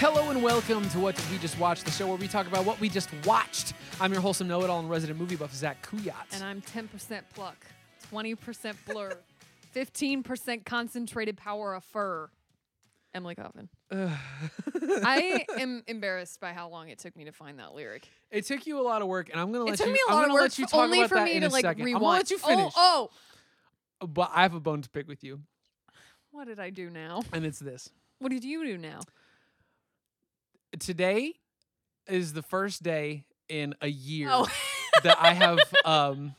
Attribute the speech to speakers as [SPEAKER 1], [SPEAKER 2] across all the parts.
[SPEAKER 1] Hello and welcome to What Did We Just Watch, the show where we talk about what we just watched. I'm your wholesome know-it-all and resident movie buff, Zach Kuyat.
[SPEAKER 2] And I'm 10% pluck, 20% blur, 15% concentrated power of fur. Emily Coffin. I am embarrassed by how long it took me to find that lyric.
[SPEAKER 1] it took you a lot of work, and I'm gonna let
[SPEAKER 2] it took
[SPEAKER 1] you.
[SPEAKER 2] me a
[SPEAKER 1] I'm
[SPEAKER 2] lot of
[SPEAKER 1] gonna
[SPEAKER 2] work
[SPEAKER 1] let you
[SPEAKER 2] f-
[SPEAKER 1] talk
[SPEAKER 2] only
[SPEAKER 1] about
[SPEAKER 2] for
[SPEAKER 1] that
[SPEAKER 2] me
[SPEAKER 1] in
[SPEAKER 2] to
[SPEAKER 1] a
[SPEAKER 2] like
[SPEAKER 1] second.
[SPEAKER 2] rewind.
[SPEAKER 1] I'm gonna let you finish.
[SPEAKER 2] Oh, oh,
[SPEAKER 1] But I have a bone to pick with you,
[SPEAKER 2] what did I do now?
[SPEAKER 1] and it's this.
[SPEAKER 2] What did you do now?
[SPEAKER 1] Today is the first day in a year
[SPEAKER 2] Oh,
[SPEAKER 1] that I have um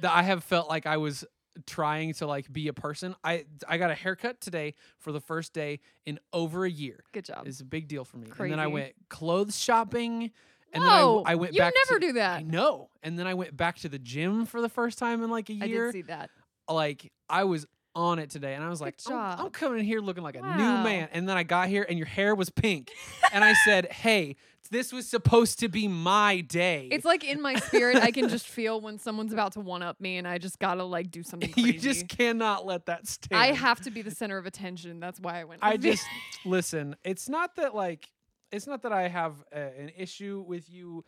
[SPEAKER 1] that I have felt like I was trying to like be a person. I I got a haircut today for the first day in over a year.
[SPEAKER 2] good job.
[SPEAKER 1] It's a big deal for me. And then I
[SPEAKER 2] Crazy.
[SPEAKER 1] went clothes shopping. And
[SPEAKER 2] Whoa,
[SPEAKER 1] then I, I went
[SPEAKER 2] you
[SPEAKER 1] back.
[SPEAKER 2] never
[SPEAKER 1] to,
[SPEAKER 2] do that.
[SPEAKER 1] I know. And then I went back to the gym for the first time in like a
[SPEAKER 2] I
[SPEAKER 1] year.
[SPEAKER 2] did see that.
[SPEAKER 1] like I was on it today, and I was like,
[SPEAKER 2] Good
[SPEAKER 1] I'm, I'm
[SPEAKER 2] job.
[SPEAKER 1] coming in here looking like a new
[SPEAKER 2] Wow.
[SPEAKER 1] man. And then I got here, and your hair was pink. and I said, Hey, this was supposed to be my day.
[SPEAKER 2] It's like in my spirit, I can just feel when someone's about to one up me, and I just gotta like do something. Crazy.
[SPEAKER 1] you just cannot let that stand.
[SPEAKER 2] I have to be the center of attention. That's why I went.
[SPEAKER 1] I
[SPEAKER 2] with it.
[SPEAKER 1] just listen. It's not that like it's not that I have a, an issue with you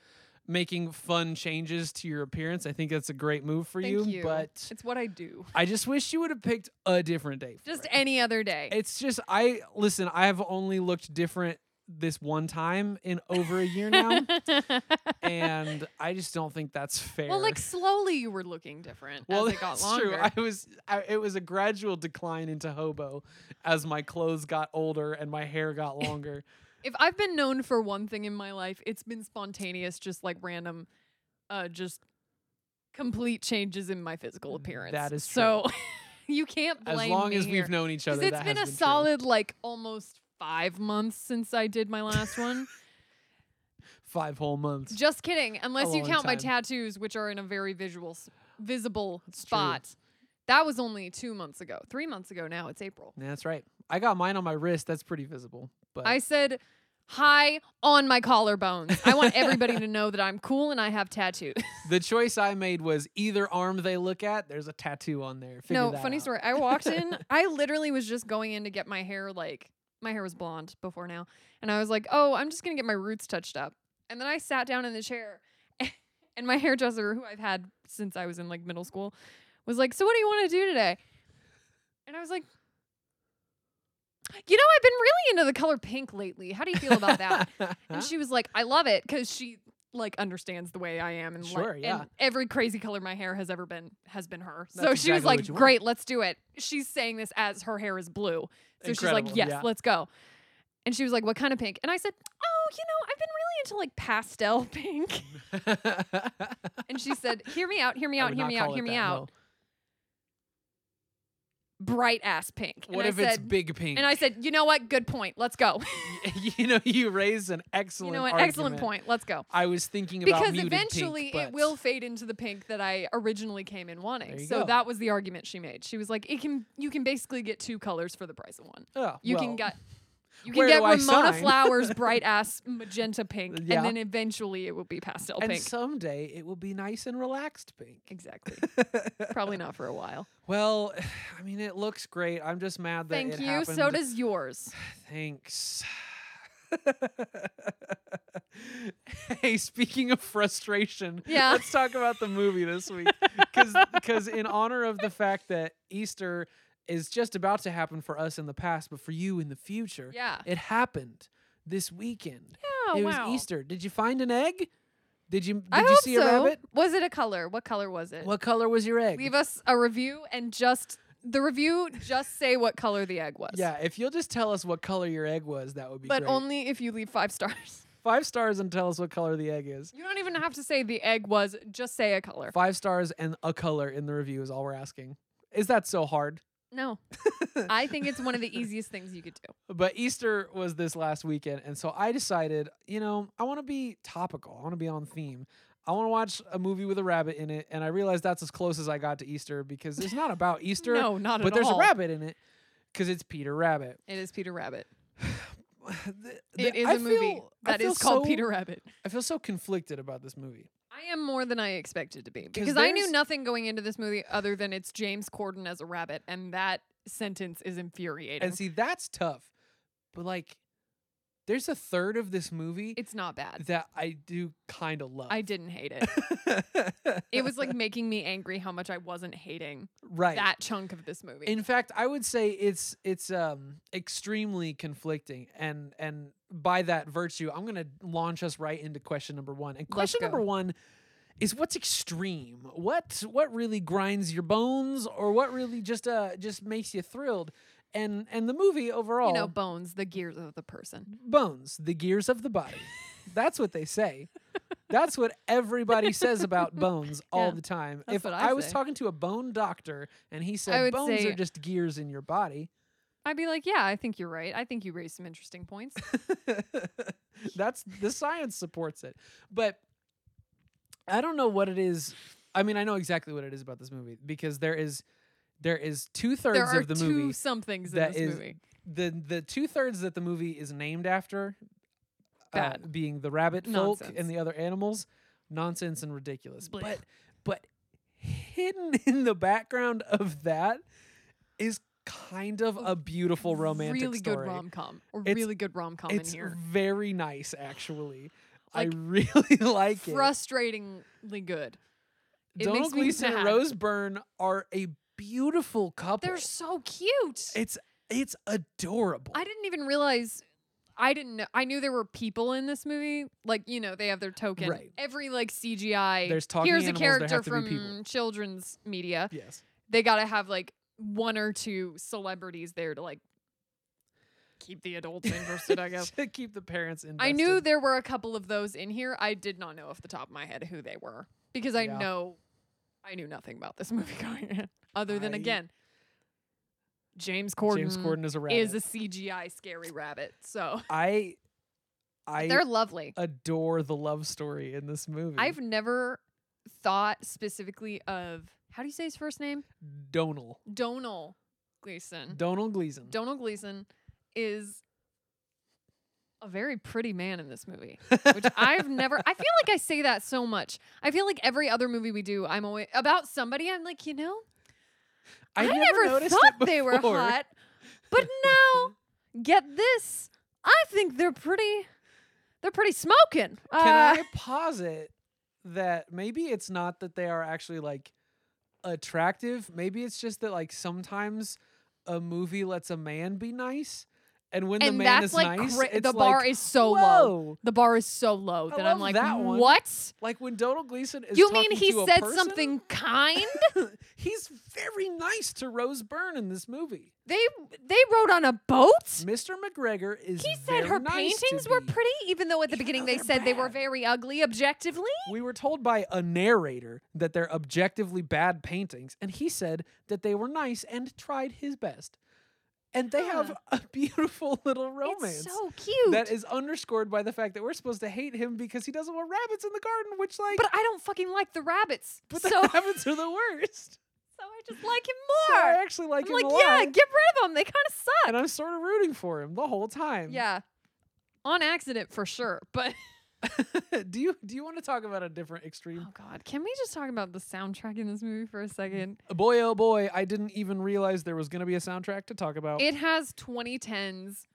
[SPEAKER 1] making fun changes to your appearance. I think that's a great move for
[SPEAKER 2] Thank you,
[SPEAKER 1] but
[SPEAKER 2] it's what I do.
[SPEAKER 1] I just wish you would have picked a different day. for
[SPEAKER 2] Just
[SPEAKER 1] it.
[SPEAKER 2] any other day.
[SPEAKER 1] It's just I listen. I have only looked different this one time in over a year now, and I just don't think that's fair.
[SPEAKER 2] well, like slowly you were looking different
[SPEAKER 1] Well,
[SPEAKER 2] as it got
[SPEAKER 1] that's
[SPEAKER 2] longer.
[SPEAKER 1] true. I was I, it was a gradual decline into hobo as my clothes got older and my hair got longer.
[SPEAKER 2] if I've been known for one thing in my life, it's been spontaneous, just like random, uh, just complete changes in my physical appearance.
[SPEAKER 1] Mm, That is
[SPEAKER 2] so. you can't blame
[SPEAKER 1] as long
[SPEAKER 2] me
[SPEAKER 1] as
[SPEAKER 2] here.
[SPEAKER 1] we've known each other,
[SPEAKER 2] Because
[SPEAKER 1] that
[SPEAKER 2] it's been a
[SPEAKER 1] has true.
[SPEAKER 2] solid like almost five months since I did my last one.
[SPEAKER 1] five whole months.
[SPEAKER 2] Just kidding. Unless you
[SPEAKER 1] long
[SPEAKER 2] count my
[SPEAKER 1] time.
[SPEAKER 2] tattoos, which are in a very visual, s- visible
[SPEAKER 1] It's true.
[SPEAKER 2] spot. That was only two months ago. Three months ago now. It's April.
[SPEAKER 1] Yeah, that's right. I got mine on my wrist. That's pretty visible. But
[SPEAKER 2] I said hi on my collarbones. I want everybody to know that I'm cool and I have tattoos.
[SPEAKER 1] the choice I made was either arm they look at. There's a tattoo on there. Figure
[SPEAKER 2] no,
[SPEAKER 1] that
[SPEAKER 2] funny
[SPEAKER 1] out.
[SPEAKER 2] story. I walked in. I literally was just going in to get my hair like my hair was blonde before now, and I was like, "Oh, I'm just gonna get my roots touched up." And then I sat down in the chair, and my hairdresser, who I've had since I was in like middle school, was like, "So what do you want to do today?" And I was like, "You know, I've been really into the color pink lately. How do you feel about that?" And she was like, I love it because she like understands the way I am and like-
[SPEAKER 1] Sure, yeah.
[SPEAKER 2] and every crazy color my hair has ever been has been her. so
[SPEAKER 1] That's
[SPEAKER 2] she was
[SPEAKER 1] exactly what
[SPEAKER 2] like,
[SPEAKER 1] you want.
[SPEAKER 2] Great, let's do it. She's saying this as her hair is blue. So she's
[SPEAKER 1] Incredible,
[SPEAKER 2] like, Yes,
[SPEAKER 1] yeah.
[SPEAKER 2] let's go. And she was like, What kind of pink? And I said, Oh, you know, I've been really into like pastel pink. and she said, Hear me out, hear me
[SPEAKER 1] I
[SPEAKER 2] out,
[SPEAKER 1] would
[SPEAKER 2] hear
[SPEAKER 1] not
[SPEAKER 2] me out,
[SPEAKER 1] call it
[SPEAKER 2] hear me
[SPEAKER 1] that,
[SPEAKER 2] out.
[SPEAKER 1] no.
[SPEAKER 2] Bright ass pink.
[SPEAKER 1] What
[SPEAKER 2] and
[SPEAKER 1] if
[SPEAKER 2] I
[SPEAKER 1] it's
[SPEAKER 2] said,
[SPEAKER 1] big pink?
[SPEAKER 2] And I said, You know what? Good point. Let's go.
[SPEAKER 1] you know, you raise an
[SPEAKER 2] you
[SPEAKER 1] excellent.
[SPEAKER 2] know what?
[SPEAKER 1] argument.
[SPEAKER 2] Excellent point. Let's go.
[SPEAKER 1] I was thinking about
[SPEAKER 2] because
[SPEAKER 1] muted
[SPEAKER 2] eventually
[SPEAKER 1] pink,
[SPEAKER 2] it
[SPEAKER 1] but
[SPEAKER 2] will fade into the pink that I originally came in
[SPEAKER 1] There
[SPEAKER 2] wanting.
[SPEAKER 1] you
[SPEAKER 2] So
[SPEAKER 1] go.
[SPEAKER 2] that was the argument she made. She was like, "It can you can basically get two colors for the price of one.
[SPEAKER 1] Oh,
[SPEAKER 2] You
[SPEAKER 1] well,
[SPEAKER 2] can get you can
[SPEAKER 1] where
[SPEAKER 2] get
[SPEAKER 1] do I
[SPEAKER 2] Ramona
[SPEAKER 1] sign?
[SPEAKER 2] Flowers bright ass magenta pink,
[SPEAKER 1] Yeah.
[SPEAKER 2] and then eventually it will be pastel
[SPEAKER 1] And
[SPEAKER 2] pink.
[SPEAKER 1] someday it will be nice and relaxed pink.
[SPEAKER 2] exactly. Probably not for a while.
[SPEAKER 1] Well, I mean, it looks great. I'm just mad that
[SPEAKER 2] Thank
[SPEAKER 1] it
[SPEAKER 2] you.
[SPEAKER 1] Happened.
[SPEAKER 2] So does yours.
[SPEAKER 1] Thanks. hey, speaking of frustration,
[SPEAKER 2] Yeah.
[SPEAKER 1] let's talk about the movie this week. Because in honor of the fact that Easter is just about to happen for us in the past, but for you in the future,
[SPEAKER 2] Yeah.
[SPEAKER 1] it happened this weekend.
[SPEAKER 2] Oh
[SPEAKER 1] it was
[SPEAKER 2] wow.
[SPEAKER 1] Easter. Did you find an egg? Did you did
[SPEAKER 2] I
[SPEAKER 1] you
[SPEAKER 2] hope
[SPEAKER 1] see
[SPEAKER 2] so.
[SPEAKER 1] a rabbit?
[SPEAKER 2] Was it a color? What color was it?
[SPEAKER 1] What color was your egg?
[SPEAKER 2] Leave us a review and just the review just say what color the egg was.
[SPEAKER 1] yeah, if you'll just tell us what color your egg was, that would be
[SPEAKER 2] But
[SPEAKER 1] great.
[SPEAKER 2] only if you leave five stars.
[SPEAKER 1] Five stars and tell us what color the egg is.
[SPEAKER 2] You don't even have to say the egg was, just say a color.
[SPEAKER 1] Five stars and a color in the review is all we're asking. Is that so hard?
[SPEAKER 2] No. I think it's one of the easiest things you could do.
[SPEAKER 1] But Easter was this last weekend, and so I decided, you know, I want to be topical. I want to be on theme. I want to watch a movie with a rabbit in it, and I realized that's as close as I got to Easter because it's not about Easter,
[SPEAKER 2] No, not at
[SPEAKER 1] but there's
[SPEAKER 2] all.
[SPEAKER 1] a rabbit in it because it's Peter Rabbit.
[SPEAKER 2] It is Peter Rabbit.
[SPEAKER 1] The- the-
[SPEAKER 2] It is
[SPEAKER 1] I
[SPEAKER 2] a movie
[SPEAKER 1] feel- I
[SPEAKER 2] that
[SPEAKER 1] feel
[SPEAKER 2] is called
[SPEAKER 1] so-
[SPEAKER 2] Peter Rabbit.
[SPEAKER 1] I feel so conflicted about this movie.
[SPEAKER 2] I am more than I expected to be because I knew
[SPEAKER 1] there's-
[SPEAKER 2] nothing going into this movie other than it's James Corden as a rabbit, and that sentence is infuriating.
[SPEAKER 1] And see, that's tough. But like, There's a third of this movie
[SPEAKER 2] It's not bad.
[SPEAKER 1] that I do kind of love.
[SPEAKER 2] I didn't hate it. It was like making me angry how much I wasn't hating
[SPEAKER 1] right.
[SPEAKER 2] that chunk of this movie.
[SPEAKER 1] In fact, I would say it's it's um extremely conflicting, and and by that virtue, I'm gonna launch us right into question number one. And question
[SPEAKER 2] go.
[SPEAKER 1] number one is what's extreme? What what really grinds your bones, or what really just uh just makes you thrilled? And and the movie overall,
[SPEAKER 2] you know, bones, the gears of the person.
[SPEAKER 1] bones, the gears of the body. That's what they say. That's what everybody says about bones all
[SPEAKER 2] Yeah,
[SPEAKER 1] the time.
[SPEAKER 2] that's
[SPEAKER 1] if
[SPEAKER 2] what
[SPEAKER 1] I,
[SPEAKER 2] I
[SPEAKER 1] was
[SPEAKER 2] say.
[SPEAKER 1] talking to a bone doctor and he said
[SPEAKER 2] would
[SPEAKER 1] bones are
[SPEAKER 2] say-
[SPEAKER 1] just gears in your body,
[SPEAKER 2] I'd be like, yeah, I think you're right. I think you raised some interesting points.
[SPEAKER 1] that's the science supports it. But I don't know what it is. I mean, I know exactly what it is about this movie because there is there is two
[SPEAKER 2] there
[SPEAKER 1] thirds
[SPEAKER 2] are
[SPEAKER 1] of the
[SPEAKER 2] two
[SPEAKER 1] movie.
[SPEAKER 2] somethings
[SPEAKER 1] that
[SPEAKER 2] in this
[SPEAKER 1] is
[SPEAKER 2] movie.
[SPEAKER 1] The the two thirds that the movie is named after uh,
[SPEAKER 2] Bad.
[SPEAKER 1] being the rabbit folk
[SPEAKER 2] Nonsense.
[SPEAKER 1] and the other animals, nonsense and ridiculous.
[SPEAKER 2] Blech.
[SPEAKER 1] But but hidden in the background of that is kind of a beautiful romantic
[SPEAKER 2] really
[SPEAKER 1] story.
[SPEAKER 2] good rom com. Or
[SPEAKER 1] It's-
[SPEAKER 2] really good rom com in
[SPEAKER 1] it's
[SPEAKER 2] here.
[SPEAKER 1] very nice actually.
[SPEAKER 2] Like,
[SPEAKER 1] I really like it.
[SPEAKER 2] Frustratingly good. it
[SPEAKER 1] Donald
[SPEAKER 2] makes me
[SPEAKER 1] Gleason and
[SPEAKER 2] sad.
[SPEAKER 1] Rose Byrne are a beautiful couple.
[SPEAKER 2] They're so cute.
[SPEAKER 1] it's it's adorable.
[SPEAKER 2] I didn't even realize. I didn't know. I knew there were people in this movie. Like, you know, they have their token.
[SPEAKER 1] Right.
[SPEAKER 2] Every, like, CGI.
[SPEAKER 1] There's talking
[SPEAKER 2] Here's
[SPEAKER 1] animals,
[SPEAKER 2] a
[SPEAKER 1] there
[SPEAKER 2] character
[SPEAKER 1] have to be people.
[SPEAKER 2] from children's media.
[SPEAKER 1] yes.
[SPEAKER 2] They got to have, like, one or two celebrities there to, like, keep the adults interested, I guess.
[SPEAKER 1] to keep the parents invested.
[SPEAKER 2] I knew there were a couple of those in here. I did not know off the top of my head who they were because I
[SPEAKER 1] Yeah.
[SPEAKER 2] know I knew nothing about this movie going in, other than
[SPEAKER 1] I-
[SPEAKER 2] again, James Corden,
[SPEAKER 1] James Corden is a rabbit.
[SPEAKER 2] is a CGI scary rabbit. So
[SPEAKER 1] I I
[SPEAKER 2] they're lovely.
[SPEAKER 1] adore the love story in this movie.
[SPEAKER 2] I've never thought specifically of how do you say his first name?
[SPEAKER 1] Donal.
[SPEAKER 2] Donal Gleason.
[SPEAKER 1] Donal Gleason.
[SPEAKER 2] Donal Gleason is a very pretty man in this movie. which I've never. I feel like I say that so much. I feel like every other movie we do, I'm always about somebody. I'm like, you know,
[SPEAKER 1] I never, noticed
[SPEAKER 2] thought
[SPEAKER 1] it
[SPEAKER 2] they were
[SPEAKER 1] before.
[SPEAKER 2] hot, but now, get this. I think they're pretty. They're pretty
[SPEAKER 1] Can
[SPEAKER 2] smoking. Uh,
[SPEAKER 1] I posit that maybe it's not that they are actually like attractive. Maybe it's just that like sometimes a movie lets a man be nice, and when the
[SPEAKER 2] and
[SPEAKER 1] man
[SPEAKER 2] that's
[SPEAKER 1] is
[SPEAKER 2] like
[SPEAKER 1] nice,
[SPEAKER 2] cra-
[SPEAKER 1] it's
[SPEAKER 2] the
[SPEAKER 1] like,
[SPEAKER 2] bar is so low.
[SPEAKER 1] Whoa!
[SPEAKER 2] The bar is so low
[SPEAKER 1] I
[SPEAKER 2] that
[SPEAKER 1] love
[SPEAKER 2] I'm like,
[SPEAKER 1] that one.
[SPEAKER 2] what?
[SPEAKER 1] Like when Donald Gleason is.
[SPEAKER 2] You mean
[SPEAKER 1] talking
[SPEAKER 2] he
[SPEAKER 1] to a
[SPEAKER 2] said
[SPEAKER 1] person,
[SPEAKER 2] something kind?
[SPEAKER 1] He's very nice to Rose Byrne in this movie.
[SPEAKER 2] they they rode on a boat.
[SPEAKER 1] Mr. McGregor is.
[SPEAKER 2] He said
[SPEAKER 1] very
[SPEAKER 2] her
[SPEAKER 1] nice to
[SPEAKER 2] paintings were
[SPEAKER 1] be.
[SPEAKER 2] pretty, even though at the
[SPEAKER 1] Even
[SPEAKER 2] beginning
[SPEAKER 1] though
[SPEAKER 2] they
[SPEAKER 1] they're
[SPEAKER 2] said they were
[SPEAKER 1] bad.
[SPEAKER 2] very ugly objectively.
[SPEAKER 1] We were told by a narrator that they're objectively bad paintings, and he said that they were nice and tried his best. And they have
[SPEAKER 2] Huh.
[SPEAKER 1] a beautiful little romance
[SPEAKER 2] It's so cute.
[SPEAKER 1] that is underscored by the fact that we're supposed to hate him because he doesn't want rabbits in the garden, which, like,
[SPEAKER 2] but I don't fucking like the rabbits.
[SPEAKER 1] but
[SPEAKER 2] so
[SPEAKER 1] the
[SPEAKER 2] so
[SPEAKER 1] rabbits are the worst.
[SPEAKER 2] I just like him
[SPEAKER 1] So
[SPEAKER 2] more.
[SPEAKER 1] I actually like
[SPEAKER 2] I'm
[SPEAKER 1] him
[SPEAKER 2] like,
[SPEAKER 1] a lot,
[SPEAKER 2] yeah, get rid of them. They kind of suck.
[SPEAKER 1] and I'm sort of rooting for him the whole time.
[SPEAKER 2] Yeah. On accident for sure. But
[SPEAKER 1] do you do you want to talk about a different extreme?
[SPEAKER 2] oh god, can we just talk about the soundtrack in this movie for a second?
[SPEAKER 1] Boy, oh boy, I didn't even realize there was going to be a soundtrack to talk about.
[SPEAKER 2] It has 2010s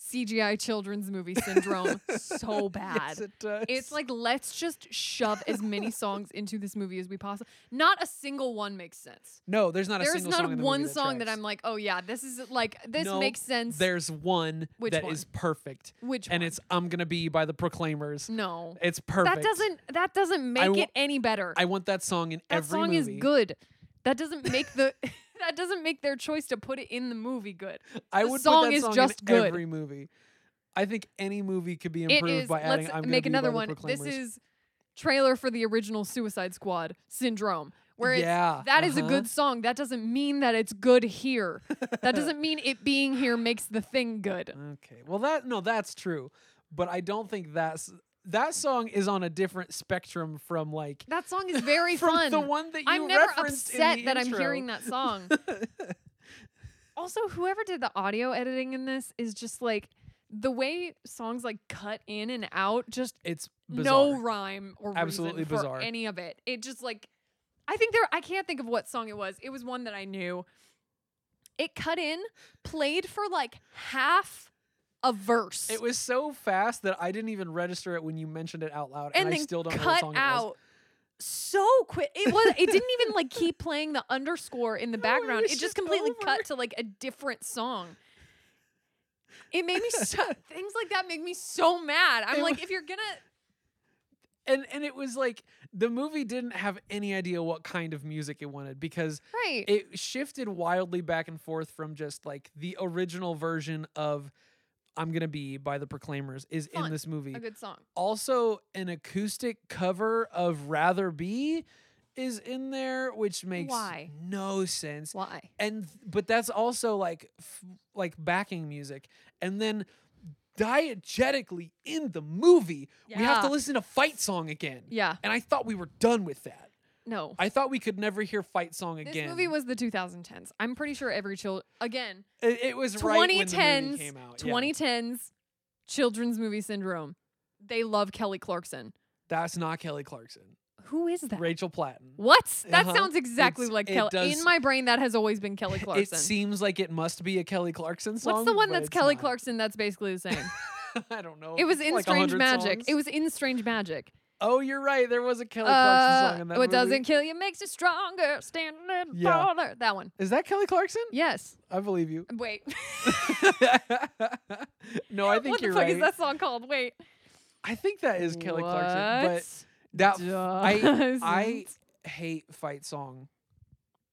[SPEAKER 2] CGI children's movie syndrome so bad.
[SPEAKER 1] Yes, it does.
[SPEAKER 2] It's like let's just shove as many songs into this movie as we possibly. Not a single one makes sense.
[SPEAKER 1] No, there's not a
[SPEAKER 2] There's
[SPEAKER 1] single
[SPEAKER 2] not
[SPEAKER 1] song in the
[SPEAKER 2] one
[SPEAKER 1] movie
[SPEAKER 2] song that
[SPEAKER 1] tracks.
[SPEAKER 2] I'm like, oh yeah, this is like this
[SPEAKER 1] No,
[SPEAKER 2] makes sense.
[SPEAKER 1] There's one that is
[SPEAKER 2] Which one?
[SPEAKER 1] perfect,
[SPEAKER 2] Which
[SPEAKER 1] and
[SPEAKER 2] one?
[SPEAKER 1] it's "I'm Gonna Be" by the Proclaimers.
[SPEAKER 2] no.
[SPEAKER 1] It's perfect.
[SPEAKER 2] That doesn't that doesn't make
[SPEAKER 1] w-
[SPEAKER 2] it any better.
[SPEAKER 1] I want that song in
[SPEAKER 2] that
[SPEAKER 1] every
[SPEAKER 2] song
[SPEAKER 1] movie.
[SPEAKER 2] is good. That doesn't make the that doesn't make their choice to put it in the movie good.
[SPEAKER 1] I
[SPEAKER 2] The
[SPEAKER 1] would put
[SPEAKER 2] song
[SPEAKER 1] that
[SPEAKER 2] is
[SPEAKER 1] song
[SPEAKER 2] just
[SPEAKER 1] in
[SPEAKER 2] good.
[SPEAKER 1] every movie. I think any movie could be
[SPEAKER 2] It
[SPEAKER 1] improved
[SPEAKER 2] is.
[SPEAKER 1] by adding
[SPEAKER 2] Let's
[SPEAKER 1] "I'm Gonna
[SPEAKER 2] make
[SPEAKER 1] Be"
[SPEAKER 2] another
[SPEAKER 1] by
[SPEAKER 2] one.
[SPEAKER 1] the
[SPEAKER 2] This
[SPEAKER 1] Proclaimers.
[SPEAKER 2] is trailer for the original Suicide Squad syndrome, where it's
[SPEAKER 1] yeah,
[SPEAKER 2] That is
[SPEAKER 1] uh-huh.
[SPEAKER 2] a good song. That doesn't mean that it's good here. That doesn't mean it being here makes the thing good.
[SPEAKER 1] Okay, well that no, that's true, but I don't think that's that song is on a different spectrum from like
[SPEAKER 2] That song is very
[SPEAKER 1] from
[SPEAKER 2] fun.
[SPEAKER 1] the one that you
[SPEAKER 2] I'm never
[SPEAKER 1] referenced in
[SPEAKER 2] upset
[SPEAKER 1] the
[SPEAKER 2] that I'm
[SPEAKER 1] intro.
[SPEAKER 2] hearing that song. also, whoever did the audio editing in this is just like the way songs like cut in and out just
[SPEAKER 1] It's bizarre.
[SPEAKER 2] no rhyme or reason
[SPEAKER 1] Absolutely
[SPEAKER 2] for
[SPEAKER 1] bizarre.
[SPEAKER 2] any of it. It just like I think there I can't think of what song it was. It was one that I knew. It cut in, played for like half a verse.
[SPEAKER 1] It was so fast that I didn't even register it when you mentioned it out loud, and,
[SPEAKER 2] and
[SPEAKER 1] I
[SPEAKER 2] then
[SPEAKER 1] still don't know what
[SPEAKER 2] cut
[SPEAKER 1] song it was.
[SPEAKER 2] out so quick. It was. It didn't even like keep playing the underscore in the
[SPEAKER 1] No, it
[SPEAKER 2] background.
[SPEAKER 1] was
[SPEAKER 2] It
[SPEAKER 1] just
[SPEAKER 2] just completely
[SPEAKER 1] over.
[SPEAKER 2] cut to like a different song. It made me so things like that make me so mad. I'm
[SPEAKER 1] It
[SPEAKER 2] like,
[SPEAKER 1] was-
[SPEAKER 2] if you're gonna,
[SPEAKER 1] And and it was like the movie didn't have any idea what kind of music it wanted because
[SPEAKER 2] right?
[SPEAKER 1] it shifted wildly back and forth from just like the original version of I'm gonna be by the Proclaimers is in
[SPEAKER 2] Fun.
[SPEAKER 1] this movie.
[SPEAKER 2] a good song.
[SPEAKER 1] Also, an acoustic cover of Rather Be is in there, which makes
[SPEAKER 2] Why?
[SPEAKER 1] no sense.
[SPEAKER 2] Why?
[SPEAKER 1] and th- but that's also like f- like backing music and then diegetically in the movie we have to
[SPEAKER 2] Yeah.
[SPEAKER 1] listen to fight song again
[SPEAKER 2] Yeah.
[SPEAKER 1] and i thought we were done with that
[SPEAKER 2] No.
[SPEAKER 1] i thought we could never hear fight song again
[SPEAKER 2] This movie was the 2010s. I'm pretty sure every child again
[SPEAKER 1] it, it was right when the movie
[SPEAKER 2] 2010s
[SPEAKER 1] came out yeah.
[SPEAKER 2] 2010s children's movie syndrome. They love Kelly Clarkson.
[SPEAKER 1] that's not kelly clarkson
[SPEAKER 2] Who is that?
[SPEAKER 1] rachel platten
[SPEAKER 2] what? That
[SPEAKER 1] Uh-huh.
[SPEAKER 2] sounds exactly
[SPEAKER 1] It's-
[SPEAKER 2] like
[SPEAKER 1] it
[SPEAKER 2] Kelly.
[SPEAKER 1] does-
[SPEAKER 2] In my brain, that has always been Kelly Clarkson.
[SPEAKER 1] it seems like it must be a kelly clarkson song
[SPEAKER 2] What's the one
[SPEAKER 1] but
[SPEAKER 2] that's
[SPEAKER 1] it's
[SPEAKER 2] Kelly
[SPEAKER 1] not.
[SPEAKER 2] Clarkson? That's basically the same.
[SPEAKER 1] i don't know
[SPEAKER 2] it was in
[SPEAKER 1] like a
[SPEAKER 2] Strange
[SPEAKER 1] hundred
[SPEAKER 2] Magic. It
[SPEAKER 1] songs.
[SPEAKER 2] was in Strange Magic.
[SPEAKER 1] oh you're right there was a kelly
[SPEAKER 2] Uh,
[SPEAKER 1] clarkson song in that
[SPEAKER 2] what
[SPEAKER 1] movie.
[SPEAKER 2] doesn't kill you makes you stronger. Stand a little
[SPEAKER 1] Yeah.
[SPEAKER 2] taller. That one.
[SPEAKER 1] is that kelly clarkson
[SPEAKER 2] Yes.
[SPEAKER 1] i believe you
[SPEAKER 2] Wait.
[SPEAKER 1] no, Oh, I think
[SPEAKER 2] what
[SPEAKER 1] you're
[SPEAKER 2] the fuck
[SPEAKER 1] right.
[SPEAKER 2] is that song called? Wait.
[SPEAKER 1] I think that is Kelly Clarkson,
[SPEAKER 2] What
[SPEAKER 1] but that I I
[SPEAKER 2] doesn't?
[SPEAKER 1] hate fight song.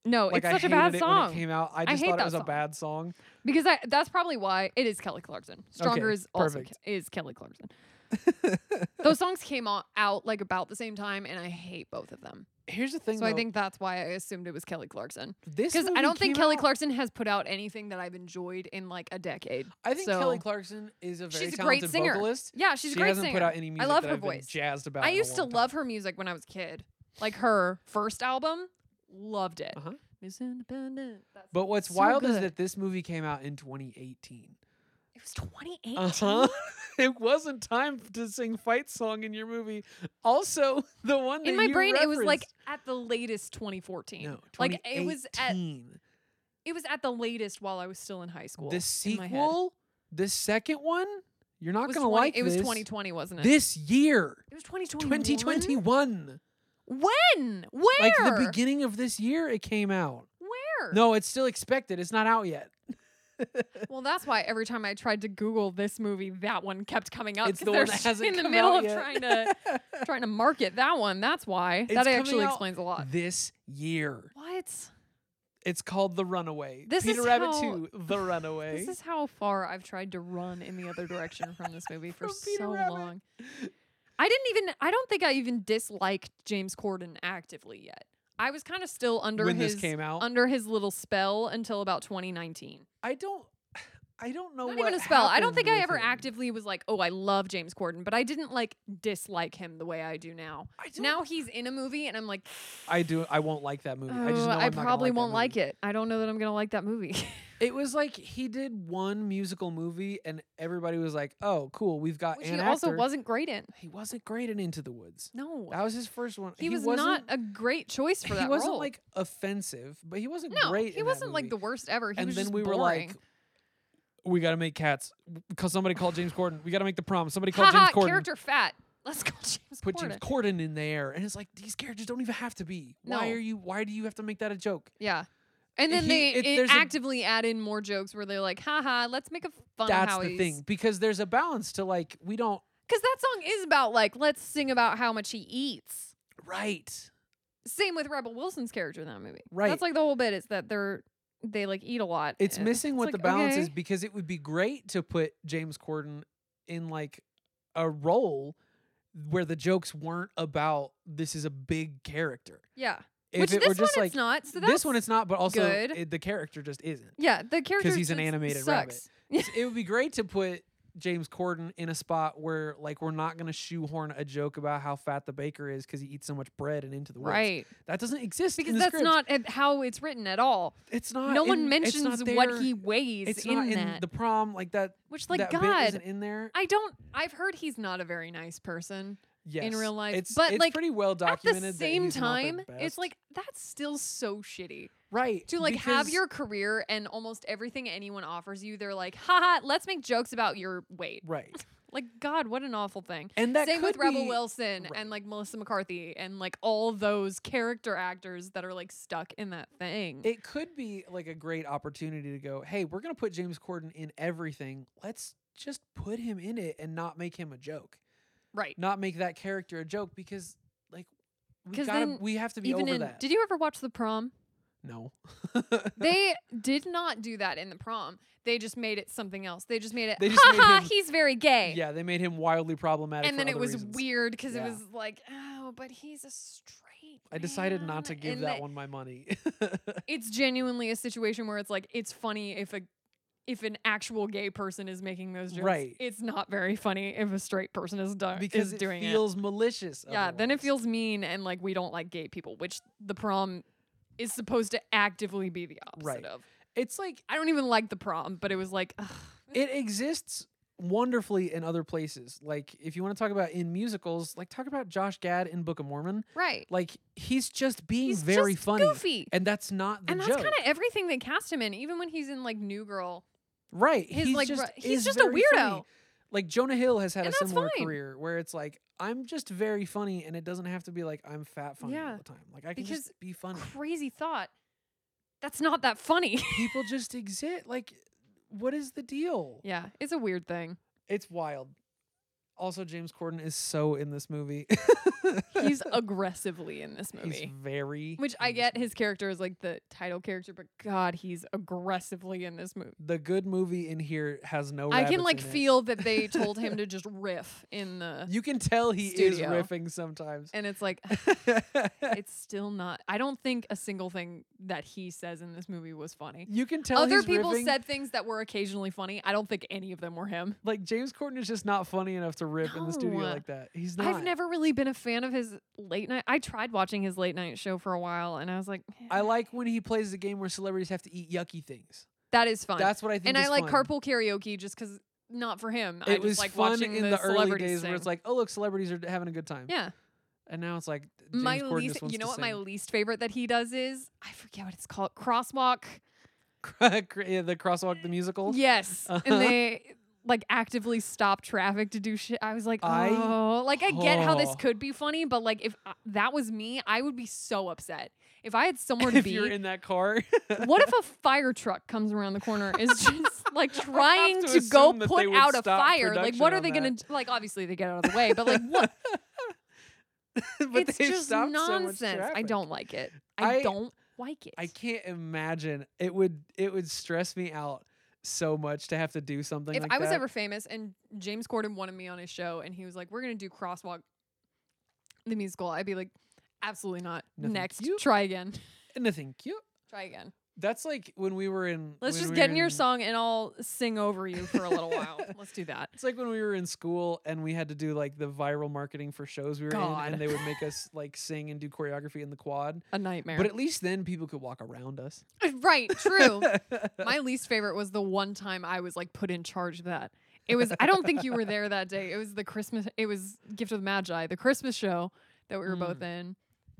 [SPEAKER 2] no,
[SPEAKER 1] Like
[SPEAKER 2] Oh, it's such
[SPEAKER 1] I
[SPEAKER 2] a
[SPEAKER 1] hated
[SPEAKER 2] bad
[SPEAKER 1] it
[SPEAKER 2] song
[SPEAKER 1] when it came out. I just
[SPEAKER 2] hate
[SPEAKER 1] thought it
[SPEAKER 2] that
[SPEAKER 1] was a
[SPEAKER 2] song.
[SPEAKER 1] bad song.
[SPEAKER 2] because I, that's probably why it is Kelly Clarkson. Stronger
[SPEAKER 1] Okay,
[SPEAKER 2] is also
[SPEAKER 1] perfect.
[SPEAKER 2] Ke- is Kelly Clarkson. Those songs came o- out like about the same time, and I hate both of them.
[SPEAKER 1] Here's the thing,
[SPEAKER 2] So I
[SPEAKER 1] though.
[SPEAKER 2] think that's why I assumed it was Kelly Clarkson.
[SPEAKER 1] this
[SPEAKER 2] Because I
[SPEAKER 1] movie
[SPEAKER 2] don't think
[SPEAKER 1] came
[SPEAKER 2] Kelly
[SPEAKER 1] out-
[SPEAKER 2] Clarkson has put out anything that I've enjoyed in like a decade.
[SPEAKER 1] I think Kelly
[SPEAKER 2] so-
[SPEAKER 1] Clarkson is a very
[SPEAKER 2] She's a great
[SPEAKER 1] talented
[SPEAKER 2] singer.
[SPEAKER 1] vocalist.
[SPEAKER 2] Yeah,
[SPEAKER 1] she
[SPEAKER 2] she's a great
[SPEAKER 1] hasn't
[SPEAKER 2] singer.
[SPEAKER 1] put out any music.
[SPEAKER 2] I love
[SPEAKER 1] that
[SPEAKER 2] her
[SPEAKER 1] I've been
[SPEAKER 2] voice.
[SPEAKER 1] jazzed about.
[SPEAKER 2] I
[SPEAKER 1] in a
[SPEAKER 2] used to
[SPEAKER 1] long time.
[SPEAKER 2] love her music when I was a kid. Like her first album, loved it.
[SPEAKER 1] Uh-huh.
[SPEAKER 2] Miss Independent. That's-
[SPEAKER 1] But what's
[SPEAKER 2] So
[SPEAKER 1] wild is
[SPEAKER 2] good.
[SPEAKER 1] that this movie came out in 2018.
[SPEAKER 2] it was 2018.
[SPEAKER 1] Uh huh. It wasn't time to sing fight song in your movie. Also, the one that
[SPEAKER 2] In my
[SPEAKER 1] you
[SPEAKER 2] brain, it was like
[SPEAKER 1] referenced-
[SPEAKER 2] at the latest 2014.
[SPEAKER 1] no,
[SPEAKER 2] like it was at
[SPEAKER 1] 2018.
[SPEAKER 2] it was at the latest while I was still in high school.
[SPEAKER 1] The
[SPEAKER 2] in my head.
[SPEAKER 1] sequel, the second one, you're not
[SPEAKER 2] was
[SPEAKER 1] gonna
[SPEAKER 2] 20
[SPEAKER 1] like
[SPEAKER 2] It was
[SPEAKER 1] this.
[SPEAKER 2] 2020, wasn't it?
[SPEAKER 1] This year,
[SPEAKER 2] it was 2021.
[SPEAKER 1] 2021,
[SPEAKER 2] When? Where?
[SPEAKER 1] like the beginning of this year, it came out.
[SPEAKER 2] Where?
[SPEAKER 1] No, it's still expected. It's not out yet.
[SPEAKER 2] Well, that's why every time I tried to Google this movie, that one kept coming up.
[SPEAKER 1] It's
[SPEAKER 2] 'cause
[SPEAKER 1] the one
[SPEAKER 2] they're
[SPEAKER 1] that hasn't
[SPEAKER 2] in the
[SPEAKER 1] come
[SPEAKER 2] middle
[SPEAKER 1] out
[SPEAKER 2] of
[SPEAKER 1] yet.
[SPEAKER 2] trying to trying to market that one. That's why. that
[SPEAKER 1] coming
[SPEAKER 2] actually
[SPEAKER 1] out
[SPEAKER 2] explains a lot.
[SPEAKER 1] This year,
[SPEAKER 2] What?
[SPEAKER 1] it's called The Runaway.
[SPEAKER 2] This
[SPEAKER 1] Peter
[SPEAKER 2] is
[SPEAKER 1] Rabbit
[SPEAKER 2] how-
[SPEAKER 1] 2, The Runaway.
[SPEAKER 2] This is how far I've tried to run in the other direction from this movie for
[SPEAKER 1] From Peter
[SPEAKER 2] so
[SPEAKER 1] Rabbit.
[SPEAKER 2] long. I didn't even. I don't think I even disliked James Corden actively yet. I was kind of still under
[SPEAKER 1] when
[SPEAKER 2] his
[SPEAKER 1] this came out,
[SPEAKER 2] under his little spell until about 2019.
[SPEAKER 1] I don't, I don't know
[SPEAKER 2] Not
[SPEAKER 1] Oh, what
[SPEAKER 2] even a spell. I don't
[SPEAKER 1] happened
[SPEAKER 2] think I
[SPEAKER 1] with
[SPEAKER 2] ever
[SPEAKER 1] him.
[SPEAKER 2] actively was like, "Oh, I love James Corden," but I didn't like dislike him the way I do now.
[SPEAKER 1] I don't,
[SPEAKER 2] Now he's in a movie, and I'm like,
[SPEAKER 1] I do. I won't like that movie. I just
[SPEAKER 2] "Oh,
[SPEAKER 1] know
[SPEAKER 2] I,
[SPEAKER 1] I'm not gonna
[SPEAKER 2] probably
[SPEAKER 1] like
[SPEAKER 2] won't
[SPEAKER 1] that movie.
[SPEAKER 2] like it. I don't know that I'm gonna like that movie.
[SPEAKER 1] It was like he did one musical movie, and everybody was like, "Oh, cool, we've got."
[SPEAKER 2] Which
[SPEAKER 1] an
[SPEAKER 2] he also
[SPEAKER 1] actor."
[SPEAKER 2] wasn't great in.
[SPEAKER 1] He wasn't great in Into the Woods.
[SPEAKER 2] No,
[SPEAKER 1] That was his first one.
[SPEAKER 2] he, was not
[SPEAKER 1] wasn't,
[SPEAKER 2] a great choice for that
[SPEAKER 1] He wasn't
[SPEAKER 2] role.
[SPEAKER 1] like offensive, but he wasn't
[SPEAKER 2] no,
[SPEAKER 1] great.
[SPEAKER 2] he
[SPEAKER 1] in that
[SPEAKER 2] wasn't like
[SPEAKER 1] movie.
[SPEAKER 2] the worst ever. He
[SPEAKER 1] and
[SPEAKER 2] was
[SPEAKER 1] then
[SPEAKER 2] just
[SPEAKER 1] we were
[SPEAKER 2] boring.
[SPEAKER 1] like, "We got to make cats." Because somebody called James Corden. We got to make the prom. Somebody
[SPEAKER 2] "Ha
[SPEAKER 1] called James
[SPEAKER 2] ha,
[SPEAKER 1] Corden.
[SPEAKER 2] character fat. Let's call James
[SPEAKER 1] Put
[SPEAKER 2] Corden."
[SPEAKER 1] James Corden in there, and it's like these characters don't even have to be. Why
[SPEAKER 2] No.
[SPEAKER 1] are you? Why do you have to make that a joke?
[SPEAKER 2] yeah. And then
[SPEAKER 1] He-
[SPEAKER 2] they
[SPEAKER 1] it-
[SPEAKER 2] it
[SPEAKER 1] there's a-
[SPEAKER 2] actively add in more jokes where they're like, haha, let's make a fun
[SPEAKER 1] That's
[SPEAKER 2] how
[SPEAKER 1] the
[SPEAKER 2] he's-
[SPEAKER 1] thing, because there's a balance to like we don't
[SPEAKER 2] Because that song is about like, let's sing about how much he eats.
[SPEAKER 1] right.
[SPEAKER 2] Same with Rebel Wilson's character in that movie.
[SPEAKER 1] Right.
[SPEAKER 2] That's like the whole bit is that they're they like eat a lot.
[SPEAKER 1] It's
[SPEAKER 2] and
[SPEAKER 1] missing what
[SPEAKER 2] like,
[SPEAKER 1] the balance is
[SPEAKER 2] okay.
[SPEAKER 1] because it would be great to put James Corden in like a role where the jokes weren't about this is a big character.
[SPEAKER 2] Yeah.
[SPEAKER 1] If
[SPEAKER 2] Which
[SPEAKER 1] it
[SPEAKER 2] this
[SPEAKER 1] were just
[SPEAKER 2] one
[SPEAKER 1] like
[SPEAKER 2] it's not. So that's
[SPEAKER 1] this one, it's not, but also
[SPEAKER 2] good.
[SPEAKER 1] it- the character just isn't.
[SPEAKER 2] yeah, the character
[SPEAKER 1] he's an
[SPEAKER 2] just
[SPEAKER 1] animated rabbit.
[SPEAKER 2] sucks.
[SPEAKER 1] So it would be great to put James Corden in a spot where like we're not going to shoehorn a joke about how fat the baker is because he eats so much bread and into the woods.
[SPEAKER 2] Right.
[SPEAKER 1] That doesn't exist
[SPEAKER 2] Because
[SPEAKER 1] in the
[SPEAKER 2] that's
[SPEAKER 1] script.
[SPEAKER 2] not at how it's written at all.
[SPEAKER 1] It's not.
[SPEAKER 2] no
[SPEAKER 1] in-
[SPEAKER 2] one
[SPEAKER 1] it's not
[SPEAKER 2] mentions what
[SPEAKER 1] there.
[SPEAKER 2] he weighs
[SPEAKER 1] It's
[SPEAKER 2] in
[SPEAKER 1] not in
[SPEAKER 2] that.
[SPEAKER 1] the prom like that.
[SPEAKER 2] which like
[SPEAKER 1] that bit
[SPEAKER 2] God,
[SPEAKER 1] isn't in there.
[SPEAKER 2] I don't I've heard he's not a very nice person.
[SPEAKER 1] yes,
[SPEAKER 2] real life.
[SPEAKER 1] It's,
[SPEAKER 2] But,
[SPEAKER 1] it's
[SPEAKER 2] like,
[SPEAKER 1] pretty well
[SPEAKER 2] At
[SPEAKER 1] documented. that
[SPEAKER 2] the same
[SPEAKER 1] he's not
[SPEAKER 2] time,
[SPEAKER 1] best.
[SPEAKER 2] it's like that's still so shitty.
[SPEAKER 1] right
[SPEAKER 2] to like have
[SPEAKER 1] because-
[SPEAKER 2] your career and almost everything anyone offers you, they're like, haha, let's make jokes about your weight.
[SPEAKER 1] right
[SPEAKER 2] Like, God, what an awful thing.
[SPEAKER 1] and that
[SPEAKER 2] Same with
[SPEAKER 1] could
[SPEAKER 2] Rebel
[SPEAKER 1] be-
[SPEAKER 2] Wilson
[SPEAKER 1] right.
[SPEAKER 2] and like Melissa McCarthy and like all those character actors that are like stuck in that thing.
[SPEAKER 1] It could be like a great opportunity to go, hey, we're going to put James Corden in everything. Let's just put him in it and not make him a joke,
[SPEAKER 2] right.
[SPEAKER 1] not make that character a joke because, like, we
[SPEAKER 2] 'Cause
[SPEAKER 1] gotta
[SPEAKER 2] then
[SPEAKER 1] we have to be
[SPEAKER 2] Even
[SPEAKER 1] over
[SPEAKER 2] in
[SPEAKER 1] that.
[SPEAKER 2] Did you ever watch The Prom?
[SPEAKER 1] no,
[SPEAKER 2] they did not do that in The Prom. They just made it something else. They just made it
[SPEAKER 1] They
[SPEAKER 2] ha
[SPEAKER 1] just made
[SPEAKER 2] ha,
[SPEAKER 1] him-
[SPEAKER 2] he's very gay.
[SPEAKER 1] yeah, they made him wildly problematic.
[SPEAKER 2] and
[SPEAKER 1] for
[SPEAKER 2] then it
[SPEAKER 1] other
[SPEAKER 2] was
[SPEAKER 1] reasons.
[SPEAKER 2] weird because
[SPEAKER 1] Yeah.
[SPEAKER 2] it was like, oh, but he's a straight.
[SPEAKER 1] I decided
[SPEAKER 2] man."
[SPEAKER 1] not to give
[SPEAKER 2] And
[SPEAKER 1] that
[SPEAKER 2] the-
[SPEAKER 1] one my money.
[SPEAKER 2] It's genuinely a situation where it's like it's funny if a if an actual gay person is making those jokes.
[SPEAKER 1] Right.
[SPEAKER 2] It's not very funny if a straight person is, do-
[SPEAKER 1] because
[SPEAKER 2] is
[SPEAKER 1] it
[SPEAKER 2] doing
[SPEAKER 1] feels malicious.
[SPEAKER 2] it. Yeah, then it
[SPEAKER 1] otherwise.
[SPEAKER 2] feels mean and like we don't like gay people, which the prom is supposed to actively be the opposite
[SPEAKER 1] Right.
[SPEAKER 2] of.
[SPEAKER 1] It's like
[SPEAKER 2] I don't even like the prom, but it was like, ugh,
[SPEAKER 1] it exists wonderfully in other places. Like if you want to talk about in musicals, like talk about Josh Gad in Book of Mormon.
[SPEAKER 2] right.
[SPEAKER 1] Like he's just being
[SPEAKER 2] He's
[SPEAKER 1] very
[SPEAKER 2] just
[SPEAKER 1] funny,
[SPEAKER 2] goofy.
[SPEAKER 1] and that's not the
[SPEAKER 2] and that's
[SPEAKER 1] joke,
[SPEAKER 2] kind of everything they cast him in. Even when he's in like New Girl,
[SPEAKER 1] right?
[SPEAKER 2] his
[SPEAKER 1] he's
[SPEAKER 2] like
[SPEAKER 1] just
[SPEAKER 2] ru- he's
[SPEAKER 1] is
[SPEAKER 2] just a
[SPEAKER 1] very
[SPEAKER 2] weirdo.
[SPEAKER 1] funny. Like Jonah Hill has had
[SPEAKER 2] And
[SPEAKER 1] a
[SPEAKER 2] that's
[SPEAKER 1] similar
[SPEAKER 2] fine.
[SPEAKER 1] career where it's like I'm just very funny, and it doesn't have to be like I'm fat funny
[SPEAKER 2] Yeah.
[SPEAKER 1] all the time. Like I can
[SPEAKER 2] Because
[SPEAKER 1] just be funny.
[SPEAKER 2] Crazy thought. That's not that funny.
[SPEAKER 1] People just exist. Like what is the deal?
[SPEAKER 2] yeah, it's a weird thing.
[SPEAKER 1] It's wild. Also, James Corden is so in this movie.
[SPEAKER 2] He's aggressively in this
[SPEAKER 1] He's
[SPEAKER 2] movie.
[SPEAKER 1] very.
[SPEAKER 2] Which I
[SPEAKER 1] in this
[SPEAKER 2] get
[SPEAKER 1] movie.
[SPEAKER 2] his character is like the title character, but God, he's aggressively in this movie.
[SPEAKER 1] The good movie in here has no.
[SPEAKER 2] I can
[SPEAKER 1] rabbits
[SPEAKER 2] like
[SPEAKER 1] in it.
[SPEAKER 2] feel that they told him to just riff in the
[SPEAKER 1] You can tell he is
[SPEAKER 2] Studio.
[SPEAKER 1] riffing sometimes.
[SPEAKER 2] and it's like it's still not I don't think a single thing that he says in this movie was funny.
[SPEAKER 1] you can tell
[SPEAKER 2] Other
[SPEAKER 1] he's
[SPEAKER 2] people
[SPEAKER 1] riffing.
[SPEAKER 2] said things that were occasionally funny. I don't think any of them were him.
[SPEAKER 1] like James Corden is just not funny enough to rip in the studio
[SPEAKER 2] No.
[SPEAKER 1] like that. He's not.
[SPEAKER 2] I've never really been a fan of his late night. I tried watching his late night show for a while, and I was like,
[SPEAKER 1] I like when he plays the game where celebrities have to eat yucky things.
[SPEAKER 2] that is fun.
[SPEAKER 1] That's what I think.
[SPEAKER 2] and I
[SPEAKER 1] is
[SPEAKER 2] like
[SPEAKER 1] fun.
[SPEAKER 2] carpool karaoke just because not for him. I
[SPEAKER 1] It
[SPEAKER 2] just
[SPEAKER 1] was
[SPEAKER 2] like
[SPEAKER 1] fun
[SPEAKER 2] watching
[SPEAKER 1] in
[SPEAKER 2] the,
[SPEAKER 1] the, early
[SPEAKER 2] celebrities
[SPEAKER 1] days
[SPEAKER 2] sing.
[SPEAKER 1] where it's like, oh look, celebrities are having a good time.
[SPEAKER 2] yeah,
[SPEAKER 1] And now it's like James
[SPEAKER 2] my
[SPEAKER 1] Corden
[SPEAKER 2] least.
[SPEAKER 1] just wants
[SPEAKER 2] You know
[SPEAKER 1] to
[SPEAKER 2] what my
[SPEAKER 1] sing.
[SPEAKER 2] least favorite that he does is I forget what it's called. Crosswalk.
[SPEAKER 1] Yeah, the crosswalk, the musical.
[SPEAKER 2] Yes,
[SPEAKER 1] Uh-huh.
[SPEAKER 2] and they like actively stop traffic to do shit. I was like,
[SPEAKER 1] I-
[SPEAKER 2] oh, like I get how this
[SPEAKER 1] Oh.
[SPEAKER 2] could be funny, but like if I, that was me, I would be so upset. If I had somewhere to
[SPEAKER 1] if
[SPEAKER 2] be,
[SPEAKER 1] you're in that car,
[SPEAKER 2] What if a fire truck comes around the corner is just like trying
[SPEAKER 1] to
[SPEAKER 2] to, go
[SPEAKER 1] assume that they
[SPEAKER 2] put
[SPEAKER 1] would
[SPEAKER 2] out a
[SPEAKER 1] stop
[SPEAKER 2] fire? Like
[SPEAKER 1] production
[SPEAKER 2] what are
[SPEAKER 1] on
[SPEAKER 2] they going
[SPEAKER 1] that.
[SPEAKER 2] to like obviously they get out of the way, but like what
[SPEAKER 1] but
[SPEAKER 2] it's
[SPEAKER 1] they've
[SPEAKER 2] just
[SPEAKER 1] stopped so much
[SPEAKER 2] nonsense. I
[SPEAKER 1] traffic.
[SPEAKER 2] don't like it. I,
[SPEAKER 1] I-
[SPEAKER 2] don't like it.
[SPEAKER 1] I can't imagine it would it would stress me out so much to have to do something.
[SPEAKER 2] if
[SPEAKER 1] like
[SPEAKER 2] I was
[SPEAKER 1] that.
[SPEAKER 2] ever famous and James Corden wanted me on his show and he was like, "We're going to do Crosswalk the musical." I'd be like, "Absolutely not.
[SPEAKER 1] No, thank
[SPEAKER 2] Next.
[SPEAKER 1] you.
[SPEAKER 2] Try again.
[SPEAKER 1] anything cute,
[SPEAKER 2] Try again.
[SPEAKER 1] that's like when we were in.
[SPEAKER 2] Let's
[SPEAKER 1] when
[SPEAKER 2] just
[SPEAKER 1] we
[SPEAKER 2] get
[SPEAKER 1] were
[SPEAKER 2] in your song and I'll sing over you for a little while. Let's do that."
[SPEAKER 1] It's like when we were in school and we had to do like the viral marketing for shows we were in,
[SPEAKER 2] God.
[SPEAKER 1] and they would make us like sing and do choreography in the quad.
[SPEAKER 2] A nightmare.
[SPEAKER 1] But at least then people could walk around us.
[SPEAKER 2] right, true. My least favorite was the one time I was like put in charge of that. It was I don't think you were there that day. It was the Christmas it was Gift of the Magi, the Christmas show that we were both
[SPEAKER 1] Mm.
[SPEAKER 2] in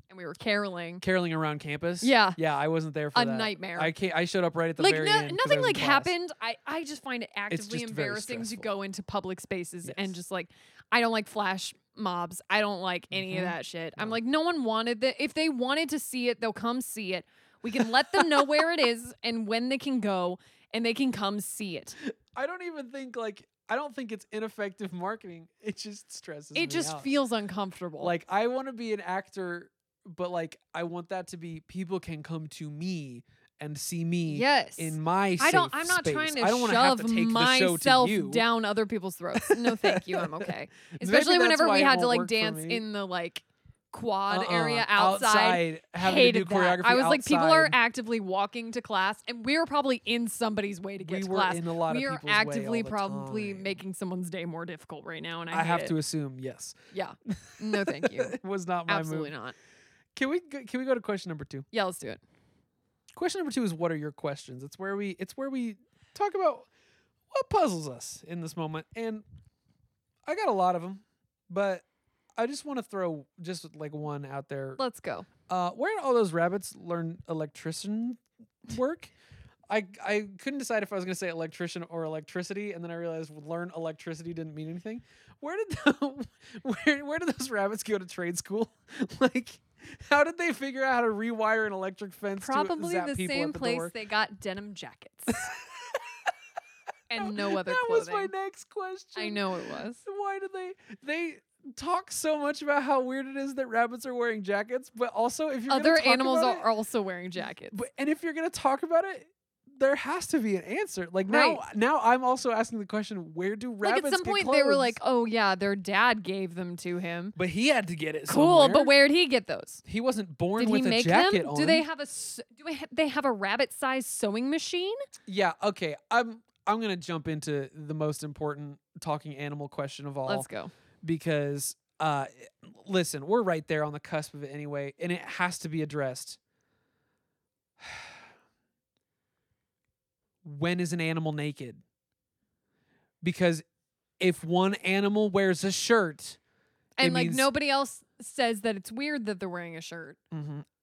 [SPEAKER 2] and we were caroling.
[SPEAKER 1] Caroling around campus.
[SPEAKER 2] Yeah.
[SPEAKER 1] yeah, I wasn't there for
[SPEAKER 2] A
[SPEAKER 1] that.
[SPEAKER 2] nightmare.
[SPEAKER 1] I can't, I showed up right at the
[SPEAKER 2] Like
[SPEAKER 1] very
[SPEAKER 2] no,
[SPEAKER 1] end 'cause I
[SPEAKER 2] nothing
[SPEAKER 1] was in
[SPEAKER 2] like
[SPEAKER 1] class.
[SPEAKER 2] happened. I, I just find it actively
[SPEAKER 1] just very
[SPEAKER 2] embarrassing to
[SPEAKER 1] stressful.
[SPEAKER 2] go into public spaces and
[SPEAKER 1] Yes.
[SPEAKER 2] just like I don't like flash mobs. I don't like any
[SPEAKER 1] Mhm.
[SPEAKER 2] of that shit. I'm
[SPEAKER 1] No.
[SPEAKER 2] like no one wanted that. If they wanted to see it, they'll come see it. We can let them know where it is and when they can go and they can come see it.
[SPEAKER 1] I don't even think like I don't think it's ineffective marketing. It just stresses. me
[SPEAKER 2] It just
[SPEAKER 1] out.
[SPEAKER 2] feels uncomfortable.
[SPEAKER 1] Like I want to be an actor, but like I want that to be people can come to me and see me
[SPEAKER 2] yes.
[SPEAKER 1] in my.
[SPEAKER 2] I don't
[SPEAKER 1] safe
[SPEAKER 2] I'm not
[SPEAKER 1] space.
[SPEAKER 2] trying to
[SPEAKER 1] I don't wanna have
[SPEAKER 2] shove
[SPEAKER 1] to take the show
[SPEAKER 2] myself
[SPEAKER 1] to you.
[SPEAKER 2] down other people's throats. No, thank you. I'm okay.
[SPEAKER 1] Maybe
[SPEAKER 2] Especially
[SPEAKER 1] that's
[SPEAKER 2] whenever
[SPEAKER 1] why
[SPEAKER 2] we
[SPEAKER 1] it
[SPEAKER 2] had to
[SPEAKER 1] won't
[SPEAKER 2] like
[SPEAKER 1] work for
[SPEAKER 2] dance
[SPEAKER 1] me.
[SPEAKER 2] in the like quad
[SPEAKER 1] Uh-uh.
[SPEAKER 2] area outside.
[SPEAKER 1] having to do
[SPEAKER 2] Hated that.
[SPEAKER 1] choreography.
[SPEAKER 2] I was like, people are
[SPEAKER 1] outside.
[SPEAKER 2] actively walking to class, and we were probably in somebody's way to get
[SPEAKER 1] we
[SPEAKER 2] to
[SPEAKER 1] were
[SPEAKER 2] class.
[SPEAKER 1] in a lot
[SPEAKER 2] we
[SPEAKER 1] of
[SPEAKER 2] are
[SPEAKER 1] people's way all
[SPEAKER 2] actively
[SPEAKER 1] the
[SPEAKER 2] probably
[SPEAKER 1] time.
[SPEAKER 2] making someone's day more difficult right now, and I,
[SPEAKER 1] I
[SPEAKER 2] hate
[SPEAKER 1] have
[SPEAKER 2] it.
[SPEAKER 1] to assume yes.
[SPEAKER 2] Yeah, no, thank you.
[SPEAKER 1] it was not my
[SPEAKER 2] Absolutely
[SPEAKER 1] move.
[SPEAKER 2] not.
[SPEAKER 1] Can we go- can we go to question number two?
[SPEAKER 2] Yeah, let's do it.
[SPEAKER 1] Question number two is what are your questions? It's where we it's where we talk about what puzzles us in this moment, and I got a lot of them, but I just want to throw just like one out there.
[SPEAKER 2] Let's go.
[SPEAKER 1] Uh, where did all those rabbits learn electrician work. I, I couldn't decide if I was going to say electrician or electricity, and then I realized learn electricity didn't mean anything. Where did the, where where did those rabbits go to trade school? like, how did they figure out how to rewire an electric fence?
[SPEAKER 2] Probably
[SPEAKER 1] to zap
[SPEAKER 2] the
[SPEAKER 1] people
[SPEAKER 2] same
[SPEAKER 1] at the
[SPEAKER 2] place
[SPEAKER 1] door?
[SPEAKER 2] they got denim jackets and no other
[SPEAKER 1] that
[SPEAKER 2] clothing.
[SPEAKER 1] was my next question.
[SPEAKER 2] I know it was.
[SPEAKER 1] Why do they they talk so much about how weird it is that rabbits are wearing jackets, but also if you're gonna
[SPEAKER 2] Other
[SPEAKER 1] talk
[SPEAKER 2] animals
[SPEAKER 1] about
[SPEAKER 2] are
[SPEAKER 1] it,
[SPEAKER 2] also wearing jackets.
[SPEAKER 1] but, and if you're gonna talk about it, there has to be an answer. Like now,
[SPEAKER 2] Right.
[SPEAKER 1] now I'm also asking the question: Where do rabbits?
[SPEAKER 2] like at some
[SPEAKER 1] get
[SPEAKER 2] point they were
[SPEAKER 1] clothes?
[SPEAKER 2] like, "Oh yeah, their dad gave them to him."
[SPEAKER 1] but he had to get it.
[SPEAKER 2] Cool,
[SPEAKER 1] somewhere.
[SPEAKER 2] but where'd he get those?
[SPEAKER 1] He wasn't born
[SPEAKER 2] Did
[SPEAKER 1] with
[SPEAKER 2] he
[SPEAKER 1] a
[SPEAKER 2] make
[SPEAKER 1] jacket
[SPEAKER 2] them?
[SPEAKER 1] on.
[SPEAKER 2] Do they have a s- do they ha- they have a rabbit sized sewing machine?
[SPEAKER 1] Yeah. Okay. I'm. I'm gonna jump into the most important talking animal question of all.
[SPEAKER 2] Let's go.
[SPEAKER 1] because uh listen, we're right there on the cusp of it anyway, and it has to be addressed. when is an animal naked? Because if one animal wears a shirt,
[SPEAKER 2] And like
[SPEAKER 1] means-
[SPEAKER 2] nobody else says that it's weird that they're wearing a shirt.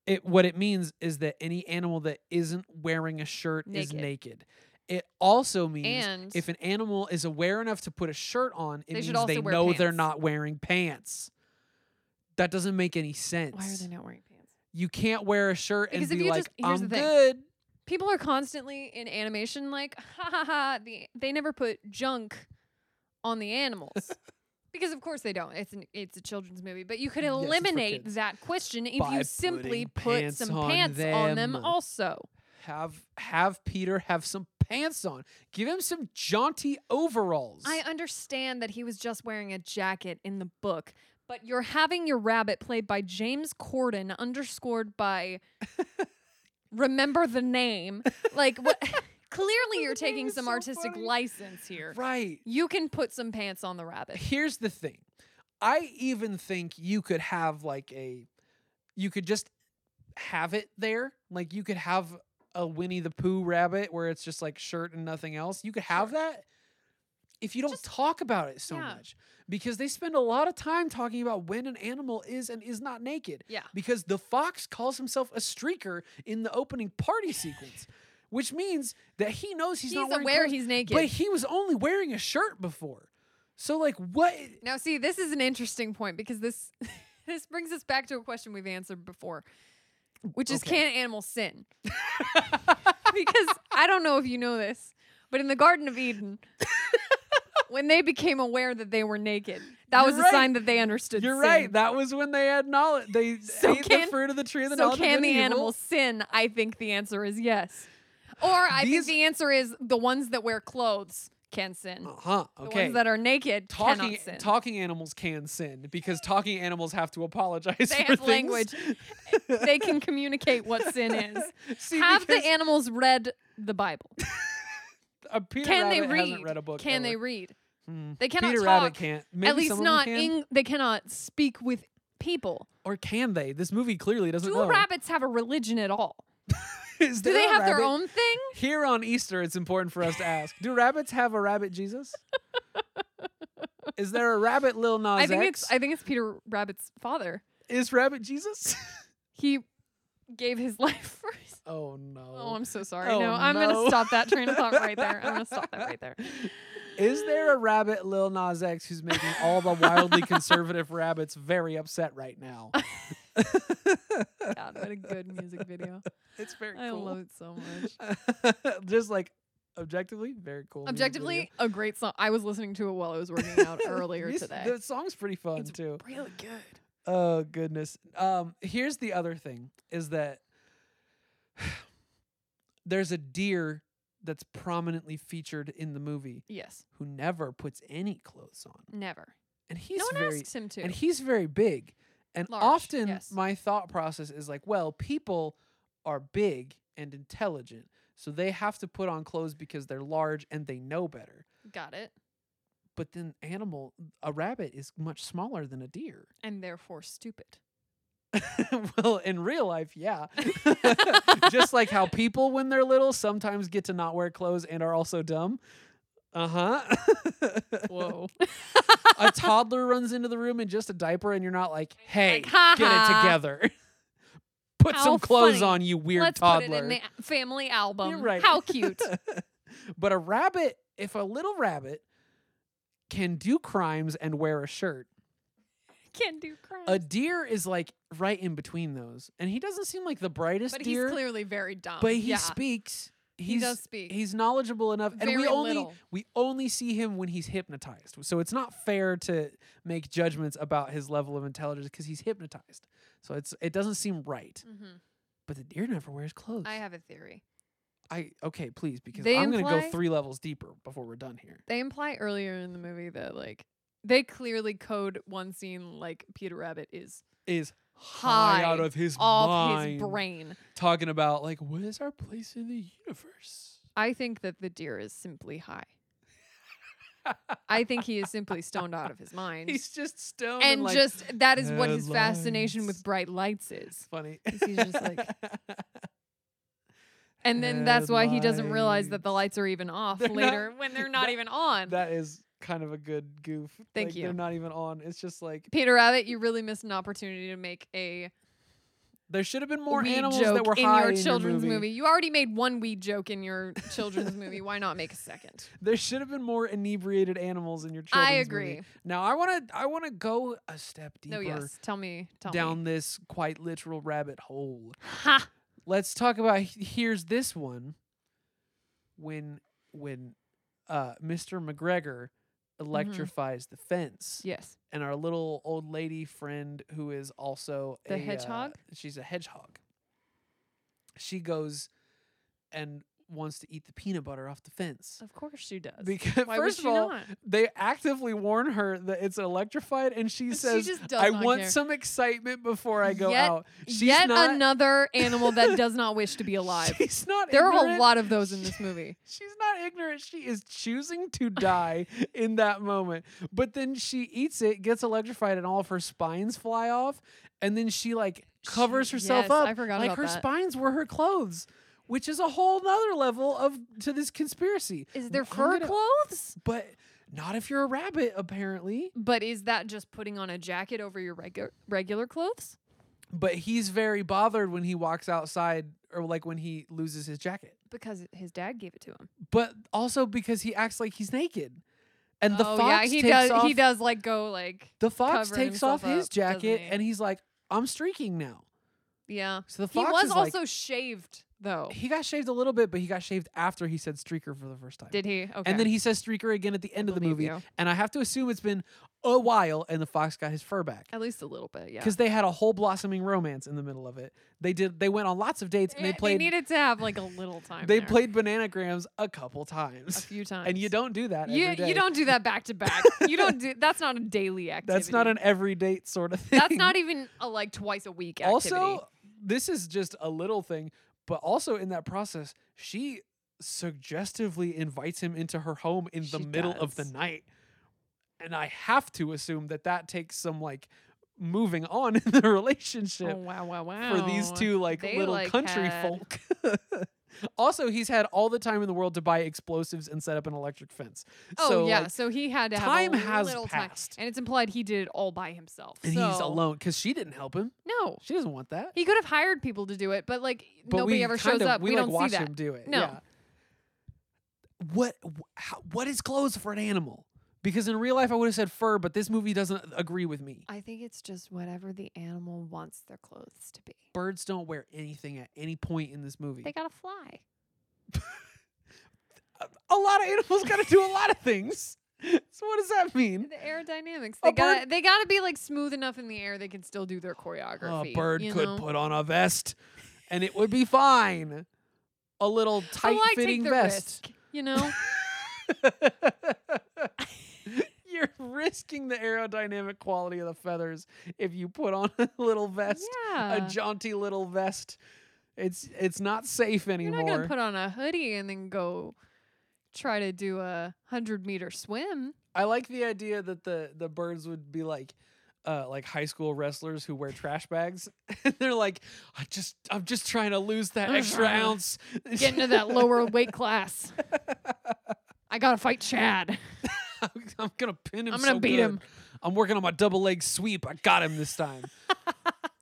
[SPEAKER 1] it what it means is that any animal that isn't wearing a shirt is
[SPEAKER 2] Naked.
[SPEAKER 1] naked. It also means
[SPEAKER 2] And
[SPEAKER 1] if an animal is aware enough to put a shirt on, it
[SPEAKER 2] They should
[SPEAKER 1] means they
[SPEAKER 2] also wear
[SPEAKER 1] know they're
[SPEAKER 2] pants.
[SPEAKER 1] not wearing pants. That doesn't make any sense.
[SPEAKER 2] why are they not wearing pants?
[SPEAKER 1] you can't wear a shirt and
[SPEAKER 2] Because if
[SPEAKER 1] be
[SPEAKER 2] you
[SPEAKER 1] like,
[SPEAKER 2] just- here's
[SPEAKER 1] "I'm
[SPEAKER 2] the thing.
[SPEAKER 1] good."
[SPEAKER 2] People are constantly in animation like, "Ha ha ha!" The, they never put junk on the animals. Because of course they don't. It's an, it's a children's movie, but you could
[SPEAKER 1] Yes, it's for
[SPEAKER 2] eliminate
[SPEAKER 1] kids.
[SPEAKER 2] that question if
[SPEAKER 1] By
[SPEAKER 2] you
[SPEAKER 1] putting
[SPEAKER 2] simply put
[SPEAKER 1] pants
[SPEAKER 2] some
[SPEAKER 1] on
[SPEAKER 2] pants on them.
[SPEAKER 1] them.
[SPEAKER 2] Also,
[SPEAKER 1] Have have Peter have some pants on. Give him some jaunty overalls.
[SPEAKER 2] I understand that he was just wearing a jacket in the book, but you're having your rabbit played by James Corden, underscored by remember the name. Like what? Clearly, you're
[SPEAKER 1] The name
[SPEAKER 2] taking
[SPEAKER 1] is
[SPEAKER 2] some
[SPEAKER 1] so
[SPEAKER 2] artistic
[SPEAKER 1] funny.
[SPEAKER 2] license here.
[SPEAKER 1] right.
[SPEAKER 2] You can put some pants on the rabbit.
[SPEAKER 1] Here's the thing. I even think you could have like a you could just have it there. Like you could have a Winnie the Pooh rabbit where it's just like shirt and nothing else. You could have
[SPEAKER 2] Sure.
[SPEAKER 1] that if you don't
[SPEAKER 2] Just-
[SPEAKER 1] talk about it so
[SPEAKER 2] yeah.
[SPEAKER 1] much because they spend a lot of time talking about when an animal is and is not naked.
[SPEAKER 2] Yeah.
[SPEAKER 1] Because the fox calls himself a streaker in the opening party sequence, which means that he knows he's,
[SPEAKER 2] He's,
[SPEAKER 1] not wearing
[SPEAKER 2] aware
[SPEAKER 1] clothes,
[SPEAKER 2] he's naked.
[SPEAKER 1] but he was only wearing a shirt before. So like what
[SPEAKER 2] Now, see, this is an interesting point because this this brings us back to a question we've answered before, which is
[SPEAKER 1] Okay.
[SPEAKER 2] can animals sin? because I don't know if you know this, but in the Garden of Eden, when they became aware that they were naked, that
[SPEAKER 1] You're
[SPEAKER 2] was a
[SPEAKER 1] right.
[SPEAKER 2] sign that they understood.
[SPEAKER 1] You're
[SPEAKER 2] sin.
[SPEAKER 1] right. That was when they had knowledge. They
[SPEAKER 2] So
[SPEAKER 1] ate
[SPEAKER 2] can-
[SPEAKER 1] the fruit of the tree of the
[SPEAKER 2] so
[SPEAKER 1] knowledge of
[SPEAKER 2] can
[SPEAKER 1] good
[SPEAKER 2] the
[SPEAKER 1] and evil.
[SPEAKER 2] animals sin? I think the answer is yes. Or I
[SPEAKER 1] These-
[SPEAKER 2] think the answer is the ones that wear clothes can sin.
[SPEAKER 1] Uh-huh.
[SPEAKER 2] The
[SPEAKER 1] Okay.
[SPEAKER 2] ones that are naked
[SPEAKER 1] talking
[SPEAKER 2] cannot sin.
[SPEAKER 1] talking animals can sin because talking animals have to apologize.
[SPEAKER 2] They
[SPEAKER 1] for
[SPEAKER 2] have
[SPEAKER 1] things.
[SPEAKER 2] language. they can communicate what sin is.
[SPEAKER 1] See,
[SPEAKER 2] have the
[SPEAKER 1] because
[SPEAKER 2] animals read the Bible?
[SPEAKER 1] a Peter
[SPEAKER 2] Can
[SPEAKER 1] Rabbit
[SPEAKER 2] they read?
[SPEAKER 1] Hasn't read a book
[SPEAKER 2] can they
[SPEAKER 1] ever.
[SPEAKER 2] read?
[SPEAKER 1] Hmm.
[SPEAKER 2] They cannot
[SPEAKER 1] Peter
[SPEAKER 2] talk.
[SPEAKER 1] Rabbit can't. Maybe
[SPEAKER 2] at least
[SPEAKER 1] some
[SPEAKER 2] not.
[SPEAKER 1] Of them can.
[SPEAKER 2] Eng- they cannot speak with people.
[SPEAKER 1] or can they? This movie clearly doesn't
[SPEAKER 2] Do
[SPEAKER 1] know.
[SPEAKER 2] rabbits have a religion at all?
[SPEAKER 1] Is
[SPEAKER 2] Do
[SPEAKER 1] there
[SPEAKER 2] they
[SPEAKER 1] a
[SPEAKER 2] have
[SPEAKER 1] rabbit?
[SPEAKER 2] their own thing?
[SPEAKER 1] Here on Easter, it's important for us to ask: Do rabbits have a rabbit Jesus? Is there a rabbit Lil Nas
[SPEAKER 2] I think
[SPEAKER 1] X?
[SPEAKER 2] it's. I think it's Peter Rabbit's father.
[SPEAKER 1] Is rabbit Jesus?
[SPEAKER 2] He gave his life first.
[SPEAKER 1] Oh no.
[SPEAKER 2] Oh, I'm so sorry.
[SPEAKER 1] Oh,
[SPEAKER 2] no, I'm
[SPEAKER 1] no.
[SPEAKER 2] gonna stop that train of thought right there. I'm gonna stop that right there.
[SPEAKER 1] Is there a rabbit Lil Nas X who's making all the wildly conservative rabbits very upset right now?
[SPEAKER 2] God, what a good music video.
[SPEAKER 1] It's very
[SPEAKER 2] I love
[SPEAKER 1] cool.
[SPEAKER 2] it so much.
[SPEAKER 1] Just like objectively, very cool. music
[SPEAKER 2] Objectively, a great song. I was listening to it while I was working
[SPEAKER 1] video.
[SPEAKER 2] out earlier
[SPEAKER 1] Yes,
[SPEAKER 2] today.
[SPEAKER 1] The song's pretty fun
[SPEAKER 2] It's
[SPEAKER 1] too.
[SPEAKER 2] really good.
[SPEAKER 1] Oh goodness. Um, here's the other thing is that there's a deer that's prominently featured in the movie
[SPEAKER 2] Yes,
[SPEAKER 1] who never puts any clothes on.
[SPEAKER 2] never.
[SPEAKER 1] And he's
[SPEAKER 2] no one
[SPEAKER 1] very
[SPEAKER 2] asks him to.
[SPEAKER 1] And he's very big. And
[SPEAKER 2] Large,
[SPEAKER 1] often
[SPEAKER 2] yes.
[SPEAKER 1] my thought process is like, well, people are big and intelligent. So they have to put on clothes because they're large and they know better.
[SPEAKER 2] Got it.
[SPEAKER 1] But then animal a rabbit is much smaller than a deer.
[SPEAKER 2] And therefore stupid.
[SPEAKER 1] well, in real life, yeah. Just like how people when they're little sometimes get to not wear clothes and are also dumb. Uh-huh.
[SPEAKER 2] Whoa.
[SPEAKER 1] a toddler runs into the room in just a diaper and you're not like, hey,
[SPEAKER 2] Like, "Ha
[SPEAKER 1] get it
[SPEAKER 2] ha."
[SPEAKER 1] together. put
[SPEAKER 2] How
[SPEAKER 1] some clothes
[SPEAKER 2] funny.
[SPEAKER 1] on, you weird
[SPEAKER 2] Let's
[SPEAKER 1] toddler.
[SPEAKER 2] put it in the a- family album.
[SPEAKER 1] You're right.
[SPEAKER 2] How cute.
[SPEAKER 1] but a rabbit, if a little rabbit can do crimes and wear a shirt,
[SPEAKER 2] Can do crime.
[SPEAKER 1] a deer is like right in between those. And he doesn't seem like the brightest
[SPEAKER 2] but
[SPEAKER 1] deer,
[SPEAKER 2] he's clearly very dumb.
[SPEAKER 1] but he
[SPEAKER 2] yeah.
[SPEAKER 1] speaks. He's,
[SPEAKER 2] he does speak.
[SPEAKER 1] He's knowledgeable enough, and we
[SPEAKER 2] Very
[SPEAKER 1] only
[SPEAKER 2] little.
[SPEAKER 1] we only see him when he's hypnotized. So it's not fair to make judgments about his level of intelligence because he's hypnotized. So it's it doesn't seem right.
[SPEAKER 2] hmm
[SPEAKER 1] But the deer never wears clothes.
[SPEAKER 2] I have a theory.
[SPEAKER 1] I okay, please, because
[SPEAKER 2] They
[SPEAKER 1] I'm going to go
[SPEAKER 2] imply-
[SPEAKER 1] three levels deeper before we're done here.
[SPEAKER 2] They imply earlier in the movie that like they clearly code one scene like Peter Rabbit is
[SPEAKER 1] Is high out
[SPEAKER 2] High
[SPEAKER 1] of his
[SPEAKER 2] off
[SPEAKER 1] mind,
[SPEAKER 2] his brain.
[SPEAKER 1] talking about like what is our place in the universe?
[SPEAKER 2] I think that the deer is simply high. I think he is simply stoned out of his mind.
[SPEAKER 1] He's just stoned and,
[SPEAKER 2] and
[SPEAKER 1] like,
[SPEAKER 2] just that is what his fascination
[SPEAKER 1] headlines.
[SPEAKER 2] with bright lights is.
[SPEAKER 1] funny.
[SPEAKER 2] 'Cause he's just like- And then that's why he doesn't realize that the
[SPEAKER 1] Headlines.
[SPEAKER 2] lights are even off
[SPEAKER 1] They're not-
[SPEAKER 2] later when they're not
[SPEAKER 1] that-
[SPEAKER 2] even on.
[SPEAKER 1] That is kind of a good goof.
[SPEAKER 2] Thank
[SPEAKER 1] Like, They're
[SPEAKER 2] you.
[SPEAKER 1] not even on. It's just like
[SPEAKER 2] Peter Rabbit, you really missed an opportunity to make a
[SPEAKER 1] there should have been more
[SPEAKER 2] weed
[SPEAKER 1] animals
[SPEAKER 2] joke
[SPEAKER 1] that were
[SPEAKER 2] in
[SPEAKER 1] high
[SPEAKER 2] your
[SPEAKER 1] in
[SPEAKER 2] children's
[SPEAKER 1] movie.
[SPEAKER 2] You already made one weed joke in your children's movie. Why not make a second?
[SPEAKER 1] There should have been more inebriated animals in your children's
[SPEAKER 2] I
[SPEAKER 1] movie.
[SPEAKER 2] agree.
[SPEAKER 1] Now I want to I want to go a step deeper
[SPEAKER 2] No, yes. Tell me. Tell
[SPEAKER 1] down
[SPEAKER 2] me.
[SPEAKER 1] this quite literal rabbit hole.
[SPEAKER 2] Ha!
[SPEAKER 1] Let's talk about he- here's this one when when uh Mr. McGregor
[SPEAKER 2] Mm-hmm.
[SPEAKER 1] electrifies the fence.
[SPEAKER 2] Yes.
[SPEAKER 1] and our little old lady friend who is also
[SPEAKER 2] The
[SPEAKER 1] a, uh,
[SPEAKER 2] hedgehog?
[SPEAKER 1] she's a hedgehog. She goes and wants to eat the peanut butter off the fence.
[SPEAKER 2] Of course she does.
[SPEAKER 1] Because
[SPEAKER 2] Why
[SPEAKER 1] first
[SPEAKER 2] would
[SPEAKER 1] of
[SPEAKER 2] she
[SPEAKER 1] all,
[SPEAKER 2] not?
[SPEAKER 1] they actively warn her that it's electrified, and she says,
[SPEAKER 2] just does
[SPEAKER 1] "I
[SPEAKER 2] not
[SPEAKER 1] want
[SPEAKER 2] care."
[SPEAKER 1] some excitement before I go
[SPEAKER 2] Yet-
[SPEAKER 1] out." She's
[SPEAKER 2] Yet
[SPEAKER 1] not
[SPEAKER 2] another animal that does not wish to be alive.
[SPEAKER 1] She's not.
[SPEAKER 2] There are a
[SPEAKER 1] ignorant.
[SPEAKER 2] lot of those in this movie.
[SPEAKER 1] She's not ignorant. She is choosing to die in that moment. But then she eats it, gets electrified, and all of her spines fly off. And then she like covers
[SPEAKER 2] She-
[SPEAKER 1] herself
[SPEAKER 2] yes,
[SPEAKER 1] up.
[SPEAKER 2] I forgot
[SPEAKER 1] like
[SPEAKER 2] about
[SPEAKER 1] her
[SPEAKER 2] that.
[SPEAKER 1] spines were her clothes, which is a whole nother level of to this conspiracy.
[SPEAKER 2] Is there
[SPEAKER 1] I'm
[SPEAKER 2] fur
[SPEAKER 1] gonna-
[SPEAKER 2] clothes?
[SPEAKER 1] But not if you're a rabbit, apparently.
[SPEAKER 2] But is that just putting on a jacket over your regular regular clothes?
[SPEAKER 1] But he's very bothered when he walks outside or like when he loses his jacket.
[SPEAKER 2] Because his dad gave it to him.
[SPEAKER 1] But also because he acts like he's naked. And the
[SPEAKER 2] oh
[SPEAKER 1] fox
[SPEAKER 2] yeah, he
[SPEAKER 1] takes
[SPEAKER 2] does.
[SPEAKER 1] off
[SPEAKER 2] He does like go like
[SPEAKER 1] The fox
[SPEAKER 2] covering
[SPEAKER 1] takes off
[SPEAKER 2] himself
[SPEAKER 1] his
[SPEAKER 2] up, doesn't
[SPEAKER 1] jacket
[SPEAKER 2] he?
[SPEAKER 1] and he's like, I'm streaking now.
[SPEAKER 2] yeah.
[SPEAKER 1] So the
[SPEAKER 2] He
[SPEAKER 1] fox
[SPEAKER 2] was
[SPEAKER 1] is
[SPEAKER 2] also
[SPEAKER 1] like,
[SPEAKER 2] shaved though.
[SPEAKER 1] he got shaved a little bit, but he got shaved after he said streaker for the first time.
[SPEAKER 2] Did he? Okay.
[SPEAKER 1] And then he says streaker again at the end of the
[SPEAKER 2] believe
[SPEAKER 1] movie.
[SPEAKER 2] you.
[SPEAKER 1] And I have to assume it's been a while and the fox got his fur back.
[SPEAKER 2] At least a little bit, yeah.
[SPEAKER 1] Because they had a whole blossoming romance in the middle of it. They did they went on lots of dates and
[SPEAKER 2] Eh,
[SPEAKER 1] they played they,
[SPEAKER 2] needed to have like a little time. there.
[SPEAKER 1] played bananagrams a couple
[SPEAKER 2] a
[SPEAKER 1] times.
[SPEAKER 2] few times,
[SPEAKER 1] And you don't do that
[SPEAKER 2] You
[SPEAKER 1] every day.
[SPEAKER 2] you don't do that back to back. You don't do. That's not a daily activity.
[SPEAKER 1] That's not an every date sort of thing.
[SPEAKER 2] That's not even a, like twice a week activity.
[SPEAKER 1] Also, this is just a little thing, but also in that process, she suggestively invites him into her home in the
[SPEAKER 2] She
[SPEAKER 1] middle of the
[SPEAKER 2] does.
[SPEAKER 1] night. And I have to assume that that takes some like moving on in the
[SPEAKER 2] oh,
[SPEAKER 1] relationship
[SPEAKER 2] wow, wow, Oh, wow.
[SPEAKER 1] for these two like
[SPEAKER 2] They,
[SPEAKER 1] little
[SPEAKER 2] like,
[SPEAKER 1] country
[SPEAKER 2] had-
[SPEAKER 1] folk. also, he's had all the time in the world to buy explosives and set up an electric fence.
[SPEAKER 2] Oh
[SPEAKER 1] so,
[SPEAKER 2] yeah,
[SPEAKER 1] like,
[SPEAKER 2] so he had to have
[SPEAKER 1] time
[SPEAKER 2] a
[SPEAKER 1] has
[SPEAKER 2] little
[SPEAKER 1] passed.
[SPEAKER 2] time, and it's implied he did it all by himself.
[SPEAKER 1] and he's
[SPEAKER 2] so-
[SPEAKER 1] alone because she didn't help him.
[SPEAKER 2] No,
[SPEAKER 1] She doesn't want that.
[SPEAKER 2] he could have hired people to do it, but like
[SPEAKER 1] but
[SPEAKER 2] nobody
[SPEAKER 1] we
[SPEAKER 2] ever
[SPEAKER 1] kind
[SPEAKER 2] shows
[SPEAKER 1] of-
[SPEAKER 2] up.
[SPEAKER 1] We,
[SPEAKER 2] We,
[SPEAKER 1] like
[SPEAKER 2] don't
[SPEAKER 1] watch
[SPEAKER 2] see that.
[SPEAKER 1] him do it.
[SPEAKER 2] No.
[SPEAKER 1] Yeah. What wh- how, what is clothes for an animal? Because in real life I would have said fur, but this movie doesn't agree with me.
[SPEAKER 2] I think it's just whatever the animal wants their clothes to be.
[SPEAKER 1] Birds don't wear anything at any point in this movie.
[SPEAKER 2] They gotta fly.
[SPEAKER 1] a lot of animals got to do a lot of things. So what does that mean?
[SPEAKER 2] The aerodynamics.
[SPEAKER 1] Hmm? A
[SPEAKER 2] They
[SPEAKER 1] bird-
[SPEAKER 2] gotta they gotta be like smooth enough in the air they can still do their choreography.
[SPEAKER 1] a bird
[SPEAKER 2] you
[SPEAKER 1] could
[SPEAKER 2] know?
[SPEAKER 1] put on a vest and it would be fine. A little
[SPEAKER 2] Oh, I
[SPEAKER 1] tight
[SPEAKER 2] take
[SPEAKER 1] fitting
[SPEAKER 2] the
[SPEAKER 1] vest.
[SPEAKER 2] risk, you know?
[SPEAKER 1] You're risking the aerodynamic quality of the feathers if you put on a little vest,
[SPEAKER 2] yeah.
[SPEAKER 1] a jaunty little vest. It's it's not safe
[SPEAKER 2] You're
[SPEAKER 1] anymore.
[SPEAKER 2] not gonna put on a hoodie and then go try to do a hundred meter swim.
[SPEAKER 1] I like the idea that the the birds would be like uh, like high school wrestlers who wear trash bags, and they're like, I just, I'm just trying to lose that extra
[SPEAKER 2] Uh-huh.
[SPEAKER 1] ounce.
[SPEAKER 2] Get into that lower weight class. I gotta fight Chad.
[SPEAKER 1] I'm gonna pin him.
[SPEAKER 2] I'm gonna
[SPEAKER 1] so
[SPEAKER 2] beat
[SPEAKER 1] good.
[SPEAKER 2] him.
[SPEAKER 1] I'm working on my double leg sweep. I got him this time.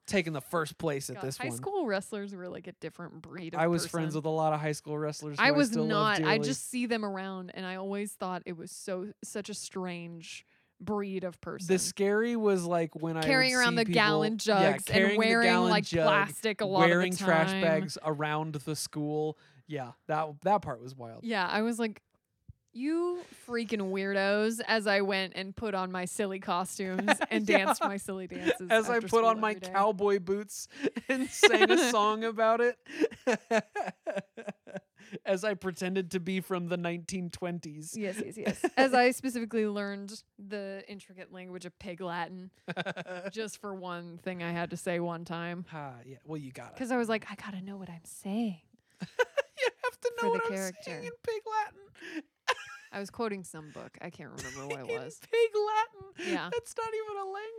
[SPEAKER 1] taking the first place at
[SPEAKER 2] God,
[SPEAKER 1] this
[SPEAKER 2] high
[SPEAKER 1] one.
[SPEAKER 2] school wrestlers were like a different breed. Of
[SPEAKER 1] I was
[SPEAKER 2] person.
[SPEAKER 1] friends with a lot of high school wrestlers. who
[SPEAKER 2] I was
[SPEAKER 1] still love
[SPEAKER 2] not. I
[SPEAKER 1] dearly.
[SPEAKER 2] just see them around, and I always thought it was so such a strange breed of person.
[SPEAKER 1] the scary was like when I would
[SPEAKER 2] carrying around
[SPEAKER 1] see
[SPEAKER 2] the
[SPEAKER 1] people-
[SPEAKER 2] gallon
[SPEAKER 1] yeah,
[SPEAKER 2] jugs
[SPEAKER 1] carrying
[SPEAKER 2] and
[SPEAKER 1] the
[SPEAKER 2] wearing
[SPEAKER 1] gallon
[SPEAKER 2] like
[SPEAKER 1] jug,
[SPEAKER 2] plastic a lot
[SPEAKER 1] wearing
[SPEAKER 2] of the time.
[SPEAKER 1] trash bags around the school. Yeah, that that part was wild.
[SPEAKER 2] Yeah, I was like, you freaking weirdos! As I went and put on my silly costumes and
[SPEAKER 1] Yeah.
[SPEAKER 2] danced my silly dances.
[SPEAKER 1] As I
[SPEAKER 2] after
[SPEAKER 1] put on
[SPEAKER 2] school
[SPEAKER 1] my
[SPEAKER 2] every day.
[SPEAKER 1] cowboy boots and sang a song about it. As I pretended to be from the 1920s.
[SPEAKER 2] Yes, yes, yes. As I specifically learned the intricate language of Pig Latin, just for one thing I had to say one time.
[SPEAKER 1] ah, yeah. Well, you got it.
[SPEAKER 2] Because I was like, I gotta know what I'm saying.
[SPEAKER 1] You have to
[SPEAKER 2] for
[SPEAKER 1] know
[SPEAKER 2] the
[SPEAKER 1] what I'm saying
[SPEAKER 2] character.
[SPEAKER 1] in Pig Latin.
[SPEAKER 2] I was quoting some book. I can't remember what it
[SPEAKER 1] in
[SPEAKER 2] was.
[SPEAKER 1] Pig Latin.
[SPEAKER 2] Yeah.
[SPEAKER 1] That's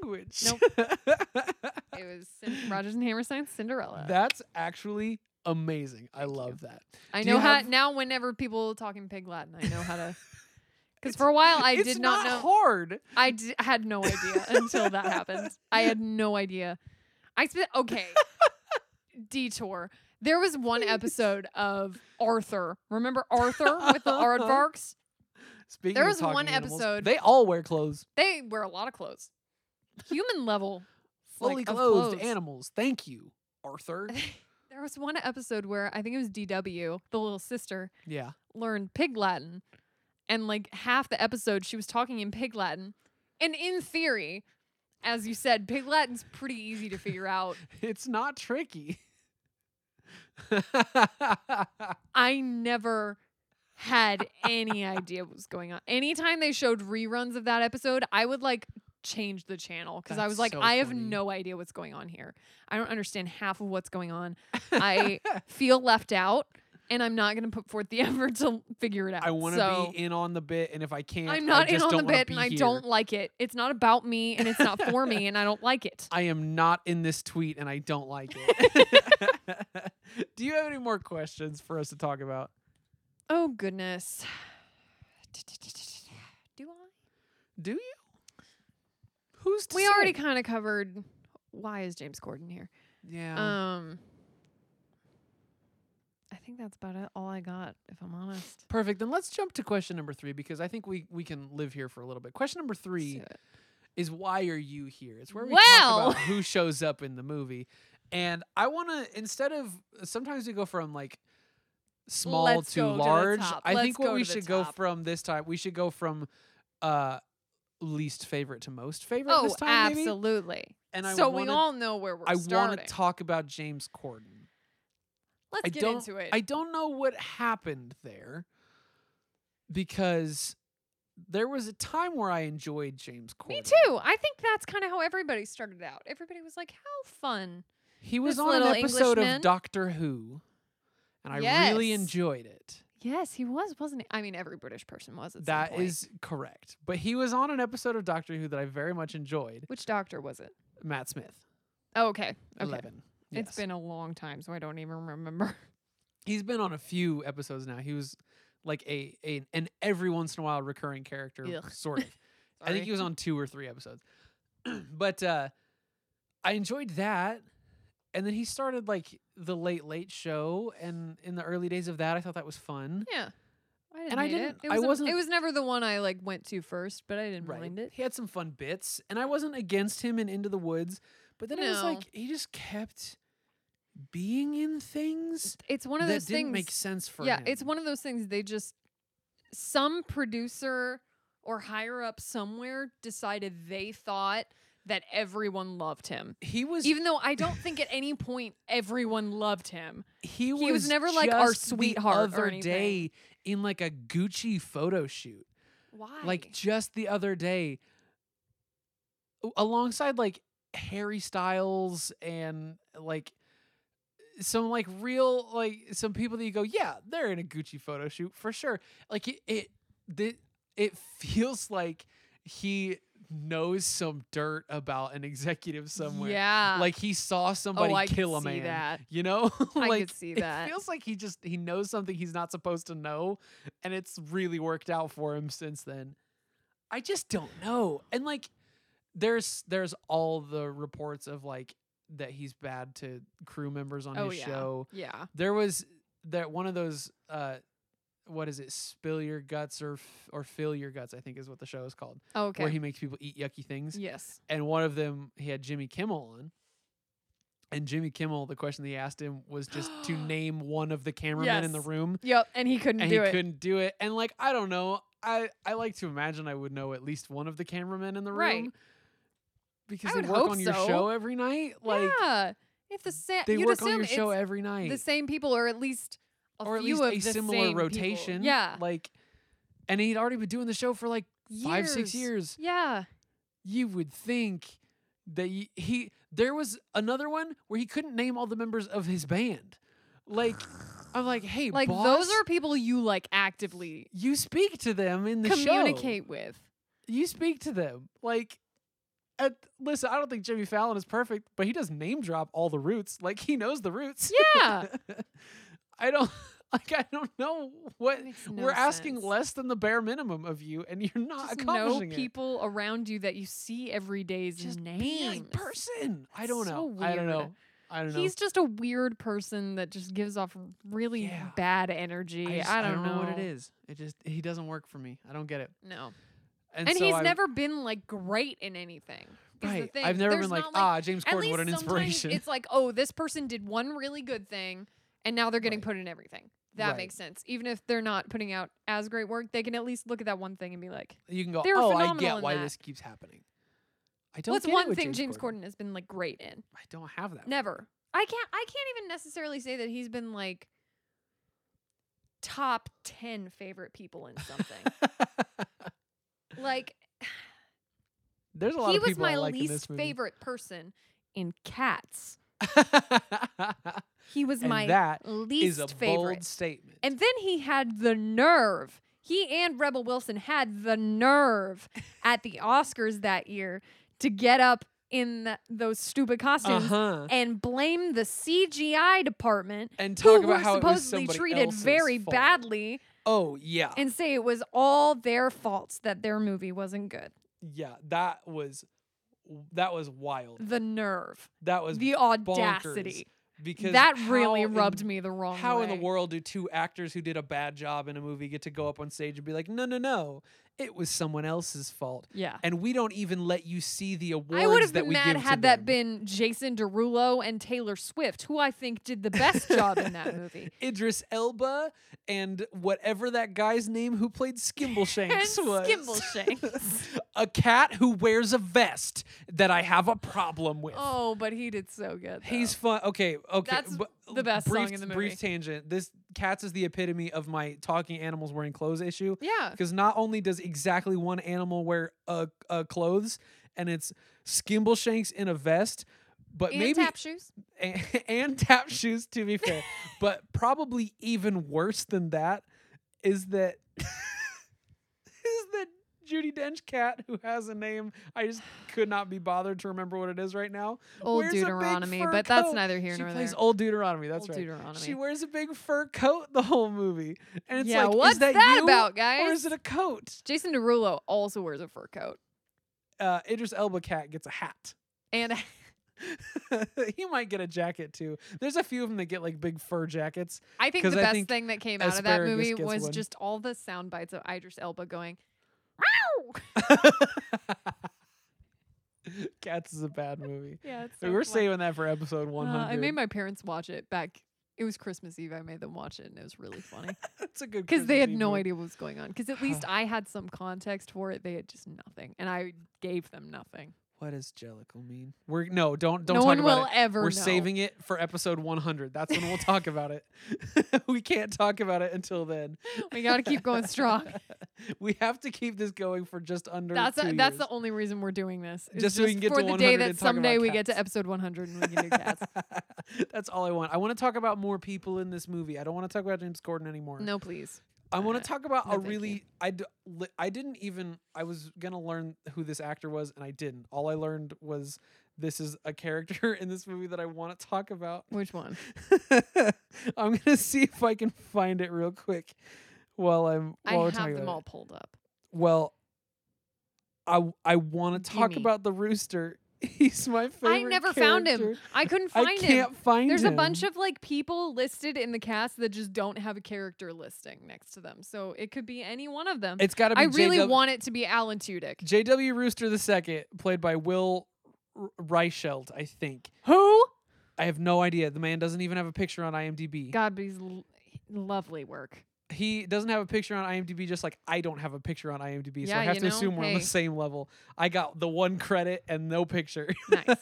[SPEAKER 1] not even a language.
[SPEAKER 2] It was Cin- Rogers and Hammerstein's Cinderella.
[SPEAKER 1] That's actually amazing. I
[SPEAKER 2] Thank you.
[SPEAKER 1] love that.
[SPEAKER 2] I
[SPEAKER 1] do you
[SPEAKER 2] know how
[SPEAKER 1] have-
[SPEAKER 2] now. Whenever people talk in Pig Latin, I know how to.
[SPEAKER 1] It's-
[SPEAKER 2] Because for a while I
[SPEAKER 1] it's
[SPEAKER 2] did not, know.
[SPEAKER 1] hard.
[SPEAKER 2] I d- had no idea until that happened. I had no idea. I spent okay. Detour. There was one episode of Arthur. Remember Arthur with the aardvarks?
[SPEAKER 1] Speaking
[SPEAKER 2] There
[SPEAKER 1] of
[SPEAKER 2] was
[SPEAKER 1] talking
[SPEAKER 2] one
[SPEAKER 1] animals,
[SPEAKER 2] episode-
[SPEAKER 1] They all wear clothes.
[SPEAKER 2] They wear a lot of clothes. Human level. like,
[SPEAKER 1] Fully
[SPEAKER 2] of
[SPEAKER 1] clothed
[SPEAKER 2] clothes.
[SPEAKER 1] animals. Thank you, Arthur.
[SPEAKER 2] There was one episode where I think it was DW, the little sister,
[SPEAKER 1] yeah.
[SPEAKER 2] learned Pig Latin. And like half the episode, she was talking in Pig Latin. And in theory, as you said, Pig Latin's pretty easy to figure out.
[SPEAKER 1] It's not tricky.
[SPEAKER 2] I never had any idea what was going on. Anytime they showed reruns of that episode, I would like change the channel because I
[SPEAKER 1] That's
[SPEAKER 2] was like,
[SPEAKER 1] so
[SPEAKER 2] I have
[SPEAKER 1] funny.
[SPEAKER 2] no idea what's going on here. I don't understand half of what's going on. I feel left out, and I'm not going to put forth the effort to figure it out.
[SPEAKER 1] I want to
[SPEAKER 2] So,
[SPEAKER 1] be in on the bit, and if I can't,
[SPEAKER 2] I'm
[SPEAKER 1] I
[SPEAKER 2] not in
[SPEAKER 1] just
[SPEAKER 2] on the
[SPEAKER 1] don't wanna
[SPEAKER 2] bit,
[SPEAKER 1] be
[SPEAKER 2] and I
[SPEAKER 1] here.
[SPEAKER 2] don't like it. It's not about me, and it's not for me, and I don't like it.
[SPEAKER 1] I am not in this tweet, and I don't like it. Do you have any more questions for us to talk about?
[SPEAKER 2] Oh goodness. Do I?
[SPEAKER 1] Do you? Who's to
[SPEAKER 2] we
[SPEAKER 1] say?
[SPEAKER 2] already kind of covered why is James Corden here.
[SPEAKER 1] Yeah.
[SPEAKER 2] Um, I think that's about it. All I got, if I'm honest.
[SPEAKER 1] Perfect. Then let's jump to question number three because I think we we can live here for a little bit. Question number
[SPEAKER 2] Let's do
[SPEAKER 1] three
[SPEAKER 2] it.
[SPEAKER 1] is why are you here? It's where we
[SPEAKER 2] Well.
[SPEAKER 1] talk about who shows up in the movie, and I want to instead of sometimes we go from like small
[SPEAKER 2] Let's
[SPEAKER 1] to
[SPEAKER 2] go to the
[SPEAKER 1] large.
[SPEAKER 2] top.
[SPEAKER 1] I
[SPEAKER 2] Let's
[SPEAKER 1] think what
[SPEAKER 2] go
[SPEAKER 1] we
[SPEAKER 2] to the
[SPEAKER 1] should go
[SPEAKER 2] top.
[SPEAKER 1] from this time we should go from uh least favorite to most favorite
[SPEAKER 2] Oh,
[SPEAKER 1] this time maybe.
[SPEAKER 2] absolutely.
[SPEAKER 1] And I
[SPEAKER 2] so
[SPEAKER 1] wanna,
[SPEAKER 2] we all know where we're
[SPEAKER 1] I want
[SPEAKER 2] starting.
[SPEAKER 1] to talk about James Corden.
[SPEAKER 2] Let's
[SPEAKER 1] I
[SPEAKER 2] get
[SPEAKER 1] don't-
[SPEAKER 2] into it.
[SPEAKER 1] I don't know what happened there because there was a time where I enjoyed James Corden.
[SPEAKER 2] Me too. I think that's kind of how everybody started out. Everybody was like, "How fun!"
[SPEAKER 1] He was
[SPEAKER 2] This
[SPEAKER 1] on an
[SPEAKER 2] little
[SPEAKER 1] episode
[SPEAKER 2] Englishman.
[SPEAKER 1] of Doctor Who, and I really
[SPEAKER 2] Yes.
[SPEAKER 1] enjoyed it.
[SPEAKER 2] Yes, he was, wasn't he? I mean, every British person was. At
[SPEAKER 1] That
[SPEAKER 2] some point.
[SPEAKER 1] is correct. But he was on an episode of Doctor Who that I very much enjoyed.
[SPEAKER 2] Which doctor was it?
[SPEAKER 1] Matt Smith,
[SPEAKER 2] Oh, okay. Okay.
[SPEAKER 1] eleven.
[SPEAKER 2] It's
[SPEAKER 1] Yes.
[SPEAKER 2] been a long time, so I don't even remember.
[SPEAKER 1] he's been on a few episodes now. He was like a, a an every once in a while recurring character,
[SPEAKER 2] Ugh.
[SPEAKER 1] sort of. I think
[SPEAKER 2] Sorry.
[SPEAKER 1] he was on two or three episodes. but uh I enjoyed that. And then he started like the Late Late Show and in the early days of that I thought that was fun.
[SPEAKER 2] Yeah. I didn't
[SPEAKER 1] And I
[SPEAKER 2] hate
[SPEAKER 1] didn't-
[SPEAKER 2] It. It
[SPEAKER 1] I
[SPEAKER 2] was
[SPEAKER 1] wasn't-
[SPEAKER 2] It was never the one I like went to first, but I didn't mind it.
[SPEAKER 1] He had some fun bits and I wasn't against him in Into the Woods, but then it was
[SPEAKER 2] No.
[SPEAKER 1] like he just kept being in things
[SPEAKER 2] It's one of
[SPEAKER 1] that
[SPEAKER 2] those
[SPEAKER 1] didn't
[SPEAKER 2] things.
[SPEAKER 1] make sense for
[SPEAKER 2] yeah,
[SPEAKER 1] him.
[SPEAKER 2] it's one of those things. They just some producer or higher up somewhere decided they thought that everyone loved him,
[SPEAKER 1] he was
[SPEAKER 2] even though I don't think at any point everyone loved him.
[SPEAKER 1] he,
[SPEAKER 2] was never like our
[SPEAKER 1] just the
[SPEAKER 2] sweetheart or
[SPEAKER 1] other
[SPEAKER 2] anything.
[SPEAKER 1] day in like a Gucci photo shoot.
[SPEAKER 2] Why?
[SPEAKER 1] like just the other day o- alongside like harry styles and like some like real like some people that you go yeah they're in a gucci photo shoot for sure like it it thi- it feels like he knows some dirt about an executive somewhere
[SPEAKER 2] Yeah.
[SPEAKER 1] like he saw somebody
[SPEAKER 2] oh, I
[SPEAKER 1] kill
[SPEAKER 2] could
[SPEAKER 1] a
[SPEAKER 2] see
[SPEAKER 1] man
[SPEAKER 2] That.
[SPEAKER 1] you know
[SPEAKER 2] I
[SPEAKER 1] like
[SPEAKER 2] could see that.
[SPEAKER 1] it feels like he just he knows something he's not supposed to know and it's really worked out for him since then i Oh. just don't know and like there's there's all the reports of like that he's bad to crew members on
[SPEAKER 2] Oh,
[SPEAKER 1] his
[SPEAKER 2] yeah.
[SPEAKER 1] show.
[SPEAKER 2] Yeah.
[SPEAKER 1] There was that one of those uh what is it? Spill your guts or f- or fill your guts, I think is what the show is called,
[SPEAKER 2] Oh, Okay.
[SPEAKER 1] where he makes people eat yucky things.
[SPEAKER 2] yes.
[SPEAKER 1] And one of them he had Jimmy Kimmel on. And Jimmy Kimmel, the question they asked him was just to name one of the cameramen in the
[SPEAKER 2] Yes.
[SPEAKER 1] room
[SPEAKER 2] Yep. And he couldn't
[SPEAKER 1] and he
[SPEAKER 2] do it.
[SPEAKER 1] couldn't do it. And like I don't know, I I like to imagine I would know at least one of the cameramen in the room.
[SPEAKER 2] Right.
[SPEAKER 1] Because
[SPEAKER 2] I
[SPEAKER 1] they
[SPEAKER 2] would
[SPEAKER 1] work
[SPEAKER 2] hope
[SPEAKER 1] on your
[SPEAKER 2] so.
[SPEAKER 1] show every night. Like
[SPEAKER 2] yeah. If the same,
[SPEAKER 1] they
[SPEAKER 2] you'd
[SPEAKER 1] work
[SPEAKER 2] assume
[SPEAKER 1] on your
[SPEAKER 2] it's
[SPEAKER 1] show every night,
[SPEAKER 2] the same people, or at least a
[SPEAKER 1] or at
[SPEAKER 2] few
[SPEAKER 1] least a
[SPEAKER 2] of the same
[SPEAKER 1] similar
[SPEAKER 2] people.
[SPEAKER 1] rotation.
[SPEAKER 2] Yeah.
[SPEAKER 1] like, and he'd already been doing the show for like five, six years.
[SPEAKER 2] Yeah.
[SPEAKER 1] You would think that y he there was another one where he couldn't name all the members of his band. Like, I'm like, hey,
[SPEAKER 2] Like
[SPEAKER 1] boss,
[SPEAKER 2] those are people you like actively
[SPEAKER 1] you speak to them in the show.
[SPEAKER 2] communicate with.
[SPEAKER 1] you speak to them like at, listen i don't think jimmy fallon is perfect but he does name drop all the roots like he knows the roots
[SPEAKER 2] Yeah.
[SPEAKER 1] i don't like i don't know what
[SPEAKER 2] Makes no
[SPEAKER 1] we're asking
[SPEAKER 2] sense.
[SPEAKER 1] less than the bare minimum of you and you're not
[SPEAKER 2] Just know
[SPEAKER 1] accomplishing it
[SPEAKER 2] people around you that you see every day's
[SPEAKER 1] just be
[SPEAKER 2] names.
[SPEAKER 1] a person i
[SPEAKER 2] It's
[SPEAKER 1] don't know
[SPEAKER 2] so
[SPEAKER 1] i don't
[SPEAKER 2] weird.
[SPEAKER 1] know i don't know
[SPEAKER 2] He's just a weird person that just gives off really
[SPEAKER 1] Yeah.
[SPEAKER 2] bad energy.
[SPEAKER 1] I,
[SPEAKER 2] I,
[SPEAKER 1] just-
[SPEAKER 2] don't
[SPEAKER 1] know. what it is it just he doesn't work for me i don't get it
[SPEAKER 2] No.
[SPEAKER 1] and,
[SPEAKER 2] And,
[SPEAKER 1] so
[SPEAKER 2] he's
[SPEAKER 1] I-
[SPEAKER 2] never been like great in anything. is the
[SPEAKER 1] right
[SPEAKER 2] thing.
[SPEAKER 1] i've never
[SPEAKER 2] There's
[SPEAKER 1] been like,
[SPEAKER 2] not,
[SPEAKER 1] ah james
[SPEAKER 2] At
[SPEAKER 1] corden what
[SPEAKER 2] least
[SPEAKER 1] an
[SPEAKER 2] sometimes
[SPEAKER 1] inspiration
[SPEAKER 2] It's like, oh, this person did one really good thing and now they're getting
[SPEAKER 1] Right.
[SPEAKER 2] put in everything. That
[SPEAKER 1] Right.
[SPEAKER 2] makes sense. Even if they're not putting out as great work, they can at least look at that one thing and be like,
[SPEAKER 1] you can go,
[SPEAKER 2] They were
[SPEAKER 1] oh, I
[SPEAKER 2] phenomenal
[SPEAKER 1] get
[SPEAKER 2] in
[SPEAKER 1] why
[SPEAKER 2] that."
[SPEAKER 1] this keeps happening. I don't.
[SPEAKER 2] what's
[SPEAKER 1] get it
[SPEAKER 2] one
[SPEAKER 1] with
[SPEAKER 2] thing James Corden. has been like great in?
[SPEAKER 1] I don't have that.
[SPEAKER 2] Never. I can't I can't even necessarily say that he's been like top 10 favorite people in something. like
[SPEAKER 1] There's a lot
[SPEAKER 2] he
[SPEAKER 1] of
[SPEAKER 2] was
[SPEAKER 1] people I
[SPEAKER 2] my
[SPEAKER 1] like in this
[SPEAKER 2] least
[SPEAKER 1] movie.
[SPEAKER 2] favorite person in Cats. He was
[SPEAKER 1] And
[SPEAKER 2] my
[SPEAKER 1] that
[SPEAKER 2] least
[SPEAKER 1] Is a
[SPEAKER 2] favorite.
[SPEAKER 1] bold statement.
[SPEAKER 2] And then he had the nerve. He and Rebel Wilson had the nerve at the Oscars that year to get up in th- those stupid
[SPEAKER 1] uh
[SPEAKER 2] costumes
[SPEAKER 1] huh.
[SPEAKER 2] and blame the CGI department,
[SPEAKER 1] And talk
[SPEAKER 2] who were
[SPEAKER 1] about how it was
[SPEAKER 2] supposedly
[SPEAKER 1] somebody
[SPEAKER 2] treated
[SPEAKER 1] else's
[SPEAKER 2] very
[SPEAKER 1] fault.
[SPEAKER 2] badly,
[SPEAKER 1] Oh yeah,
[SPEAKER 2] and say it was all their faults that their movie wasn't good.
[SPEAKER 1] yeah. That was that was wild.
[SPEAKER 2] The nerve,
[SPEAKER 1] That was
[SPEAKER 2] the audacity.
[SPEAKER 1] because
[SPEAKER 2] That
[SPEAKER 1] how
[SPEAKER 2] really
[SPEAKER 1] in-
[SPEAKER 2] rubbed me the wrong
[SPEAKER 1] How
[SPEAKER 2] way.
[SPEAKER 1] in the world do two actors who did a bad job in a movie get to go up on stage and be like, no, no, no, it was someone else's fault?
[SPEAKER 2] Yeah.
[SPEAKER 1] and we don't even let you see the awards
[SPEAKER 2] I would have
[SPEAKER 1] that
[SPEAKER 2] been
[SPEAKER 1] we
[SPEAKER 2] mad
[SPEAKER 1] give to
[SPEAKER 2] had that
[SPEAKER 1] them.
[SPEAKER 2] been Jason Derulo and Taylor Swift, who I think did the best job in that movie.
[SPEAKER 1] Idris Elba and whatever that guy's name who played Skimbleshanks
[SPEAKER 2] And
[SPEAKER 1] was.
[SPEAKER 2] Skimbleshanks.
[SPEAKER 1] a cat who wears a vest that I have a problem with.
[SPEAKER 2] oh, but he did so good. though.
[SPEAKER 1] He's fun. Okay, okay.
[SPEAKER 2] That's
[SPEAKER 1] but
[SPEAKER 2] the best
[SPEAKER 1] brief,
[SPEAKER 2] song in the
[SPEAKER 1] Brief
[SPEAKER 2] movie.
[SPEAKER 1] tangent. This cats is the epitome of my talking animals wearing clothes issue.
[SPEAKER 2] yeah.
[SPEAKER 1] because not only does exactly one animal wear uh, uh, clothes and it's skimbleshanks in a vest but
[SPEAKER 2] And
[SPEAKER 1] maybe
[SPEAKER 2] tap shoes.
[SPEAKER 1] and, and tap shoes to be fair but probably even worse than that is that is that Judy Dench cat who has a name I just could not be bothered to remember what it is right now
[SPEAKER 2] Old
[SPEAKER 1] wears a big
[SPEAKER 2] Deuteronomy,
[SPEAKER 1] fur
[SPEAKER 2] but that's
[SPEAKER 1] coat.
[SPEAKER 2] neither here
[SPEAKER 1] she
[SPEAKER 2] nor
[SPEAKER 1] plays
[SPEAKER 2] there.
[SPEAKER 1] old Deuteronomy that's
[SPEAKER 2] Old
[SPEAKER 1] right
[SPEAKER 2] Deuteronomy.
[SPEAKER 1] she wears a big fur coat the whole movie and it's
[SPEAKER 2] yeah,
[SPEAKER 1] like
[SPEAKER 2] what's
[SPEAKER 1] is that, you
[SPEAKER 2] about,
[SPEAKER 1] or
[SPEAKER 2] guys?
[SPEAKER 1] is it a coat
[SPEAKER 2] Jason Derulo also wears a fur coat
[SPEAKER 1] uh, Idris Elba cat gets a hat.
[SPEAKER 2] and
[SPEAKER 1] he might get a jacket too. There's a few of them that get like big fur jackets.
[SPEAKER 2] I think
[SPEAKER 1] 'Cause
[SPEAKER 2] the
[SPEAKER 1] I
[SPEAKER 2] best
[SPEAKER 1] think
[SPEAKER 2] thing that came out of that
[SPEAKER 1] asparagus
[SPEAKER 2] movie
[SPEAKER 1] gets
[SPEAKER 2] was
[SPEAKER 1] one.
[SPEAKER 2] just all the sound bites of Idris Elba going, "Meow."
[SPEAKER 1] Cats is a bad movie.
[SPEAKER 2] Yeah, it's
[SPEAKER 1] Hey,
[SPEAKER 2] so
[SPEAKER 1] We're
[SPEAKER 2] funny.
[SPEAKER 1] saving that for episode
[SPEAKER 2] Uh,
[SPEAKER 1] 100.
[SPEAKER 2] I made my parents watch it back. It was Christmas Eve. I made them watch it, and it was really funny
[SPEAKER 1] That's a good
[SPEAKER 2] because they
[SPEAKER 1] Christmas
[SPEAKER 2] had
[SPEAKER 1] Eve
[SPEAKER 2] no
[SPEAKER 1] movie.
[SPEAKER 2] idea what was going on. Because at least I had some context for it. They had just nothing, and I gave them nothing.
[SPEAKER 1] What does Jellicle mean? We're no, don't don't
[SPEAKER 2] no
[SPEAKER 1] talk
[SPEAKER 2] one
[SPEAKER 1] about
[SPEAKER 2] will
[SPEAKER 1] it.
[SPEAKER 2] ever.
[SPEAKER 1] We're
[SPEAKER 2] know.
[SPEAKER 1] saving it for episode 100. That's when we'll talk about it. we can't talk about it until then.
[SPEAKER 2] We got to keep going strong.
[SPEAKER 1] we have to keep this going for just under.
[SPEAKER 2] that's
[SPEAKER 1] two
[SPEAKER 2] a, that's
[SPEAKER 1] years.
[SPEAKER 2] the only reason we're doing this. is
[SPEAKER 1] Just so we can get
[SPEAKER 2] for
[SPEAKER 1] to
[SPEAKER 2] the
[SPEAKER 1] 100
[SPEAKER 2] day
[SPEAKER 1] and
[SPEAKER 2] that
[SPEAKER 1] talk about
[SPEAKER 2] someday we get to
[SPEAKER 1] cats.
[SPEAKER 2] episode 100 and we can do cats.
[SPEAKER 1] That's all I want. I want to talk about more people in this movie. I don't want to talk about James Corden anymore.
[SPEAKER 2] no, please.
[SPEAKER 1] I want
[SPEAKER 2] Uh,
[SPEAKER 1] to talk about
[SPEAKER 2] no,
[SPEAKER 1] a
[SPEAKER 2] thank you.
[SPEAKER 1] really I d- li- I didn't even I was going to learn who this actor was and I didn't. All I learned was this is a character in this movie that I want to talk about.
[SPEAKER 2] Which one?
[SPEAKER 1] I'm going to see if I can find it real quick while I'm while
[SPEAKER 2] I
[SPEAKER 1] we're
[SPEAKER 2] have
[SPEAKER 1] talking
[SPEAKER 2] them
[SPEAKER 1] about
[SPEAKER 2] all
[SPEAKER 1] it.
[SPEAKER 2] pulled up.
[SPEAKER 1] Well I w- I want to talk
[SPEAKER 2] Gimme.
[SPEAKER 1] about the rooster He's my favorite.
[SPEAKER 2] I never found him.
[SPEAKER 1] character.
[SPEAKER 2] I couldn't
[SPEAKER 1] I
[SPEAKER 2] find him.
[SPEAKER 1] can't find
[SPEAKER 2] There's
[SPEAKER 1] him.
[SPEAKER 2] a bunch of like people listed in the cast that just don't have a character listing next to them. So it could be any one of them.
[SPEAKER 1] It's got to be
[SPEAKER 2] I really
[SPEAKER 1] JW
[SPEAKER 2] want it to be Alan Tudyk.
[SPEAKER 1] J.W. Rooster the second, played by Will R- Reichelt, I think.
[SPEAKER 2] Who?
[SPEAKER 1] I have no idea. The man doesn't even have a picture on IMDb.
[SPEAKER 2] God, but he's l- lovely work.
[SPEAKER 1] He doesn't have a picture on IMDb, just like I don't have a picture on IMDb. so
[SPEAKER 2] Yeah,
[SPEAKER 1] I have
[SPEAKER 2] you
[SPEAKER 1] to
[SPEAKER 2] know,
[SPEAKER 1] assume we're on
[SPEAKER 2] hey.
[SPEAKER 1] the same level. I got the one credit and no picture.
[SPEAKER 2] Nice.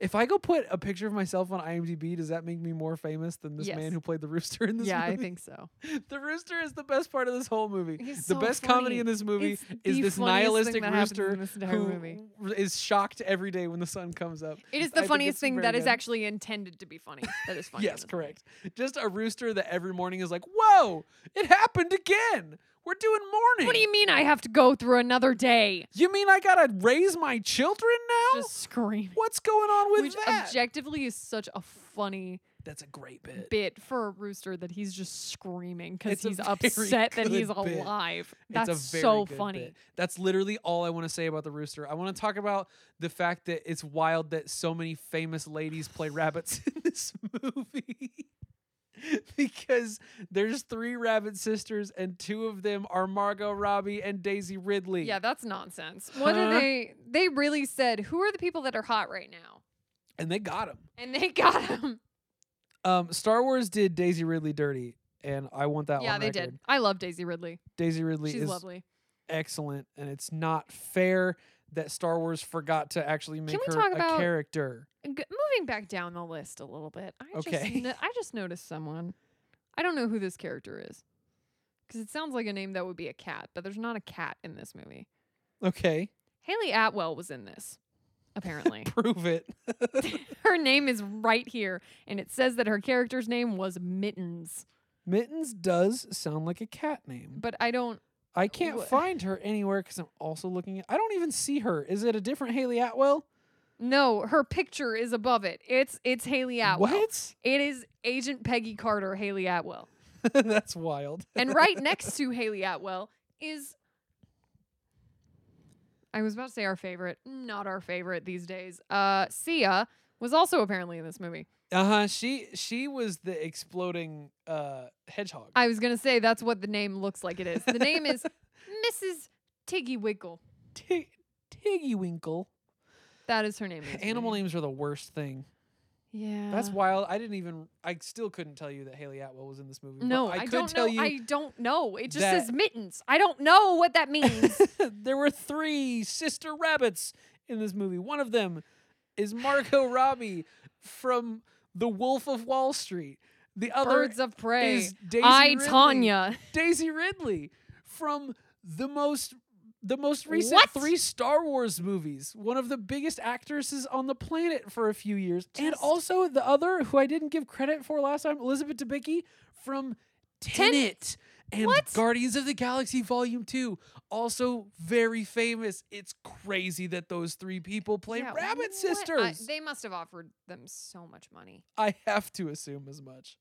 [SPEAKER 1] if I go put a picture of myself on IMDb, does that make me more famous than this
[SPEAKER 2] Yes.
[SPEAKER 1] man who played the rooster in this
[SPEAKER 2] yeah, I
[SPEAKER 1] movie?
[SPEAKER 2] think so.
[SPEAKER 1] the rooster is the best part of this whole movie.
[SPEAKER 2] He's
[SPEAKER 1] the
[SPEAKER 2] so
[SPEAKER 1] best comedy
[SPEAKER 2] funny.
[SPEAKER 1] in this movie
[SPEAKER 2] It's
[SPEAKER 1] is
[SPEAKER 2] the
[SPEAKER 1] this
[SPEAKER 2] funniest thing
[SPEAKER 1] nihilistic
[SPEAKER 2] that happens
[SPEAKER 1] rooster
[SPEAKER 2] in this entire
[SPEAKER 1] who
[SPEAKER 2] movie.
[SPEAKER 1] r- is shocked every day when the sun comes up.
[SPEAKER 2] It
[SPEAKER 1] I
[SPEAKER 2] is the
[SPEAKER 1] think
[SPEAKER 2] funniest
[SPEAKER 1] it's
[SPEAKER 2] thing
[SPEAKER 1] very
[SPEAKER 2] that is
[SPEAKER 1] good.
[SPEAKER 2] actually intended to be funny. That is funny. in
[SPEAKER 1] yes,
[SPEAKER 2] this movie.
[SPEAKER 1] correct. Just a rooster that every morning is like, "Whoa, it happened again. We're doing morning."
[SPEAKER 2] What do you mean I have to go through another day?
[SPEAKER 1] You mean I gotta raise my children now?
[SPEAKER 2] Just screaming.
[SPEAKER 1] What's going on with
[SPEAKER 2] Which
[SPEAKER 1] that?
[SPEAKER 2] objectively is such a funny
[SPEAKER 1] That's a great bit.
[SPEAKER 2] bit for a rooster that he's just screaming because
[SPEAKER 1] It's a
[SPEAKER 2] he's
[SPEAKER 1] very
[SPEAKER 2] upset that he's
[SPEAKER 1] good bit.
[SPEAKER 2] alive.
[SPEAKER 1] It's
[SPEAKER 2] That's
[SPEAKER 1] a very
[SPEAKER 2] so
[SPEAKER 1] good
[SPEAKER 2] funny.
[SPEAKER 1] bit. That's literally all I want to say about the rooster. I want to talk about the fact that it's wild that so many famous ladies play rabbits in this movie. because there's three rabbit sisters and two of them are Margot Robbie and Daisy Ridley.
[SPEAKER 2] Yeah, that's nonsense. What are
[SPEAKER 1] Huh?
[SPEAKER 2] they? They really said, who are the people that are hot right now?
[SPEAKER 1] And they got him.
[SPEAKER 2] And they got him.
[SPEAKER 1] Um, Star Wars did Daisy Ridley dirty and I want that
[SPEAKER 2] yeah,
[SPEAKER 1] on
[SPEAKER 2] they
[SPEAKER 1] record.
[SPEAKER 2] did. I love Daisy Ridley.
[SPEAKER 1] Daisy Ridley
[SPEAKER 2] She's
[SPEAKER 1] is
[SPEAKER 2] lovely.
[SPEAKER 1] excellent and it's not fair that Star Wars forgot to actually make
[SPEAKER 2] we
[SPEAKER 1] her
[SPEAKER 2] talk
[SPEAKER 1] a
[SPEAKER 2] about-
[SPEAKER 1] character.
[SPEAKER 2] G- moving back down the list a little bit, I
[SPEAKER 1] Okay.
[SPEAKER 2] just no- I just noticed someone. I don't know who this character is because it sounds like a name that would be a cat, but there's not a cat in this movie.
[SPEAKER 1] Okay.
[SPEAKER 2] Haley Atwell was in this, apparently.
[SPEAKER 1] Prove it.
[SPEAKER 2] her name is right here, and it says that her character's name was Mittens,
[SPEAKER 1] Mittens does sound like a cat name.
[SPEAKER 2] but I don't.
[SPEAKER 1] I can't
[SPEAKER 2] wha-
[SPEAKER 1] find her anywhere because I'm also looking at. I don't even see her. Is it a different Haley Atwell?
[SPEAKER 2] No, her picture is above it. It's it's Haley Atwell.
[SPEAKER 1] What?
[SPEAKER 2] It is Agent Peggy Carter, Haley Atwell.
[SPEAKER 1] That's wild.
[SPEAKER 2] And right next to Haley Atwell is I was about to say our favorite, not our favorite these days. Uh Sia was also apparently in this movie.
[SPEAKER 1] Uh huh. She she was the exploding uh hedgehog.
[SPEAKER 2] I was going to say that's what the name looks like it is. The name is Mrs. Tiggy Wiggle.
[SPEAKER 1] T- Tiggy Winkle.
[SPEAKER 2] That is her name. in this
[SPEAKER 1] Animal
[SPEAKER 2] movie.
[SPEAKER 1] names are the worst thing.
[SPEAKER 2] Yeah.
[SPEAKER 1] That's wild. I didn't even. I still couldn't tell you that Haley Atwell was in this movie. but
[SPEAKER 2] No,
[SPEAKER 1] I,
[SPEAKER 2] I,
[SPEAKER 1] could
[SPEAKER 2] don't
[SPEAKER 1] tell
[SPEAKER 2] know.
[SPEAKER 1] you
[SPEAKER 2] I don't know. It just
[SPEAKER 1] that-
[SPEAKER 2] says mittens. I don't know what that means.
[SPEAKER 1] there were three sister rabbits in this movie. One of them is Margot Robbie from The Wolf of Wall Street. The other
[SPEAKER 2] Birds of prey.
[SPEAKER 1] is Daisy
[SPEAKER 2] I
[SPEAKER 1] Ridley.
[SPEAKER 2] Tanya.
[SPEAKER 1] Daisy Ridley from the most the most recent
[SPEAKER 2] What?
[SPEAKER 1] three Star Wars movies. One of the biggest actresses on the planet for a few years. and
[SPEAKER 2] Just-
[SPEAKER 1] also the other who I didn't give credit for last time, Elizabeth Debicki from
[SPEAKER 2] Ten-
[SPEAKER 1] Tenet. And
[SPEAKER 2] What?
[SPEAKER 1] Guardians of the Galaxy Volume 2, also very famous. It's crazy that those three people play
[SPEAKER 2] Yeah,
[SPEAKER 1] Rabbit
[SPEAKER 2] what-
[SPEAKER 1] Sisters.
[SPEAKER 2] I- they must have offered them so much money.
[SPEAKER 1] I have to assume as much.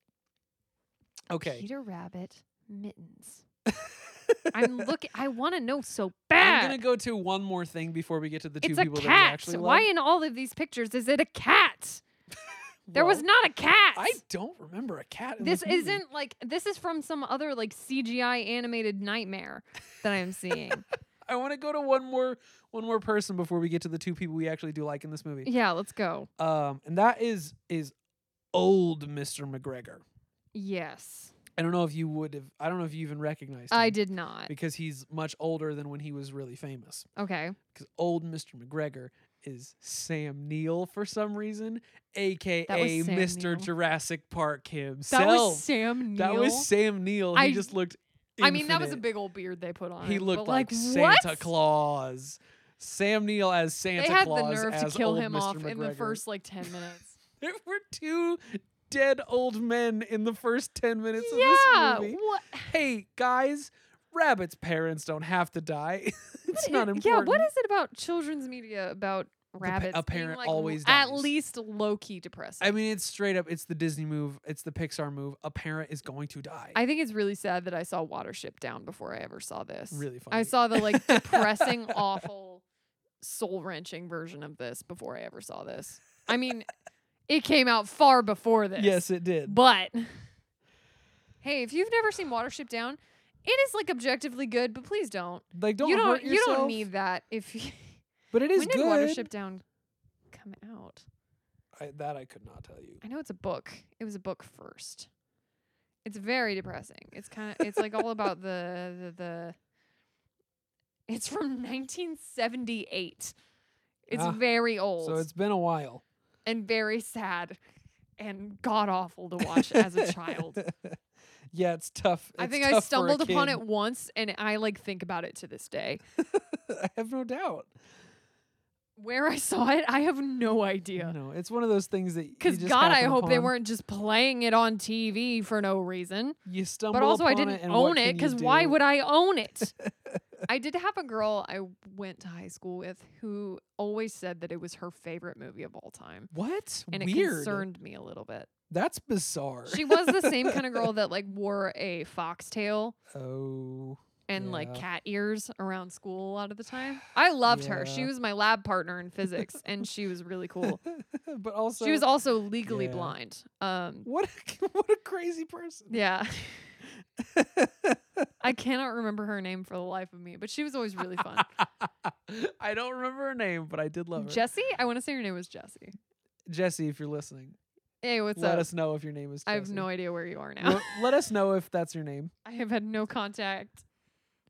[SPEAKER 1] Okay.
[SPEAKER 2] Peter Rabbit mittens. I'm looking. I want to know so
[SPEAKER 1] I'm
[SPEAKER 2] bad.
[SPEAKER 1] gonna go to one more thing before we get to the two
[SPEAKER 2] it's a
[SPEAKER 1] people that we
[SPEAKER 2] cat.
[SPEAKER 1] actually love.
[SPEAKER 2] Why in all of these pictures is it a cat? There was
[SPEAKER 1] Well,
[SPEAKER 2] not a cat.
[SPEAKER 1] I don't remember a cat. In this,
[SPEAKER 2] this
[SPEAKER 1] movie.
[SPEAKER 2] isn't like this is from some other like CGI animated nightmare that I'm seeing.
[SPEAKER 1] I want to go to one more one more person before we get to the two people we actually do like in this movie.
[SPEAKER 2] yeah, let's go.
[SPEAKER 1] Um, and that is is old Mr. McGregor.
[SPEAKER 2] Yes,
[SPEAKER 1] I don't know if you would have. I don't know if you even recognized. Him
[SPEAKER 2] I did not.
[SPEAKER 1] because he's much older than when he was really famous.
[SPEAKER 2] Okay,
[SPEAKER 1] Because old Mr. McGregor is Sam Neill for some reason, aka
[SPEAKER 2] Sam
[SPEAKER 1] Mr.
[SPEAKER 2] Neill.
[SPEAKER 1] Jurassic Park himself.
[SPEAKER 2] that was Sam Neill.
[SPEAKER 1] That was Sam Neill.
[SPEAKER 2] I-
[SPEAKER 1] he just looked.
[SPEAKER 2] I mean, that was a
[SPEAKER 1] infinite.
[SPEAKER 2] big old beard they put on.
[SPEAKER 1] He
[SPEAKER 2] him,
[SPEAKER 1] looked
[SPEAKER 2] but,
[SPEAKER 1] like,
[SPEAKER 2] what?
[SPEAKER 1] Santa Claus. Sam Neill as Santa
[SPEAKER 2] They had
[SPEAKER 1] Claus.
[SPEAKER 2] the nerve to
[SPEAKER 1] as
[SPEAKER 2] kill
[SPEAKER 1] old
[SPEAKER 2] him
[SPEAKER 1] Mr.
[SPEAKER 2] off in the
[SPEAKER 1] McGregor.
[SPEAKER 2] first like ten minutes.
[SPEAKER 1] There were two dead old men in the first ten minutes
[SPEAKER 2] yeah,
[SPEAKER 1] of this movie.
[SPEAKER 2] what?
[SPEAKER 1] Hey guys, Rabbit's parents don't have to die. it's
[SPEAKER 2] what
[SPEAKER 1] not
[SPEAKER 2] i-
[SPEAKER 1] important.
[SPEAKER 2] Yeah, what is it about children's media about
[SPEAKER 1] pa-
[SPEAKER 2] rabbits?
[SPEAKER 1] a
[SPEAKER 2] being,
[SPEAKER 1] parent
[SPEAKER 2] like,
[SPEAKER 1] always
[SPEAKER 2] at
[SPEAKER 1] dies.
[SPEAKER 2] least low key depressing.
[SPEAKER 1] I mean, it's straight up. It's the Disney move. It's the Pixar move. A parent is going to die.
[SPEAKER 2] I think it's really sad that I saw Watership Down before I ever saw this.
[SPEAKER 1] really funny.
[SPEAKER 2] I saw the like depressing, awful soul wrenching version of this before I ever saw this. I mean, it came out far before this.
[SPEAKER 1] Yes, it did.
[SPEAKER 2] But hey, if you've never seen Watership Down, it is like objectively good, but please don't.
[SPEAKER 1] Like don't
[SPEAKER 2] you don't
[SPEAKER 1] hurt
[SPEAKER 2] you
[SPEAKER 1] yourself.
[SPEAKER 2] don't need that if you
[SPEAKER 1] But it is
[SPEAKER 2] When did
[SPEAKER 1] good.
[SPEAKER 2] Watership Down come out?
[SPEAKER 1] I, that I could not tell you.
[SPEAKER 2] I know it's a book. It was a book first. It's very depressing. It's kind of it's like all about the the, the it's from 1978. It's
[SPEAKER 1] Ah,
[SPEAKER 2] very old
[SPEAKER 1] So it's been a while.
[SPEAKER 2] and very sad and god awful to watch as a child.
[SPEAKER 1] yeah, it's tough.
[SPEAKER 2] I
[SPEAKER 1] It's
[SPEAKER 2] think I
[SPEAKER 1] tough for a
[SPEAKER 2] stumbled upon
[SPEAKER 1] kid.
[SPEAKER 2] it once and I like think about it to this day.
[SPEAKER 1] I have no doubt.
[SPEAKER 2] Where I saw it, I have no idea.
[SPEAKER 1] No, it's one of those things that
[SPEAKER 2] Cuz
[SPEAKER 1] because
[SPEAKER 2] god, I hope they weren't just playing it on TV for no reason.
[SPEAKER 1] You stumble,
[SPEAKER 2] but also I
[SPEAKER 1] upon
[SPEAKER 2] didn't
[SPEAKER 1] it and what
[SPEAKER 2] own it
[SPEAKER 1] can you
[SPEAKER 2] because why
[SPEAKER 1] do?
[SPEAKER 2] would I own it? I did have a girl I went to high school with who always said that it was her favorite movie of all time.
[SPEAKER 1] What?
[SPEAKER 2] And it
[SPEAKER 1] Weird.
[SPEAKER 2] concerned me a little bit.
[SPEAKER 1] That's bizarre.
[SPEAKER 2] She was the same kind of girl that like wore a foxtail
[SPEAKER 1] oh,
[SPEAKER 2] and like
[SPEAKER 1] Yeah.
[SPEAKER 2] cat ears around school a lot of the time. I loved her. She
[SPEAKER 1] Yeah.
[SPEAKER 2] was my lab partner in physics and she was really cool.
[SPEAKER 1] but also
[SPEAKER 2] she was also legally
[SPEAKER 1] yeah.
[SPEAKER 2] blind. Um
[SPEAKER 1] what? A, what a crazy person.
[SPEAKER 2] yeah. I cannot remember her name for the life of me, but she was always really fun.
[SPEAKER 1] I don't remember her name, but I did love her.
[SPEAKER 2] Jesse? I want to say your name was Jesse.
[SPEAKER 1] Jesse, if you're listening,
[SPEAKER 2] Hey, what's
[SPEAKER 1] let
[SPEAKER 2] up?
[SPEAKER 1] us know if your name is. Jesse.
[SPEAKER 2] I have no idea where you are now.
[SPEAKER 1] Let- let us know if that's your name.
[SPEAKER 2] I have had no contact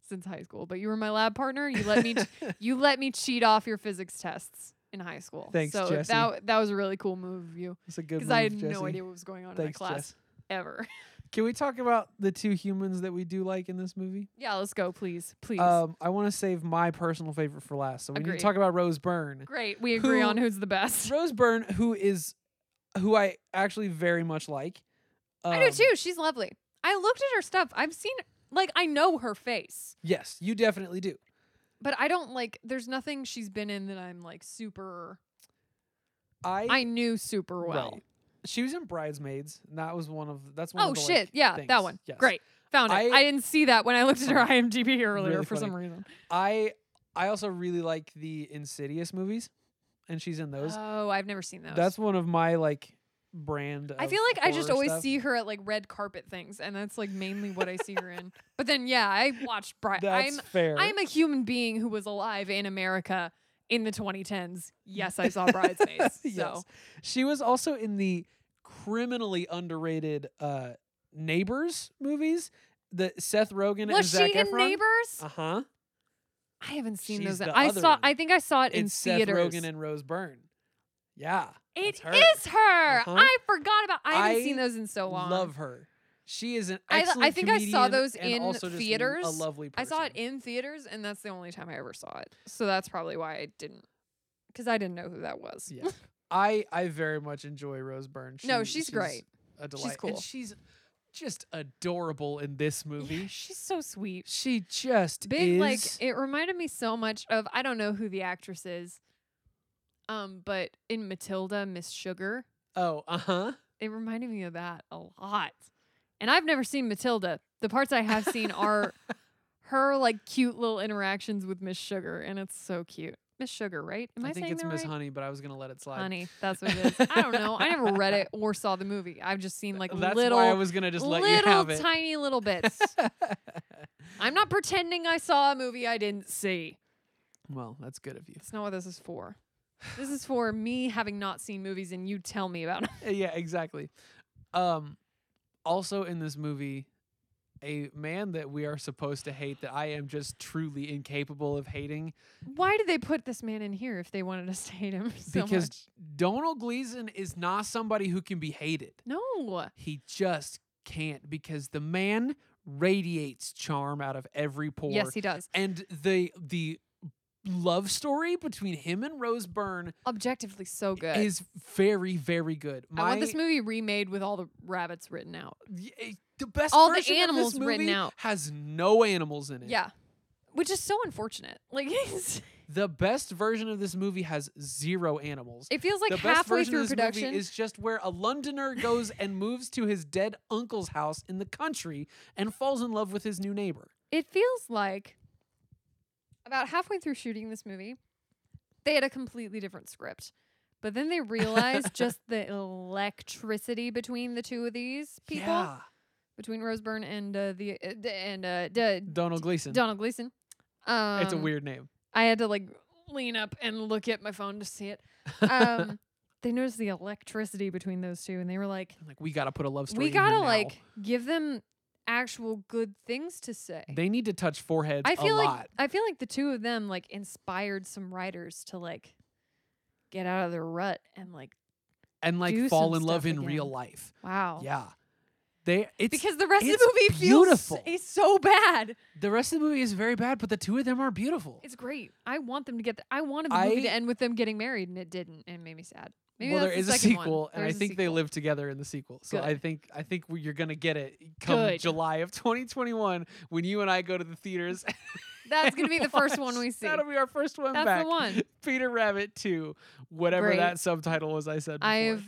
[SPEAKER 2] since high school, but you were my lab partner. You let me you let me cheat off your physics tests in high school.
[SPEAKER 1] Thanks,
[SPEAKER 2] so
[SPEAKER 1] Jesse.
[SPEAKER 2] that that was a really cool move of you
[SPEAKER 1] It's a good
[SPEAKER 2] because
[SPEAKER 1] move,
[SPEAKER 2] I had
[SPEAKER 1] Jesse.
[SPEAKER 2] no idea what was going on in that
[SPEAKER 1] Thanks,
[SPEAKER 2] class
[SPEAKER 1] Jess.
[SPEAKER 2] ever.
[SPEAKER 1] Can we talk about the two humans that we do like in this movie?
[SPEAKER 2] yeah, let's go, please, please.
[SPEAKER 1] Um, I want to save my personal favorite for last, so we need
[SPEAKER 2] Agreed.
[SPEAKER 1] to talk about Rose Byrne.
[SPEAKER 2] Great, we agree
[SPEAKER 1] who-
[SPEAKER 2] on who's the best.
[SPEAKER 1] Rose Byrne, who is who I actually very much like.
[SPEAKER 2] I do
[SPEAKER 1] Um,
[SPEAKER 2] too. She's lovely. I looked at her stuff. I've seen like I know her face.
[SPEAKER 1] Yes, you definitely do.
[SPEAKER 2] But I don't like. There's nothing she's been in that I'm like super.
[SPEAKER 1] I,
[SPEAKER 2] I knew super well.
[SPEAKER 1] right. She was in Bridesmaids, and that was one of that's one.
[SPEAKER 2] Oh
[SPEAKER 1] of the,
[SPEAKER 2] shit!
[SPEAKER 1] like,
[SPEAKER 2] yeah, that
[SPEAKER 1] things.
[SPEAKER 2] one.
[SPEAKER 1] Yes.
[SPEAKER 2] Great. Found it. I,
[SPEAKER 1] I-
[SPEAKER 2] didn't see that when I looked at her IMDb earlier
[SPEAKER 1] Really
[SPEAKER 2] for some
[SPEAKER 1] funny.
[SPEAKER 2] reason.
[SPEAKER 1] I I also really like the Insidious movies, and she's in those.
[SPEAKER 2] Oh, I've never seen those.
[SPEAKER 1] that's one of my like brand.
[SPEAKER 2] I
[SPEAKER 1] of
[SPEAKER 2] feel like I just
[SPEAKER 1] horror
[SPEAKER 2] always
[SPEAKER 1] stuff.
[SPEAKER 2] see her at like red carpet things, and that's like mainly what I see her in. But then, yeah, I watched Bride.
[SPEAKER 1] That's
[SPEAKER 2] I'm
[SPEAKER 1] fair.
[SPEAKER 2] I'm a human being who was alive in America in the 2010s. Yes, I saw Bridesmaids. So
[SPEAKER 1] Yes. She was also in the criminally underrated uh, Neighbors movies. The Seth Rogen and
[SPEAKER 2] was she
[SPEAKER 1] Zac
[SPEAKER 2] in
[SPEAKER 1] Efron.
[SPEAKER 2] Neighbors?
[SPEAKER 1] Uh huh.
[SPEAKER 2] I haven't seen
[SPEAKER 1] she's
[SPEAKER 2] those.
[SPEAKER 1] the
[SPEAKER 2] I
[SPEAKER 1] other
[SPEAKER 2] saw.
[SPEAKER 1] one.
[SPEAKER 2] I think I saw it in
[SPEAKER 1] It's Seth
[SPEAKER 2] theaters.
[SPEAKER 1] Rogen and Rose Byrne. Yeah,
[SPEAKER 2] It
[SPEAKER 1] That's her.
[SPEAKER 2] is her.
[SPEAKER 1] Uh-huh.
[SPEAKER 2] I forgot about. I haven't
[SPEAKER 1] I
[SPEAKER 2] seen those in so long.
[SPEAKER 1] love her. She is an
[SPEAKER 2] I- I
[SPEAKER 1] excellent
[SPEAKER 2] think I saw
[SPEAKER 1] comedian
[SPEAKER 2] those
[SPEAKER 1] and
[SPEAKER 2] in
[SPEAKER 1] also just
[SPEAKER 2] theaters.
[SPEAKER 1] A lovely
[SPEAKER 2] I
[SPEAKER 1] person.
[SPEAKER 2] saw it in theaters, and that's the only time I ever saw it. So that's probably why I didn't, because I didn't know who that was.
[SPEAKER 1] Yeah. I I very much enjoy Rose Byrne.
[SPEAKER 2] no,
[SPEAKER 1] She-
[SPEAKER 2] she's, great.
[SPEAKER 1] A delight.
[SPEAKER 2] cool.
[SPEAKER 1] And she's just adorable in this movie.
[SPEAKER 2] Yeah, she's so sweet.
[SPEAKER 1] She just
[SPEAKER 2] Big
[SPEAKER 1] is
[SPEAKER 2] like it reminded me so much of I don't know who the actress is, um, but in Matilda, Miss Sugar,
[SPEAKER 1] oh uh huh.
[SPEAKER 2] it reminded me of that a lot. And I've never seen Matilda. The parts I have seen are her like cute little interactions with Miss Sugar, and it's so cute. Miss Sugar, right? Am I,
[SPEAKER 1] I think
[SPEAKER 2] saying
[SPEAKER 1] it's
[SPEAKER 2] that
[SPEAKER 1] Miss
[SPEAKER 2] right?
[SPEAKER 1] Honey, but I was gonna let it slide.
[SPEAKER 2] Honey, that's what it is. I don't know. I never read it or saw the movie. I've just seen like
[SPEAKER 1] That's
[SPEAKER 2] little,
[SPEAKER 1] why I was gonna just let you
[SPEAKER 2] little
[SPEAKER 1] have it.
[SPEAKER 2] tiny little bits. I'm not pretending I saw a movie I didn't see.
[SPEAKER 1] well, that's good of you.
[SPEAKER 2] That's not what this is for. This is for me having not seen movies and you tell me about 'em.
[SPEAKER 1] Yeah, exactly. Um, also in this movie, a man that we are supposed to hate that I am just truly incapable of hating
[SPEAKER 2] Why did they put this man in here if they wanted us to hate him so
[SPEAKER 1] because
[SPEAKER 2] much?
[SPEAKER 1] Donald Gleason is not somebody who can be hated.
[SPEAKER 2] No.
[SPEAKER 1] He just can't because the man radiates charm out of every pore.
[SPEAKER 2] Yes, he does.
[SPEAKER 1] and the the love story between him and Rose Byrne
[SPEAKER 2] Objectively so good.
[SPEAKER 1] is very very good.
[SPEAKER 2] I want this movie remade with all the rabbits written out.
[SPEAKER 1] Y- eh, the best
[SPEAKER 2] All the
[SPEAKER 1] version of this
[SPEAKER 2] animals written
[SPEAKER 1] movie
[SPEAKER 2] out.
[SPEAKER 1] has no animals in it.
[SPEAKER 2] Yeah. Which is so unfortunate. Like it's-
[SPEAKER 1] The best version of this movie has zero animals.
[SPEAKER 2] it feels like
[SPEAKER 1] the best
[SPEAKER 2] halfway
[SPEAKER 1] version
[SPEAKER 2] through
[SPEAKER 1] of this
[SPEAKER 2] production
[SPEAKER 1] movie is just where a Londoner goes and moves to his dead uncle's house in the country and falls in love with his new neighbor.
[SPEAKER 2] it feels like about halfway through shooting this movie, they had a completely different script. But then they realized just the electricity between the two of these people,
[SPEAKER 1] Yeah.
[SPEAKER 2] between Roseburn and uh, the uh, d- and uh, d-
[SPEAKER 1] Donald Gleason.
[SPEAKER 2] Donald Gleason. Um,
[SPEAKER 1] it's a weird name.
[SPEAKER 2] I had to like lean up and look at my phone to see it. Um, they noticed the electricity between those two, and they were like,
[SPEAKER 1] I'm like we gotta put a love story.
[SPEAKER 2] "We
[SPEAKER 1] in here
[SPEAKER 2] gotta
[SPEAKER 1] now."
[SPEAKER 2] like give them actual good things to say."
[SPEAKER 1] They need to touch foreheads
[SPEAKER 2] I feel
[SPEAKER 1] a
[SPEAKER 2] like
[SPEAKER 1] lot.
[SPEAKER 2] I feel like the two of them like inspired some writers to like get out of their rut and like
[SPEAKER 1] and
[SPEAKER 2] do
[SPEAKER 1] like fall
[SPEAKER 2] some
[SPEAKER 1] in love
[SPEAKER 2] stuff
[SPEAKER 1] in real
[SPEAKER 2] again. Oh.
[SPEAKER 1] life.
[SPEAKER 2] wow
[SPEAKER 1] Yeah. They it's
[SPEAKER 2] because the rest of
[SPEAKER 1] it's
[SPEAKER 2] the movie
[SPEAKER 1] beautiful.
[SPEAKER 2] feels is so bad.
[SPEAKER 1] the rest of the movie is very bad, but the two of them are beautiful.
[SPEAKER 2] It's great. I want them to get. The, I wanted the movie to
[SPEAKER 1] I-
[SPEAKER 2] end with them getting married, and it didn't, and it made me sad. Maybe
[SPEAKER 1] well, there
[SPEAKER 2] that's
[SPEAKER 1] is
[SPEAKER 2] the
[SPEAKER 1] a
[SPEAKER 2] second one.
[SPEAKER 1] sequel, and I
[SPEAKER 2] There's a
[SPEAKER 1] think they
[SPEAKER 2] sequel.
[SPEAKER 1] live together in the sequel. So I
[SPEAKER 2] Good.
[SPEAKER 1] think I think we- you're gonna get it come
[SPEAKER 2] Good.
[SPEAKER 1] July of 2021 when you and I go to the theaters.
[SPEAKER 2] That's gonna be the first
[SPEAKER 1] watch-
[SPEAKER 2] one we see.
[SPEAKER 1] That'll be our first one
[SPEAKER 2] That's
[SPEAKER 1] back.
[SPEAKER 2] the one.
[SPEAKER 1] Peter Rabbit 2, whatever
[SPEAKER 2] Great.
[SPEAKER 1] that subtitle was. I said. Before.
[SPEAKER 2] I've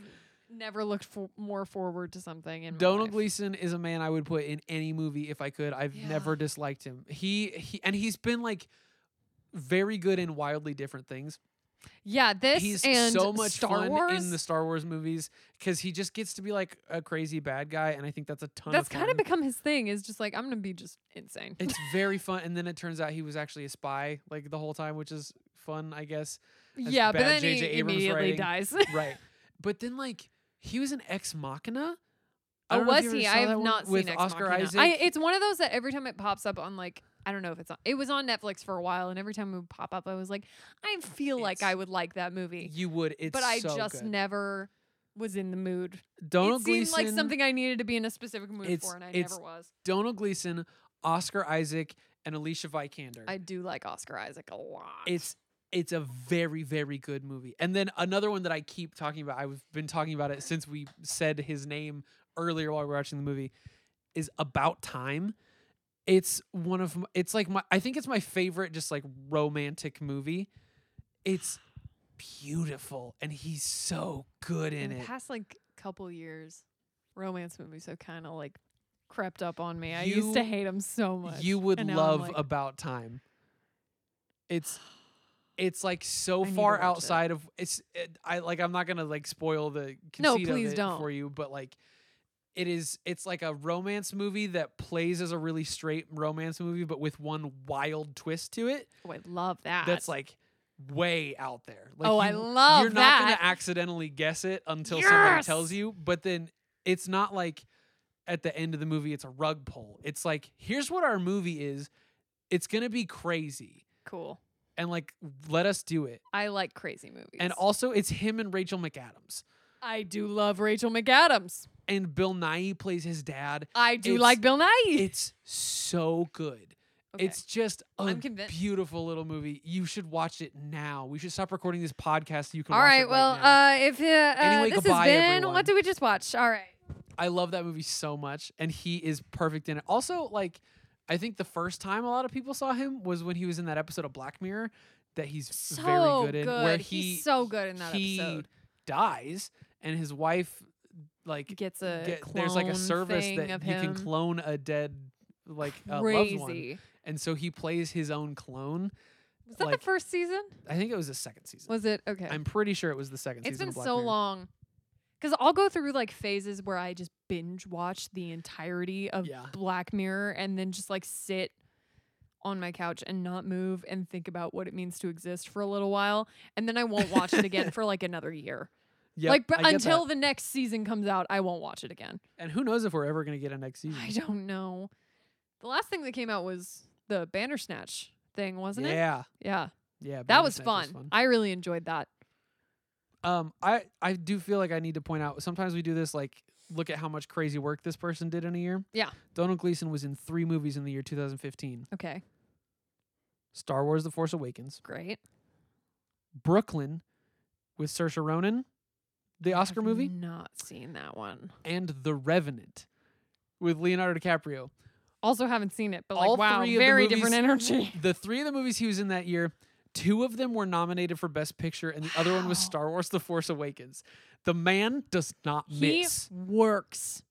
[SPEAKER 2] never looked for more forward to something. In my
[SPEAKER 1] Donald
[SPEAKER 2] life.
[SPEAKER 1] Gleason is a man I would put in any movie if I could. I've
[SPEAKER 2] Yeah.
[SPEAKER 1] never disliked him. He, he and he's been like very good in wildly different things.
[SPEAKER 2] Yeah, this
[SPEAKER 1] he's
[SPEAKER 2] and
[SPEAKER 1] so much
[SPEAKER 2] Star
[SPEAKER 1] fun
[SPEAKER 2] Wars.
[SPEAKER 1] in the Star Wars movies because he just gets to be like a crazy bad guy, and I think that's a ton.
[SPEAKER 2] that's
[SPEAKER 1] of
[SPEAKER 2] kind
[SPEAKER 1] fun.
[SPEAKER 2] of become his thing. Is just like I'm gonna be just insane.
[SPEAKER 1] It's very fun, and then it turns out he was actually a spy like the whole time, which is fun, I guess. that's
[SPEAKER 2] yeah, but
[SPEAKER 1] bad
[SPEAKER 2] then
[SPEAKER 1] J.J.
[SPEAKER 2] he
[SPEAKER 1] Abrams
[SPEAKER 2] immediately
[SPEAKER 1] writing.
[SPEAKER 2] dies.
[SPEAKER 1] right, but then like he was an ex machina. I
[SPEAKER 2] Oh,
[SPEAKER 1] don't know if
[SPEAKER 2] was
[SPEAKER 1] you
[SPEAKER 2] he?
[SPEAKER 1] ever saw
[SPEAKER 2] I have
[SPEAKER 1] that one
[SPEAKER 2] not
[SPEAKER 1] with
[SPEAKER 2] seen Ex
[SPEAKER 1] Oscar
[SPEAKER 2] Machina.
[SPEAKER 1] Isaac.
[SPEAKER 2] I, it's one of those that every time it pops up on like I don't know if it's on. It was on Netflix for a while, and every time it would pop up, I was like, I feel like
[SPEAKER 1] It's-
[SPEAKER 2] I would like that movie,
[SPEAKER 1] you would. It's
[SPEAKER 2] but I
[SPEAKER 1] so
[SPEAKER 2] just
[SPEAKER 1] good.
[SPEAKER 2] never was in the mood.
[SPEAKER 1] Donald
[SPEAKER 2] it seemed
[SPEAKER 1] Gleason.
[SPEAKER 2] like something I needed to be in a specific mood
[SPEAKER 1] It's-
[SPEAKER 2] for, and I
[SPEAKER 1] it's-
[SPEAKER 2] never was.
[SPEAKER 1] Donald Gleason, Oscar Isaac, and Alicia Vikander.
[SPEAKER 2] I do like Oscar Isaac a lot.
[SPEAKER 1] it's it's a very very good movie. And then another one that I keep talking about. I've been talking about it since we said his name earlier while we were watching the movie. Is about time. It's one of my, it's like my I think it's my favorite just like romantic movie. It's beautiful and he's so good in
[SPEAKER 2] the
[SPEAKER 1] it.
[SPEAKER 2] past like couple years, romance movies have kind of like crept up on me. I used
[SPEAKER 1] You-
[SPEAKER 2] to hate them so much.
[SPEAKER 1] You would
[SPEAKER 2] and now I'm
[SPEAKER 1] love
[SPEAKER 2] like,
[SPEAKER 1] About Time. It's it's like so
[SPEAKER 2] I need to
[SPEAKER 1] far
[SPEAKER 2] watch it.
[SPEAKER 1] outside of it's it, I like I'm not going to like spoil the conceit
[SPEAKER 2] No,
[SPEAKER 1] of
[SPEAKER 2] please
[SPEAKER 1] it
[SPEAKER 2] don't.
[SPEAKER 1] for you but like it is it's like a romance movie that plays as a really straight romance movie but with one wild twist to it
[SPEAKER 2] oh, I love that.
[SPEAKER 1] that's like way out there. Like
[SPEAKER 2] Oh, I love
[SPEAKER 1] You're not gonna
[SPEAKER 2] that.
[SPEAKER 1] accidentally guess it until somebody
[SPEAKER 2] Yes!
[SPEAKER 1] tells you. But then it's not like at the end of the movie it's a rug pull. It's like here's what our movie is. It's gonna be crazy,
[SPEAKER 2] cool.
[SPEAKER 1] and like let us do it.
[SPEAKER 2] I like crazy movies.
[SPEAKER 1] And also, it's him and Rachel McAdams,
[SPEAKER 2] I do love Rachel McAdams.
[SPEAKER 1] and Bill Nye plays his dad.
[SPEAKER 2] I do
[SPEAKER 1] It's-
[SPEAKER 2] like Bill Nye.
[SPEAKER 1] It's so good.
[SPEAKER 2] Okay.
[SPEAKER 1] It's just a
[SPEAKER 2] I'm convinced.
[SPEAKER 1] beautiful little movie. You should watch it now. We should stop recording this podcast. So you can
[SPEAKER 2] all
[SPEAKER 1] watch it
[SPEAKER 2] right. Well,
[SPEAKER 1] now.
[SPEAKER 2] uh, if uh, uh,
[SPEAKER 1] Anyway,
[SPEAKER 2] this
[SPEAKER 1] goodbye,
[SPEAKER 2] has been
[SPEAKER 1] everyone.
[SPEAKER 2] what did we just watch? All right.
[SPEAKER 1] I love that movie so much, and he is perfect in it. Also, like, I think the first time a lot of people saw him was when he was in that episode of Black Mirror that he's
[SPEAKER 2] So
[SPEAKER 1] very good in, where he
[SPEAKER 2] he's so good in that
[SPEAKER 1] he
[SPEAKER 2] episode.
[SPEAKER 1] dies, and his wife like
[SPEAKER 2] Gets a
[SPEAKER 1] get- there's like a
[SPEAKER 2] clone
[SPEAKER 1] service
[SPEAKER 2] thing
[SPEAKER 1] that you
[SPEAKER 2] of
[SPEAKER 1] can
[SPEAKER 2] him.
[SPEAKER 1] clone a dead like uh, loved
[SPEAKER 2] Crazy.
[SPEAKER 1] one, and so he plays his own clone.
[SPEAKER 2] Was that
[SPEAKER 1] like-
[SPEAKER 2] the first season?
[SPEAKER 1] I think it was the second season.
[SPEAKER 2] Was it okay?
[SPEAKER 1] I'm pretty sure it was the second
[SPEAKER 2] It's
[SPEAKER 1] season.
[SPEAKER 2] been
[SPEAKER 1] of Black
[SPEAKER 2] so
[SPEAKER 1] Mirror.
[SPEAKER 2] long. Because I'll go through like phases where I just binge watch the entirety of
[SPEAKER 1] Yeah.
[SPEAKER 2] Black Mirror and then just like sit on my couch and not move and think about what it means to exist for a little while. And then I won't watch it again for like another year.
[SPEAKER 1] Yep,
[SPEAKER 2] like,
[SPEAKER 1] I
[SPEAKER 2] but
[SPEAKER 1] get that.
[SPEAKER 2] until the next season comes out, I won't watch it again.
[SPEAKER 1] and who knows if we're ever gonna get a next season?
[SPEAKER 2] I don't know. The last thing that came out was the Bandersnatch thing, wasn't it?
[SPEAKER 1] yeah,
[SPEAKER 2] Yeah.
[SPEAKER 1] yeah.
[SPEAKER 2] That was
[SPEAKER 1] Bandersnatch
[SPEAKER 2] fun. I really enjoyed that.
[SPEAKER 1] Um, I I do feel like I need to point out sometimes we do this like look at how much crazy work this person did in a year.
[SPEAKER 2] Yeah.
[SPEAKER 1] Donald Gleason was in three movies in the year 2015:
[SPEAKER 2] Okay.
[SPEAKER 1] Star Wars: The Force Awakens,
[SPEAKER 2] Great.
[SPEAKER 1] Brooklyn, with Saoirse Ronan, the Oscar
[SPEAKER 2] I've
[SPEAKER 1] movie,
[SPEAKER 2] Not seen that one.
[SPEAKER 1] and The Revenant, with Leonardo DiCaprio.
[SPEAKER 2] Also haven't seen it, but like
[SPEAKER 1] All
[SPEAKER 2] wow,
[SPEAKER 1] three of the
[SPEAKER 2] very
[SPEAKER 1] movies-
[SPEAKER 2] different energy.
[SPEAKER 1] The three of the movies he was in that year, two of them were nominated for Best Picture, and the other one was
[SPEAKER 2] Wow.
[SPEAKER 1] Star Wars: The Force Awakens. The man does not miss.
[SPEAKER 2] He works.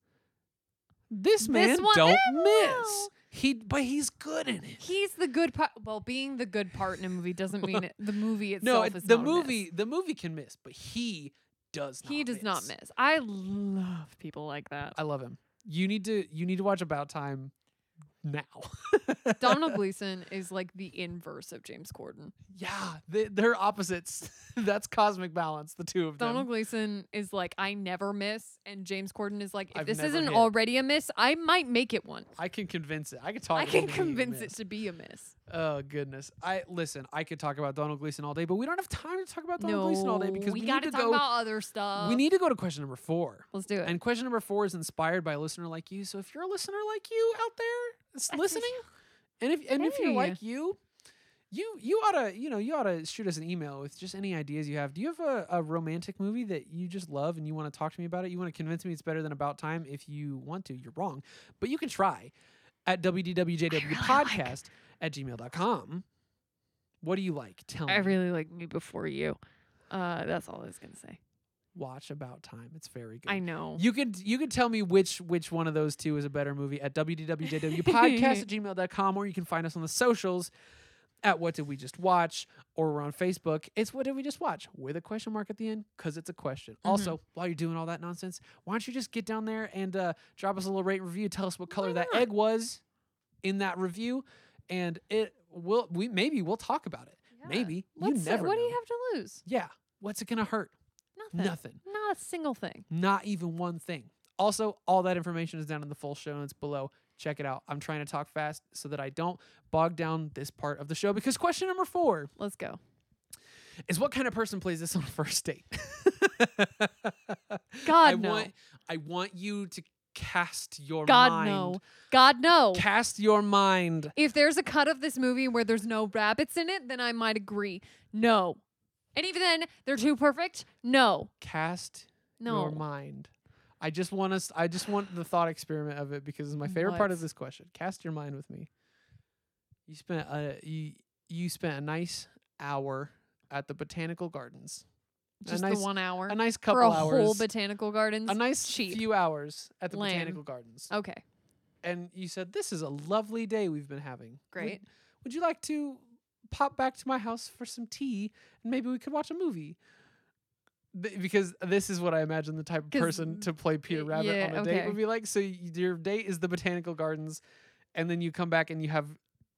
[SPEAKER 1] This man don't miss. He, but he's good in it.
[SPEAKER 2] He's the good part. Well, being the good part in a movie doesn't mean it, the movie itself
[SPEAKER 1] No, it-
[SPEAKER 2] is
[SPEAKER 1] the
[SPEAKER 2] not a miss.
[SPEAKER 1] movie, the movie can miss, but he does. Not
[SPEAKER 2] He does not miss. I love people like that.
[SPEAKER 1] I love him. You need to, you need to watch About Time now.
[SPEAKER 2] Donald Gleason is like the inverse of James Corden.
[SPEAKER 1] yeah, they, they're opposites. That's cosmic balance. The two of them.
[SPEAKER 2] Donald Gleason is like I never miss, and James Corden is like if
[SPEAKER 1] I've
[SPEAKER 2] this
[SPEAKER 1] never
[SPEAKER 2] isn't
[SPEAKER 1] hit.
[SPEAKER 2] already a miss, I might make it one.
[SPEAKER 1] I can convince it. I can talk.
[SPEAKER 2] I
[SPEAKER 1] it
[SPEAKER 2] can
[SPEAKER 1] into being a
[SPEAKER 2] convince
[SPEAKER 1] miss.
[SPEAKER 2] it to be a miss.
[SPEAKER 1] Oh goodness! I listen. I could talk about Donald Gleason all day, but we don't have time to talk about Donald Gleason all day because we,
[SPEAKER 2] we,
[SPEAKER 1] need
[SPEAKER 2] gotta
[SPEAKER 1] to
[SPEAKER 2] talk
[SPEAKER 1] go.
[SPEAKER 2] about other stuff.
[SPEAKER 1] we need to go to question number four.
[SPEAKER 2] Let's do it.
[SPEAKER 1] And question number four is inspired by a listener like you. So if you're a listener like you out there s-
[SPEAKER 2] That's a
[SPEAKER 1] listening, and if and if you're
[SPEAKER 2] Hey.
[SPEAKER 1] like you, you you ought to you know you ought to shoot us an email with just any ideas you have. Do you have a, a romantic movie that you just love and you want to talk to me about it? You want to convince me it's better than About Time? If you want to, you're wrong, but you can try at wdwjw
[SPEAKER 2] like-
[SPEAKER 1] podcast at gmail.com. What do you like? Tell me.
[SPEAKER 2] I really like me before you. Uh, that's all I was gonna say.
[SPEAKER 1] Watch About Time. It's very good.
[SPEAKER 2] I know.
[SPEAKER 1] You could you could tell me which which one of those two is a better movie at wdwjwpodcast at gmail.com or you can find us on the socials at what did we just watch or we're on Facebook. It's what did we just watch with a question mark at the end because it's a question.
[SPEAKER 2] Mm-hmm.
[SPEAKER 1] Also, while you're doing all that nonsense, why don't you just get down there and uh, drop us a little rate and review. Tell us what color that egg was in that review, and it will we maybe we'll talk about it.
[SPEAKER 2] Yeah.
[SPEAKER 1] Maybe
[SPEAKER 2] Let's
[SPEAKER 1] you
[SPEAKER 2] see-
[SPEAKER 1] never.
[SPEAKER 2] What do you
[SPEAKER 1] know.
[SPEAKER 2] have to lose?
[SPEAKER 1] Yeah, what's it gonna hurt?
[SPEAKER 2] Nothing.
[SPEAKER 1] Nothing
[SPEAKER 2] Not a single thing.
[SPEAKER 1] not even one thing. Also, all that information is down in the full show notes below. Check it out. I'm trying to talk fast so that I don't bog down this part of the show because question number four
[SPEAKER 2] Let's go.
[SPEAKER 1] is what kind of person plays this on a first date?
[SPEAKER 2] God
[SPEAKER 1] I
[SPEAKER 2] no.
[SPEAKER 1] want I want you to cast your
[SPEAKER 2] God
[SPEAKER 1] mind.
[SPEAKER 2] no. God no.
[SPEAKER 1] Cast your mind.
[SPEAKER 2] If there's a cut of this movie where there's no rabbits in it, then I might agree. No. And even then, they're too perfect. No.
[SPEAKER 1] Cast
[SPEAKER 2] No.
[SPEAKER 1] your mind. I just want us I just want the thought experiment of it because it's my favorite part of
[SPEAKER 2] What?
[SPEAKER 1] this question. Cast your mind with me. You spent a you, you spent a nice hour at the botanical gardens.
[SPEAKER 2] Just
[SPEAKER 1] a nice
[SPEAKER 2] the one hour.
[SPEAKER 1] a nice
[SPEAKER 2] For
[SPEAKER 1] couple
[SPEAKER 2] a
[SPEAKER 1] hours.
[SPEAKER 2] whole botanical gardens.
[SPEAKER 1] a nice
[SPEAKER 2] cheap.
[SPEAKER 1] few hours at the
[SPEAKER 2] Lame.
[SPEAKER 1] botanical gardens.
[SPEAKER 2] okay.
[SPEAKER 1] And you said this is a lovely day we've been having.
[SPEAKER 2] Great.
[SPEAKER 1] Would, would you like to pop back to my house for some tea and maybe we could watch a movie? Th- Because this is what I imagine the type of
[SPEAKER 2] 'Cause
[SPEAKER 1] person to play Peter
[SPEAKER 2] y-
[SPEAKER 1] Rabbit
[SPEAKER 2] yeah,
[SPEAKER 1] on a date
[SPEAKER 2] okay.
[SPEAKER 1] would be like. So y- your date is the botanical gardens, and then you come back and you have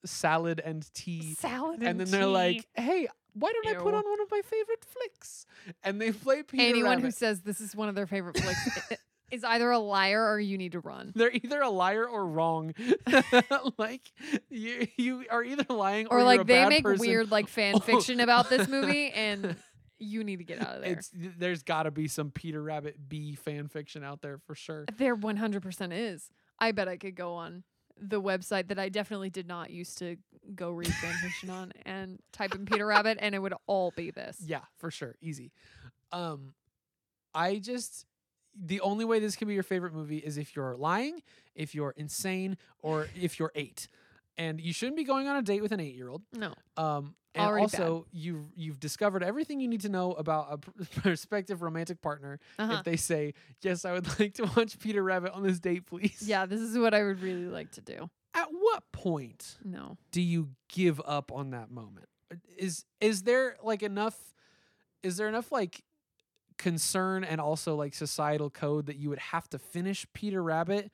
[SPEAKER 1] salad and tea,
[SPEAKER 2] Salad
[SPEAKER 1] and then they're like, "Hey, why don't I put
[SPEAKER 2] Ew.
[SPEAKER 1] on one of my favorite flicks?" And they play Peter
[SPEAKER 2] anyone
[SPEAKER 1] Rabbit.
[SPEAKER 2] who says this is one of their favorite flicks i- is either a liar or you need to run.
[SPEAKER 1] they're either a liar or wrong. like you, you are either lying or,
[SPEAKER 2] Or,
[SPEAKER 1] you're a
[SPEAKER 2] like they
[SPEAKER 1] bad
[SPEAKER 2] make
[SPEAKER 1] person. Oh.
[SPEAKER 2] weird like fan fiction about this movie and you need to get out of there.
[SPEAKER 1] It's there's got to be some Peter Rabbit B fan fiction out there for sure.
[SPEAKER 2] There 100% is. I bet I could go on the website that I definitely did not used to go read fanfiction on and type in Peter Rabbit and it would all be this.
[SPEAKER 1] Yeah, for sure, easy. Um, I just the only way this can be your favorite movie is if you're lying, if you're insane, or if you're eight. And you shouldn't be going on a date with an eight-year-old.
[SPEAKER 2] No.
[SPEAKER 1] Um, and
[SPEAKER 2] Already bad.
[SPEAKER 1] also, you've you've discovered everything you need to know about a pr- prospective romantic partner
[SPEAKER 2] Uh-huh.
[SPEAKER 1] if they say, "Yes, I would like to watch Peter Rabbit on this date, please."
[SPEAKER 2] Yeah, this is what I would really like to do.
[SPEAKER 1] At what point
[SPEAKER 2] No.
[SPEAKER 1] do you give up on that moment? Uh, Is is there like enough? Is there enough like concern and also like societal code that you would have to finish Peter Rabbit,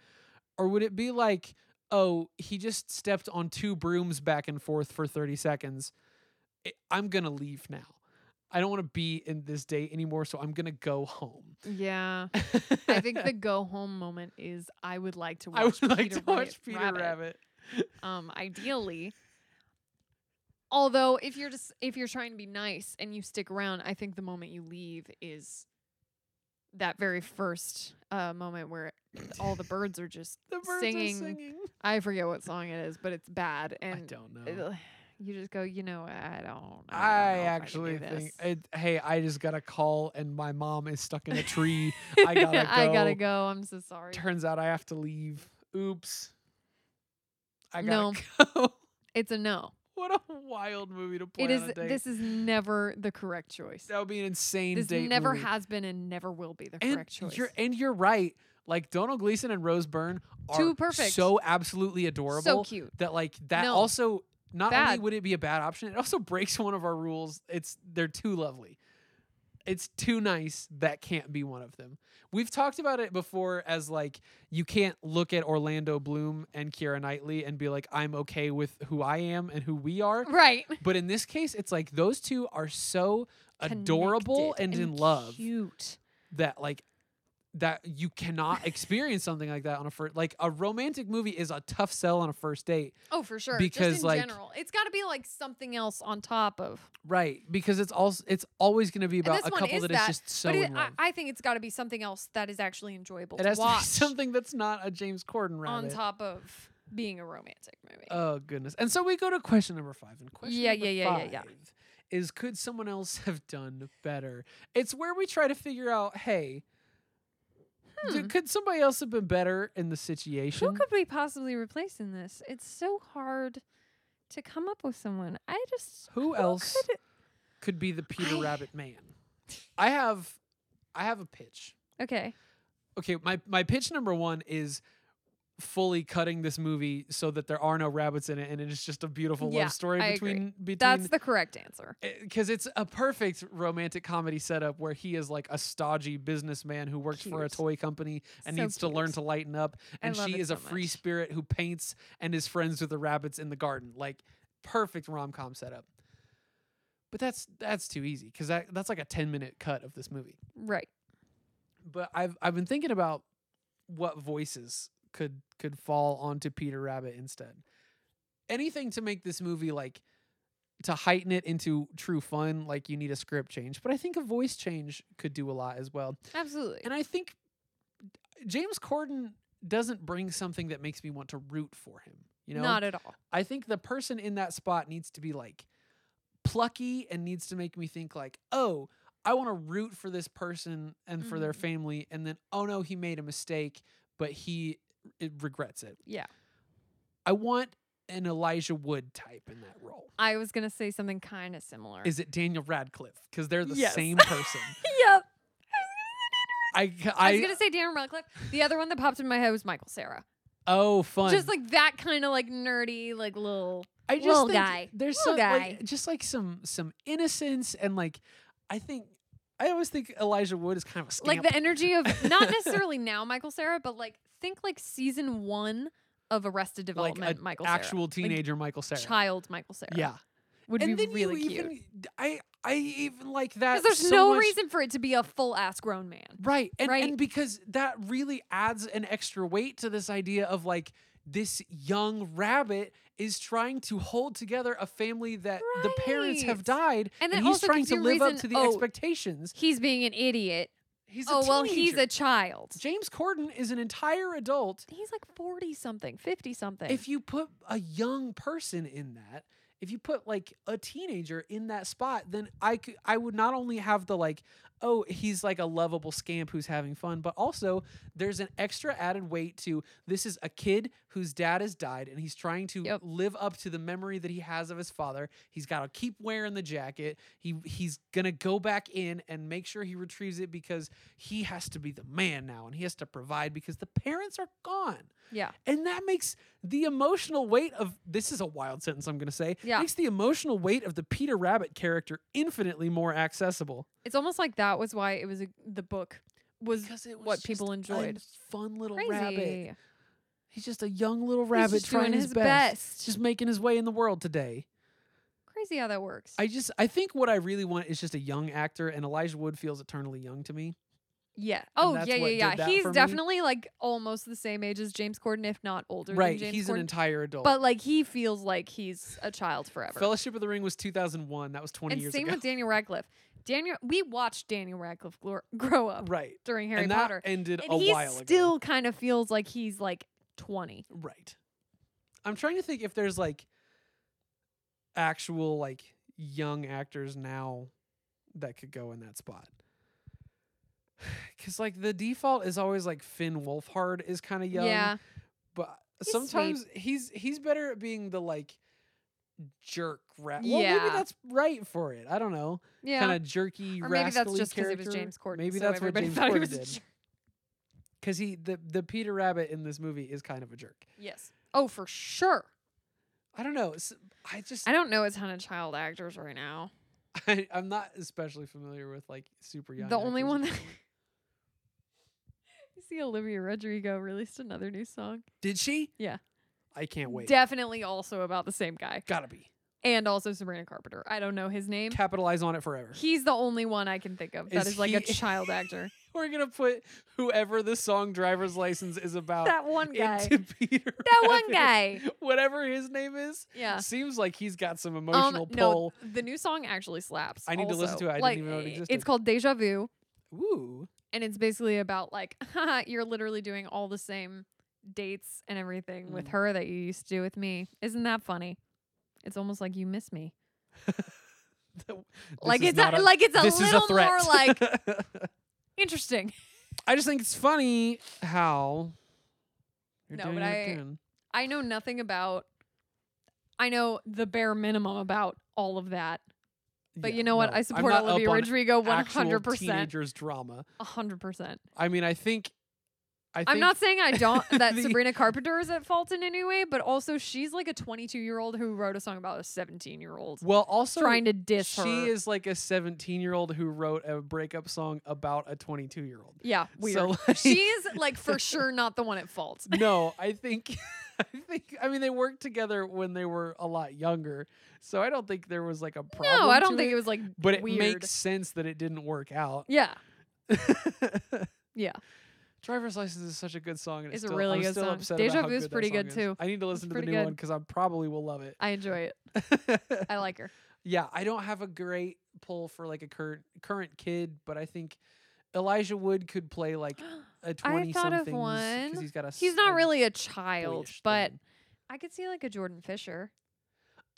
[SPEAKER 1] or would it be like, oh, he just stepped on two brooms back and forth for thirty seconds? I- I'm gonna leave now. I don't want to be in this date anymore, so I'm gonna go home.
[SPEAKER 2] Yeah. I think the go home moment is I would like to watch
[SPEAKER 1] I would
[SPEAKER 2] Peter
[SPEAKER 1] like to
[SPEAKER 2] Ra-
[SPEAKER 1] watch Peter Rabbit.
[SPEAKER 2] um ideally although if you're just if you're trying to be nice and you stick around i think the moment you leave is that very first uh moment where all the birds are just
[SPEAKER 1] The birds are
[SPEAKER 2] singing.
[SPEAKER 1] singing.
[SPEAKER 2] i forget what song it is but it's bad and
[SPEAKER 1] I don't know.
[SPEAKER 2] it- you just go you know i don't i, don't
[SPEAKER 1] I
[SPEAKER 2] know if can
[SPEAKER 1] actually
[SPEAKER 2] do
[SPEAKER 1] think,
[SPEAKER 2] this.
[SPEAKER 1] it, hey, I just got a call and my mom is stuck in a tree. I gotta go.
[SPEAKER 2] i gotta go i'm so sorry
[SPEAKER 1] Turns out I have to leave. Oops. I
[SPEAKER 2] No.
[SPEAKER 1] gotta go.
[SPEAKER 2] it's a no
[SPEAKER 1] what a wild movie to play
[SPEAKER 2] it is
[SPEAKER 1] on a date.
[SPEAKER 2] this is never the correct choice
[SPEAKER 1] that would be an insane
[SPEAKER 2] this
[SPEAKER 1] date.
[SPEAKER 2] never
[SPEAKER 1] movie.
[SPEAKER 2] has been and never will be the
[SPEAKER 1] and
[SPEAKER 2] correct choice
[SPEAKER 1] You're, and you're right. Like Donald Gleason and Rose Byrne are
[SPEAKER 2] Too perfect.
[SPEAKER 1] so absolutely adorable
[SPEAKER 2] So cute.
[SPEAKER 1] that like that
[SPEAKER 2] No.
[SPEAKER 1] also not only
[SPEAKER 2] Bad.
[SPEAKER 1] would it be a bad option, it also breaks one of our rules. It's they're too lovely. It's too nice. That can't be one of them. We've talked about it before as like you can't look at Orlando Bloom and Kira Knightley and be like, I'm okay with who I am and who we are.
[SPEAKER 2] Right.
[SPEAKER 1] But in this case, it's like those two are so adorable
[SPEAKER 2] Connected
[SPEAKER 1] and, in love
[SPEAKER 2] Cute.
[SPEAKER 1] that like that you cannot experience something like that on a first like a romantic movie is a tough sell on a first date
[SPEAKER 2] Oh, for sure.
[SPEAKER 1] Because,
[SPEAKER 2] Just in
[SPEAKER 1] like-
[SPEAKER 2] general, it's got to be like something else on top of.
[SPEAKER 1] right because it's also it's always going to be
[SPEAKER 2] And
[SPEAKER 1] about
[SPEAKER 2] this
[SPEAKER 1] a
[SPEAKER 2] one
[SPEAKER 1] couple
[SPEAKER 2] is
[SPEAKER 1] that is
[SPEAKER 2] that,
[SPEAKER 1] just so
[SPEAKER 2] but it,
[SPEAKER 1] in
[SPEAKER 2] I,
[SPEAKER 1] love
[SPEAKER 2] I think it's got to be something else that is actually enjoyable
[SPEAKER 1] it
[SPEAKER 2] to
[SPEAKER 1] has to
[SPEAKER 2] watch
[SPEAKER 1] be something that's not a james corden
[SPEAKER 2] on
[SPEAKER 1] rabbit
[SPEAKER 2] top of being a romantic movie.
[SPEAKER 1] oh goodness and so we go to question number five and question
[SPEAKER 2] Yeah,
[SPEAKER 1] number
[SPEAKER 2] yeah, yeah, yeah, yeah.
[SPEAKER 1] five is could someone else have done better it's where we try to figure out hey d-
[SPEAKER 2] Hmm.
[SPEAKER 1] could somebody else have been better in the situation
[SPEAKER 2] Who could we possibly replace in this? It's so hard to come up with someone. I just
[SPEAKER 1] Who else
[SPEAKER 2] could-
[SPEAKER 1] could be the Peter
[SPEAKER 2] I-
[SPEAKER 1] Rabbit man? I have I have a pitch.
[SPEAKER 2] okay.
[SPEAKER 1] Okay, my my pitch number 1 is fully cutting this movie so that there are no rabbits in it and it's just a beautiful
[SPEAKER 2] Yeah,
[SPEAKER 1] love story
[SPEAKER 2] I agree.
[SPEAKER 1] between between
[SPEAKER 2] That's the correct answer.
[SPEAKER 1] because it's a perfect romantic comedy setup where he is like a stodgy businessman who works for a
[SPEAKER 2] Cute.
[SPEAKER 1] toy company and
[SPEAKER 2] So
[SPEAKER 1] needs to learn
[SPEAKER 2] cute.
[SPEAKER 1] to lighten up
[SPEAKER 2] I
[SPEAKER 1] and
[SPEAKER 2] love
[SPEAKER 1] she
[SPEAKER 2] it
[SPEAKER 1] is a
[SPEAKER 2] so
[SPEAKER 1] free
[SPEAKER 2] much.
[SPEAKER 1] spirit who paints and is friends with the rabbits in the garden like perfect rom-com setup but that's that's too easy because that, that's like a 10 minute cut of this movie
[SPEAKER 2] Right.
[SPEAKER 1] but I've I've been thinking about what voices could could fall onto Peter Rabbit instead. Anything to make this movie like to heighten it into true fun, like you need a script change. But I think a voice change could do a lot as well.
[SPEAKER 2] Absolutely.
[SPEAKER 1] And I think James Corden doesn't bring something that makes me want to root for him. You know,
[SPEAKER 2] Not at all.
[SPEAKER 1] I think the person in that spot needs to be like plucky and needs to make me think like, oh, I want to root for this person and for their
[SPEAKER 2] Mhm.
[SPEAKER 1] family, and then oh no, he made a mistake, but he it regrets it.
[SPEAKER 2] Yeah.
[SPEAKER 1] I want an Elijah Wood type in that role.
[SPEAKER 2] I was gonna say something kind of similar.
[SPEAKER 1] Is it Daniel Radcliffe? Because they're the
[SPEAKER 2] Yes.
[SPEAKER 1] same person.
[SPEAKER 2] yep.
[SPEAKER 1] I,
[SPEAKER 2] I
[SPEAKER 1] I,
[SPEAKER 2] was gonna say Daniel Radcliffe. The other one that popped in my head was Michael Sarah.
[SPEAKER 1] oh fun.
[SPEAKER 2] Just like that kind of like nerdy, like little.
[SPEAKER 1] I just
[SPEAKER 2] Little
[SPEAKER 1] think
[SPEAKER 2] guy.
[SPEAKER 1] There's
[SPEAKER 2] Little
[SPEAKER 1] some
[SPEAKER 2] guy.
[SPEAKER 1] Like, just like some some innocence and like I think I always think Elijah Wood is kind of a scamp.
[SPEAKER 2] like the energy of not necessarily now Michael Sarah, but like think like season one of Arrested
[SPEAKER 1] Like a
[SPEAKER 2] Development Michael
[SPEAKER 1] actual
[SPEAKER 2] Cera. Like,
[SPEAKER 1] teenager Michael Sarah.
[SPEAKER 2] child Michael Sarah.
[SPEAKER 1] Yeah,
[SPEAKER 2] would
[SPEAKER 1] and
[SPEAKER 2] be
[SPEAKER 1] then
[SPEAKER 2] really
[SPEAKER 1] you
[SPEAKER 2] cute.
[SPEAKER 1] even I I even like that.
[SPEAKER 2] Because there's
[SPEAKER 1] so
[SPEAKER 2] no
[SPEAKER 1] much-
[SPEAKER 2] reason for it to be a full ass grown man.
[SPEAKER 1] right? And
[SPEAKER 2] Right.
[SPEAKER 1] and because that really adds an extra weight to this idea of like this young rabbit is trying to hold together a family that the parents have
[SPEAKER 2] Right.
[SPEAKER 1] died,
[SPEAKER 2] And that
[SPEAKER 1] he's
[SPEAKER 2] also
[SPEAKER 1] trying
[SPEAKER 2] gives
[SPEAKER 1] to
[SPEAKER 2] you
[SPEAKER 1] live up
[SPEAKER 2] reason-
[SPEAKER 1] to the
[SPEAKER 2] oh,
[SPEAKER 1] expectations.
[SPEAKER 2] He's being an idiot.
[SPEAKER 1] He's a
[SPEAKER 2] oh well, he's
[SPEAKER 1] teenager.
[SPEAKER 2] a child.
[SPEAKER 1] James Corden is an entire adult.
[SPEAKER 2] He's like forty something, fifty something.
[SPEAKER 1] If you put a young person in that, if you put like a teenager in that spot, then I could I would not only have the like, oh, he's like a lovable scamp who's having fun, but also there's an extra added weight to this is a kid whose dad has died and he's trying to
[SPEAKER 2] Yep.
[SPEAKER 1] live up to the memory that he has of his father. He's got to keep wearing the jacket. He he's going to go back in and make sure he retrieves it because he has to be the man now and he has to provide because the parents are gone.
[SPEAKER 2] yeah,
[SPEAKER 1] And that makes the emotional weight of this is a wild sentence I'm going to say.
[SPEAKER 2] Yeah.
[SPEAKER 1] Makes the emotional weight of the Peter Rabbit character infinitely more accessible
[SPEAKER 2] it's almost like that was why it was a, the book was
[SPEAKER 1] it was
[SPEAKER 2] what
[SPEAKER 1] just
[SPEAKER 2] people
[SPEAKER 1] a
[SPEAKER 2] enjoyed.
[SPEAKER 1] fun little
[SPEAKER 2] crazy.
[SPEAKER 1] rabbit. He's just a young little
[SPEAKER 2] He's
[SPEAKER 1] rabbit
[SPEAKER 2] just
[SPEAKER 1] trying
[SPEAKER 2] doing
[SPEAKER 1] his,
[SPEAKER 2] his
[SPEAKER 1] best.
[SPEAKER 2] best.
[SPEAKER 1] Just making his way in the world today.
[SPEAKER 2] Crazy how that works.
[SPEAKER 1] I just I think what I really want is just a young actor and Elijah Wood feels eternally young to me.
[SPEAKER 2] yeah. Oh
[SPEAKER 1] that's
[SPEAKER 2] yeah,
[SPEAKER 1] what
[SPEAKER 2] yeah,
[SPEAKER 1] did
[SPEAKER 2] yeah.
[SPEAKER 1] that
[SPEAKER 2] He's
[SPEAKER 1] for me.
[SPEAKER 2] definitely like almost the same age as James Corden, if not older.
[SPEAKER 1] right,
[SPEAKER 2] than James
[SPEAKER 1] he's
[SPEAKER 2] Corden.
[SPEAKER 1] an entire adult.
[SPEAKER 2] But like he feels like he's a child forever.
[SPEAKER 1] Fellowship of the Ring was 2001. That was 20
[SPEAKER 2] and
[SPEAKER 1] years
[SPEAKER 2] same
[SPEAKER 1] ago.
[SPEAKER 2] with Daniel Radcliffe. Daniel, we watched Daniel Radcliffe glor- grow up
[SPEAKER 1] right.
[SPEAKER 2] during Harry
[SPEAKER 1] and
[SPEAKER 2] Potter,
[SPEAKER 1] that ended
[SPEAKER 2] and
[SPEAKER 1] a
[SPEAKER 2] he
[SPEAKER 1] while ago.
[SPEAKER 2] still kind of feels like he's like twenty.
[SPEAKER 1] Right. I'm trying to think if there's like actual like young actors now that could go in that spot. Cause like the default is always like Finn Wolfhard is kind of young,
[SPEAKER 2] Yeah,
[SPEAKER 1] but
[SPEAKER 2] He's sweet.
[SPEAKER 1] sometimes he's he's better at being the like jerk rat. Well,
[SPEAKER 2] Yeah.
[SPEAKER 1] maybe that's right for it. I don't know,
[SPEAKER 2] yeah.
[SPEAKER 1] kind of jerky.
[SPEAKER 2] or maybe that's
[SPEAKER 1] rascally
[SPEAKER 2] just because it was
[SPEAKER 1] character.
[SPEAKER 2] James Corden.
[SPEAKER 1] Maybe
[SPEAKER 2] so
[SPEAKER 1] that's what
[SPEAKER 2] everybody
[SPEAKER 1] James
[SPEAKER 2] thought he
[SPEAKER 1] Corden
[SPEAKER 2] was a
[SPEAKER 1] did.
[SPEAKER 2] jerk.
[SPEAKER 1] because he the the Peter Rabbit in this movie is kind of a jerk.
[SPEAKER 2] Yes. Oh, for sure.
[SPEAKER 1] I don't know. s- I just
[SPEAKER 2] I don't know a ton of child actors right now.
[SPEAKER 1] I, I'm not especially familiar with like super young.
[SPEAKER 2] the only
[SPEAKER 1] actors
[SPEAKER 2] one
[SPEAKER 1] at
[SPEAKER 2] that
[SPEAKER 1] the moment.
[SPEAKER 2] you see Olivia Rodrigo released another new song.
[SPEAKER 1] did she?
[SPEAKER 2] Yeah.
[SPEAKER 1] I can't wait.
[SPEAKER 2] Definitely also about the same guy.
[SPEAKER 1] Gotta be
[SPEAKER 2] And also Sabrina Carpenter. I don't know his name.
[SPEAKER 1] capitalize on it forever.
[SPEAKER 2] He's the only one I can think of that
[SPEAKER 1] Is
[SPEAKER 2] is, like a
[SPEAKER 1] he-
[SPEAKER 2] child actor.
[SPEAKER 1] We're gonna put whoever the song "Driver's License" is about
[SPEAKER 2] that one guy.
[SPEAKER 1] into Peter.
[SPEAKER 2] That one
[SPEAKER 1] Rabbit.
[SPEAKER 2] guy.
[SPEAKER 1] whatever his name is,
[SPEAKER 2] Yeah.
[SPEAKER 1] seems like he's got some
[SPEAKER 2] Um,
[SPEAKER 1] emotional pull.
[SPEAKER 2] no, the new song actually slaps.
[SPEAKER 1] I need to listen
[SPEAKER 2] also.
[SPEAKER 1] to it. I didn't
[SPEAKER 2] Like, eh,
[SPEAKER 1] even know it existed.
[SPEAKER 2] It's called Deja Vu.
[SPEAKER 1] Ooh,
[SPEAKER 2] and it's basically about like haha, you're literally doing all the same dates and everything with
[SPEAKER 1] Mm.
[SPEAKER 2] her that you used to do with me isn't that funny it's almost like you miss me
[SPEAKER 1] This
[SPEAKER 2] like
[SPEAKER 1] is
[SPEAKER 2] it's a,
[SPEAKER 1] not
[SPEAKER 2] like it's a
[SPEAKER 1] this is
[SPEAKER 2] little
[SPEAKER 1] a threat.
[SPEAKER 2] more like interesting
[SPEAKER 1] I just think it's funny how you're
[SPEAKER 2] No,
[SPEAKER 1] doing
[SPEAKER 2] but
[SPEAKER 1] it
[SPEAKER 2] I-
[SPEAKER 1] again.
[SPEAKER 2] i know nothing about i know the bare minimum about all of that but
[SPEAKER 1] Yeah,
[SPEAKER 2] you know what
[SPEAKER 1] no,
[SPEAKER 2] i
[SPEAKER 1] I'm
[SPEAKER 2] support
[SPEAKER 1] not
[SPEAKER 2] olivia
[SPEAKER 1] up on
[SPEAKER 2] rodrigo
[SPEAKER 1] actual
[SPEAKER 2] 100%
[SPEAKER 1] Teenagers drama.
[SPEAKER 2] 100%
[SPEAKER 1] I mean, I think. I think,
[SPEAKER 2] i'm not saying i don't that
[SPEAKER 1] the-
[SPEAKER 2] sabrina carpenter is at fault in any way but also she's like a 22 year old who wrote a song about a 17 year old
[SPEAKER 1] Well, also
[SPEAKER 2] trying to diss her
[SPEAKER 1] She is like a 17 year old who wrote a breakup song about a 22 year old.
[SPEAKER 2] Yeah, weird.
[SPEAKER 1] So like,
[SPEAKER 2] She's like for sure not the one at fault.
[SPEAKER 1] no, I think, I think, I mean, they worked together when they were a lot younger, so I don't think there was like a problem.
[SPEAKER 2] No, I don't
[SPEAKER 1] to
[SPEAKER 2] think it was like
[SPEAKER 1] But it
[SPEAKER 2] weird.
[SPEAKER 1] makes sense that it didn't work out.
[SPEAKER 2] Yeah. Yeah.
[SPEAKER 1] Driver's license is such a good song. And it's,
[SPEAKER 2] It's a
[SPEAKER 1] still,
[SPEAKER 2] really
[SPEAKER 1] I'm
[SPEAKER 2] good
[SPEAKER 1] still
[SPEAKER 2] song.
[SPEAKER 1] Upset
[SPEAKER 2] Deja
[SPEAKER 1] about how good
[SPEAKER 2] Vu's
[SPEAKER 1] that
[SPEAKER 2] pretty
[SPEAKER 1] song
[SPEAKER 2] good,
[SPEAKER 1] is.
[SPEAKER 2] too.
[SPEAKER 1] I need to listen to the
[SPEAKER 2] pretty
[SPEAKER 1] new
[SPEAKER 2] good.
[SPEAKER 1] one because I probably will love it.
[SPEAKER 2] I enjoy it. I like her.
[SPEAKER 1] yeah, I don't have a great pull for like a current current kid, but I think Elijah Wood could play like a twenty
[SPEAKER 2] thought of
[SPEAKER 1] something
[SPEAKER 2] one.
[SPEAKER 1] he's got a.
[SPEAKER 2] He's not
[SPEAKER 1] a
[SPEAKER 2] really a child,
[SPEAKER 1] boyish
[SPEAKER 2] but
[SPEAKER 1] thing.
[SPEAKER 2] I could see like a Jordan Fisher.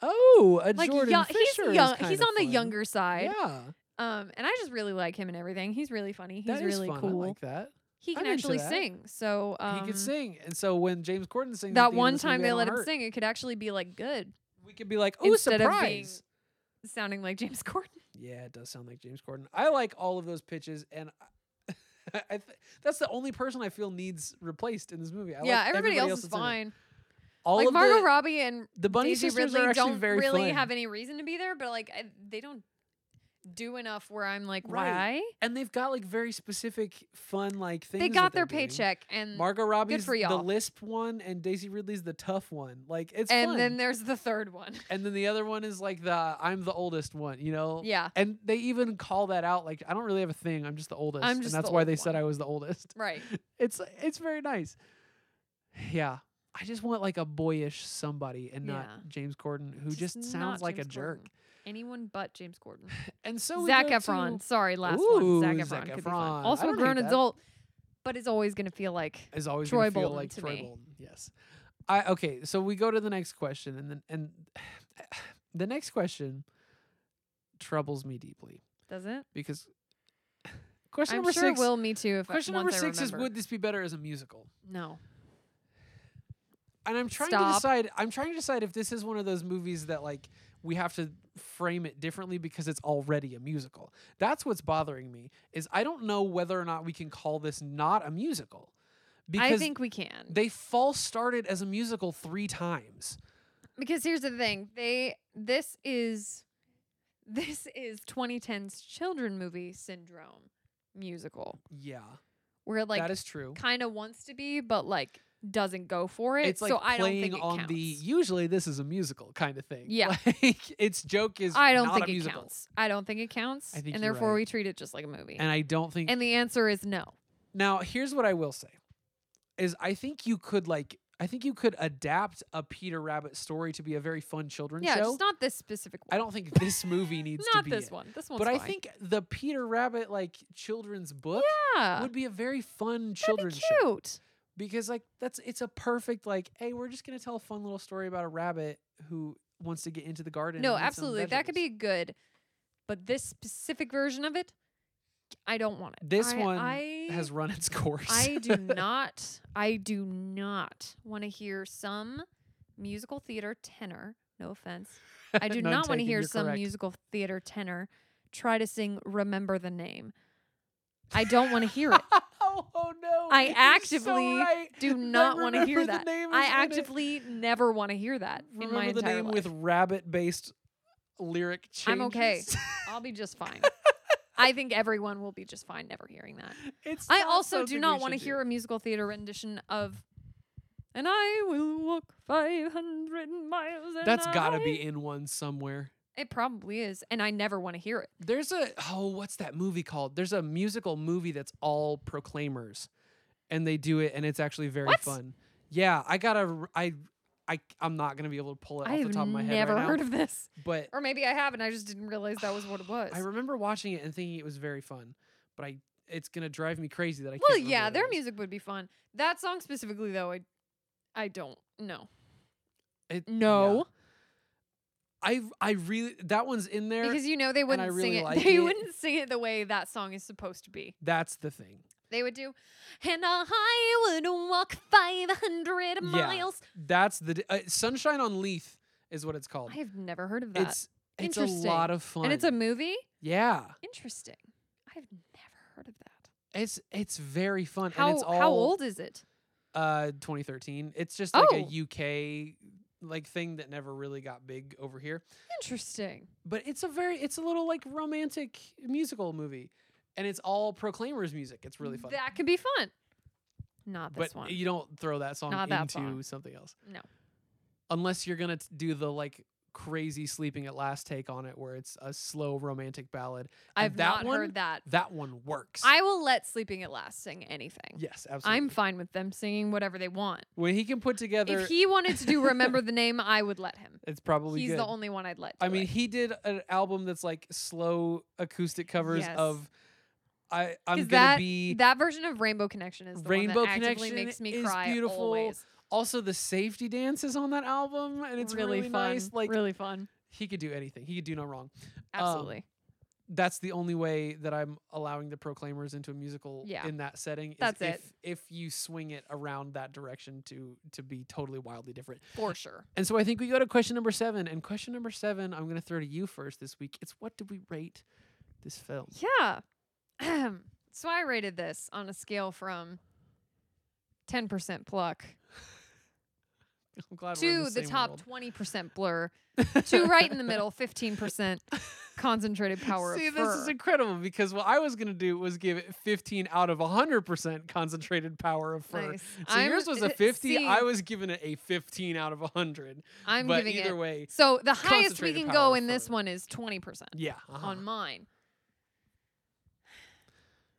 [SPEAKER 1] oh, a
[SPEAKER 2] Like
[SPEAKER 1] Jordan
[SPEAKER 2] yo-
[SPEAKER 1] Fisher
[SPEAKER 2] he's
[SPEAKER 1] is
[SPEAKER 2] young.
[SPEAKER 1] kind
[SPEAKER 2] He's
[SPEAKER 1] of
[SPEAKER 2] on the
[SPEAKER 1] fun.
[SPEAKER 2] younger side.
[SPEAKER 1] Yeah,
[SPEAKER 2] Um and I just really like him and everything. He's really funny. He's
[SPEAKER 1] that is
[SPEAKER 2] really
[SPEAKER 1] fun.
[SPEAKER 2] cool.
[SPEAKER 1] I like that.
[SPEAKER 2] he can
[SPEAKER 1] I'm into
[SPEAKER 2] actually
[SPEAKER 1] that.
[SPEAKER 2] sing. So um
[SPEAKER 1] he could sing, and so when James Corden sings at the
[SPEAKER 2] That
[SPEAKER 1] end of
[SPEAKER 2] one
[SPEAKER 1] this
[SPEAKER 2] time
[SPEAKER 1] movie, I
[SPEAKER 2] they let
[SPEAKER 1] don't
[SPEAKER 2] him
[SPEAKER 1] hurt.
[SPEAKER 2] sing, it could actually be like good,
[SPEAKER 1] we could be like, oh,
[SPEAKER 2] Instead of being-
[SPEAKER 1] surprise.
[SPEAKER 2] sounding like James Corden.
[SPEAKER 1] Yeah, it does sound like James Corden. I like all of those pitches, and I, I th- that's the only person I feel needs replaced in this movie. I
[SPEAKER 2] yeah,
[SPEAKER 1] like
[SPEAKER 2] everybody, else, is
[SPEAKER 1] that's in it.
[SPEAKER 2] fine.
[SPEAKER 1] All
[SPEAKER 2] like
[SPEAKER 1] of
[SPEAKER 2] Margot
[SPEAKER 1] the,
[SPEAKER 2] Robbie and
[SPEAKER 1] the Bunny
[SPEAKER 2] Daisy
[SPEAKER 1] Sisters are
[SPEAKER 2] Ridley
[SPEAKER 1] actually
[SPEAKER 2] don't
[SPEAKER 1] very
[SPEAKER 2] really
[SPEAKER 1] fun.
[SPEAKER 2] have any reason to be there, but like I, they don't do enough where I'm like,
[SPEAKER 1] Right.
[SPEAKER 2] why?
[SPEAKER 1] and they've got like very specific fun like things.
[SPEAKER 2] They
[SPEAKER 1] that
[SPEAKER 2] got
[SPEAKER 1] they're
[SPEAKER 2] their
[SPEAKER 1] doing.
[SPEAKER 2] paycheck and
[SPEAKER 1] Margot Robbie's
[SPEAKER 2] for
[SPEAKER 1] the
[SPEAKER 2] y'all.
[SPEAKER 1] lisp one, and Daisy Ridley's the tough one. Like it's
[SPEAKER 2] and
[SPEAKER 1] fun.
[SPEAKER 2] then there's the third one.
[SPEAKER 1] and then the other one is like the I'm the oldest one. You know.
[SPEAKER 2] yeah,
[SPEAKER 1] And they even call that out. Like I don't really have a thing. I'm just the oldest.
[SPEAKER 2] I'm
[SPEAKER 1] and
[SPEAKER 2] just the
[SPEAKER 1] that's why
[SPEAKER 2] old
[SPEAKER 1] they said I
[SPEAKER 2] one.
[SPEAKER 1] was the oldest.
[SPEAKER 2] right.
[SPEAKER 1] It's it's very nice. Yeah. I just want like a boyish somebody and not
[SPEAKER 2] Yeah.
[SPEAKER 1] James Corden who just,
[SPEAKER 2] Just
[SPEAKER 1] sounds
[SPEAKER 2] not
[SPEAKER 1] like a
[SPEAKER 2] James
[SPEAKER 1] jerk.
[SPEAKER 2] Corden. Anyone but James Corden.
[SPEAKER 1] And so we
[SPEAKER 2] Zac
[SPEAKER 1] go
[SPEAKER 2] Efron.
[SPEAKER 1] to-
[SPEAKER 2] Sorry, last
[SPEAKER 1] Ooh,
[SPEAKER 2] one. Zac Efron.
[SPEAKER 1] Zac
[SPEAKER 2] could be fun.
[SPEAKER 1] Efron. I
[SPEAKER 2] Also a
[SPEAKER 1] don't hate
[SPEAKER 2] grown
[SPEAKER 1] that.
[SPEAKER 2] adult, but is always gonna feel like
[SPEAKER 1] is always
[SPEAKER 2] Troy
[SPEAKER 1] gonna feel
[SPEAKER 2] Bolton
[SPEAKER 1] like
[SPEAKER 2] to
[SPEAKER 1] Troy
[SPEAKER 2] me.
[SPEAKER 1] Bolton. Yes. I okay, so we go to the next question and then and the next question troubles me deeply
[SPEAKER 2] does it?
[SPEAKER 1] because question
[SPEAKER 2] I'm
[SPEAKER 1] number
[SPEAKER 2] sure
[SPEAKER 1] six
[SPEAKER 2] it will me too. If I-
[SPEAKER 1] question
[SPEAKER 2] once
[SPEAKER 1] number
[SPEAKER 2] I
[SPEAKER 1] six is
[SPEAKER 2] remember.
[SPEAKER 1] would this be better as a musical?
[SPEAKER 2] no.
[SPEAKER 1] and I'm trying to
[SPEAKER 2] Stop.
[SPEAKER 1] decide. I'm trying to decide if this is one of those movies that like we have to frame it differently because it's already a musical. That's what's bothering me is I don't know whether or not we can call this not a musical because
[SPEAKER 2] I think we can.
[SPEAKER 1] they false started as a musical three times.
[SPEAKER 2] because here's the thing they this is this is 2010's children movie syndrome musical
[SPEAKER 1] Yeah,
[SPEAKER 2] where like
[SPEAKER 1] that is true.
[SPEAKER 2] kind of wants to be but like doesn't go for it
[SPEAKER 1] It's like
[SPEAKER 2] so i don't
[SPEAKER 1] playing
[SPEAKER 2] think it
[SPEAKER 1] on
[SPEAKER 2] counts
[SPEAKER 1] the usually this is a musical kind of thing.
[SPEAKER 2] Yeah.
[SPEAKER 1] like, its joke is
[SPEAKER 2] i don't
[SPEAKER 1] not
[SPEAKER 2] think
[SPEAKER 1] a
[SPEAKER 2] it
[SPEAKER 1] musical.
[SPEAKER 2] counts i don't think it counts
[SPEAKER 1] I think
[SPEAKER 2] and
[SPEAKER 1] you're
[SPEAKER 2] therefore
[SPEAKER 1] right.
[SPEAKER 2] we treat it just like a movie and,
[SPEAKER 1] and I don't think
[SPEAKER 2] the answer is no
[SPEAKER 1] Now, here's what I will say is I think you could like I think you could adapt a Peter Rabbit story to be a very fun children's
[SPEAKER 2] yeah
[SPEAKER 1] show.
[SPEAKER 2] just not this specific one
[SPEAKER 1] I don't think this movie needs
[SPEAKER 2] not
[SPEAKER 1] to be
[SPEAKER 2] this
[SPEAKER 1] it.
[SPEAKER 2] one this one's
[SPEAKER 1] But I
[SPEAKER 2] fine.
[SPEAKER 1] think the Peter Rabbit like children's book
[SPEAKER 2] yeah
[SPEAKER 1] would be a very fun
[SPEAKER 2] that'd be
[SPEAKER 1] children's show
[SPEAKER 2] cute
[SPEAKER 1] because like that's it's a perfect like hey, we're just going to tell a fun little story about a rabbit who wants to get into the garden.
[SPEAKER 2] No,
[SPEAKER 1] and eat some
[SPEAKER 2] absolutely. That could
[SPEAKER 1] vegetables.
[SPEAKER 2] be good. But this specific version of it, I don't want it.
[SPEAKER 1] This
[SPEAKER 2] I-
[SPEAKER 1] one
[SPEAKER 2] I,
[SPEAKER 1] has run its course.
[SPEAKER 2] I do not I do not want to hear some musical theater tenor. No offense. I do
[SPEAKER 1] None
[SPEAKER 2] not want to
[SPEAKER 1] taken,
[SPEAKER 2] hear
[SPEAKER 1] you're
[SPEAKER 2] some
[SPEAKER 1] correct.
[SPEAKER 2] musical theater tenor try to sing Remember the Name. I don't want to hear it.
[SPEAKER 1] no, oh no.
[SPEAKER 2] I
[SPEAKER 1] you're so
[SPEAKER 2] actively
[SPEAKER 1] right.
[SPEAKER 2] do
[SPEAKER 1] I
[SPEAKER 2] not want to hear
[SPEAKER 1] remember the
[SPEAKER 2] that.
[SPEAKER 1] name
[SPEAKER 2] I
[SPEAKER 1] is in it.
[SPEAKER 2] actively never want to hear that
[SPEAKER 1] remember
[SPEAKER 2] in my
[SPEAKER 1] the
[SPEAKER 2] entire
[SPEAKER 1] name
[SPEAKER 2] life.
[SPEAKER 1] with rabbit-based lyric changes.
[SPEAKER 2] I'm okay. I'll be just fine. I think everyone will be just fine never hearing that.
[SPEAKER 1] it's
[SPEAKER 2] I
[SPEAKER 1] not
[SPEAKER 2] also do
[SPEAKER 1] something
[SPEAKER 2] not
[SPEAKER 1] we
[SPEAKER 2] want to
[SPEAKER 1] should do.
[SPEAKER 2] hear a musical theater rendition of and I will walk 500 miles. And
[SPEAKER 1] That's got to
[SPEAKER 2] I-"
[SPEAKER 1] be in one somewhere.
[SPEAKER 2] It probably is. And I never want to hear it.
[SPEAKER 1] There's a oh, what's that movie called? There's a musical movie that's all proclaimers, and they do it, and it's actually very
[SPEAKER 2] What?
[SPEAKER 1] fun. Yeah, I gotta, r- I, I, I'm not gonna be able to pull it
[SPEAKER 2] I
[SPEAKER 1] off
[SPEAKER 2] have
[SPEAKER 1] the top of my head
[SPEAKER 2] never
[SPEAKER 1] right
[SPEAKER 2] heard
[SPEAKER 1] now.
[SPEAKER 2] of this.
[SPEAKER 1] but
[SPEAKER 2] Or maybe I have and I just didn't realize that was what it was.
[SPEAKER 1] I remember watching it and thinking it was very fun. But I, it's gonna drive me crazy that I. can't
[SPEAKER 2] well,
[SPEAKER 1] remember
[SPEAKER 2] yeah,
[SPEAKER 1] what it
[SPEAKER 2] their
[SPEAKER 1] is.
[SPEAKER 2] music would be fun. That song specifically though, I I don't know.
[SPEAKER 1] It- yeah.
[SPEAKER 2] No.
[SPEAKER 1] I, I really that one's in there.
[SPEAKER 2] Because you know they wouldn't
[SPEAKER 1] I
[SPEAKER 2] sing
[SPEAKER 1] really
[SPEAKER 2] it.
[SPEAKER 1] like
[SPEAKER 2] they
[SPEAKER 1] it.
[SPEAKER 2] wouldn't sing it the way that song is supposed to be.
[SPEAKER 1] that's the thing.
[SPEAKER 2] They would do, and I would walk 500 miles.
[SPEAKER 1] That's the d- uh, sunshine on Leith is what it's called.
[SPEAKER 2] I have never heard of that.
[SPEAKER 1] It's it's a
[SPEAKER 2] Interesting.
[SPEAKER 1] lot of fun.
[SPEAKER 2] and it's a movie?
[SPEAKER 1] yeah.
[SPEAKER 2] Interesting. I've never heard of that.
[SPEAKER 1] It's it's very fun. and
[SPEAKER 2] How,
[SPEAKER 1] it's all,
[SPEAKER 2] how old is it?
[SPEAKER 1] Uh, 2013. It's just like
[SPEAKER 2] Oh.
[SPEAKER 1] a UK like thing that never really got big over here.
[SPEAKER 2] Interesting.
[SPEAKER 1] But it's a very it's a little like romantic musical movie, and it's all Proclaimers music. It's really fun.
[SPEAKER 2] That could be fun. Not this
[SPEAKER 1] but
[SPEAKER 2] one.
[SPEAKER 1] you don't throw that song
[SPEAKER 2] Not
[SPEAKER 1] into
[SPEAKER 2] that song.
[SPEAKER 1] something else.
[SPEAKER 2] No.
[SPEAKER 1] Unless you're gonna t- do the like crazy sleeping at last take on it, where it's a slow romantic ballad. and
[SPEAKER 2] I've
[SPEAKER 1] that
[SPEAKER 2] not
[SPEAKER 1] one,
[SPEAKER 2] heard that.
[SPEAKER 1] That one works.
[SPEAKER 2] I will let Sleeping at Last sing anything.
[SPEAKER 1] yes, absolutely.
[SPEAKER 2] I'm fine with them singing whatever they want.
[SPEAKER 1] when he can put together.
[SPEAKER 2] if he wanted to do Remember the Name, I would let him.
[SPEAKER 1] it's probably
[SPEAKER 2] He's
[SPEAKER 1] good.
[SPEAKER 2] the only one I'd let.
[SPEAKER 1] I
[SPEAKER 2] do
[SPEAKER 1] mean,
[SPEAKER 2] it.
[SPEAKER 1] he did an album that's like slow acoustic covers
[SPEAKER 2] Yes.
[SPEAKER 1] of I I'm
[SPEAKER 2] 'Cause
[SPEAKER 1] gonna
[SPEAKER 2] that-
[SPEAKER 1] be
[SPEAKER 2] That version of Rainbow Connection is the
[SPEAKER 1] Rainbow
[SPEAKER 2] one that actively
[SPEAKER 1] Connection
[SPEAKER 2] makes me
[SPEAKER 1] is
[SPEAKER 2] cry
[SPEAKER 1] beautiful.
[SPEAKER 2] always.
[SPEAKER 1] also the safety dances on that album and it's really, nice. Like
[SPEAKER 2] really fun.
[SPEAKER 1] he could do anything. He could do no wrong.
[SPEAKER 2] Absolutely.
[SPEAKER 1] um, That's the only way that I'm allowing the Proclaimers into a musical
[SPEAKER 2] Yeah.
[SPEAKER 1] in that setting. Is
[SPEAKER 2] That's
[SPEAKER 1] if,
[SPEAKER 2] it.
[SPEAKER 1] If you swing it around that direction to to be totally wildly different.
[SPEAKER 2] for sure.
[SPEAKER 1] And so I think we go to question number seven. And question number seven, I'm gonna throw to you first this week. It's what do we rate this film?
[SPEAKER 2] Yeah. so I rated this on a scale from 10% pluck
[SPEAKER 1] I'm glad we're in
[SPEAKER 2] to the,
[SPEAKER 1] same
[SPEAKER 2] top
[SPEAKER 1] world.
[SPEAKER 2] 20% blur to right in the middle 15% concentrated power
[SPEAKER 1] See,
[SPEAKER 2] of
[SPEAKER 1] this is
[SPEAKER 2] fur.
[SPEAKER 1] incredible because what I was gonna do was give it 15 out of 100% concentrated power of fur.
[SPEAKER 2] Nice.
[SPEAKER 1] So
[SPEAKER 2] I'm-
[SPEAKER 1] yours was a
[SPEAKER 2] eh,
[SPEAKER 1] 50. I
[SPEAKER 2] see,
[SPEAKER 1] was giving it a 15 out of 100.
[SPEAKER 2] I'm
[SPEAKER 1] but
[SPEAKER 2] giving
[SPEAKER 1] either
[SPEAKER 2] it.
[SPEAKER 1] way,
[SPEAKER 2] So the highest we
[SPEAKER 1] concentrated
[SPEAKER 2] can
[SPEAKER 1] power
[SPEAKER 2] go
[SPEAKER 1] of
[SPEAKER 2] in this
[SPEAKER 1] fur.
[SPEAKER 2] one is 20%.
[SPEAKER 1] yeah. uh-huh.
[SPEAKER 2] on mine.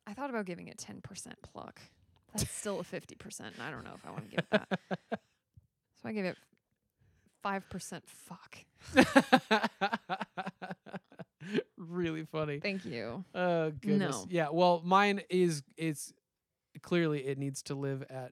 [SPEAKER 2] I thought about giving it 10% pluck. That's still a 50%, and I don't know if I want to give it that. So I give it 5% fuck.
[SPEAKER 1] really funny.
[SPEAKER 2] Thank you.
[SPEAKER 1] Oh goodness.
[SPEAKER 2] No.
[SPEAKER 1] Yeah. Well, mine is it's clearly it needs to live at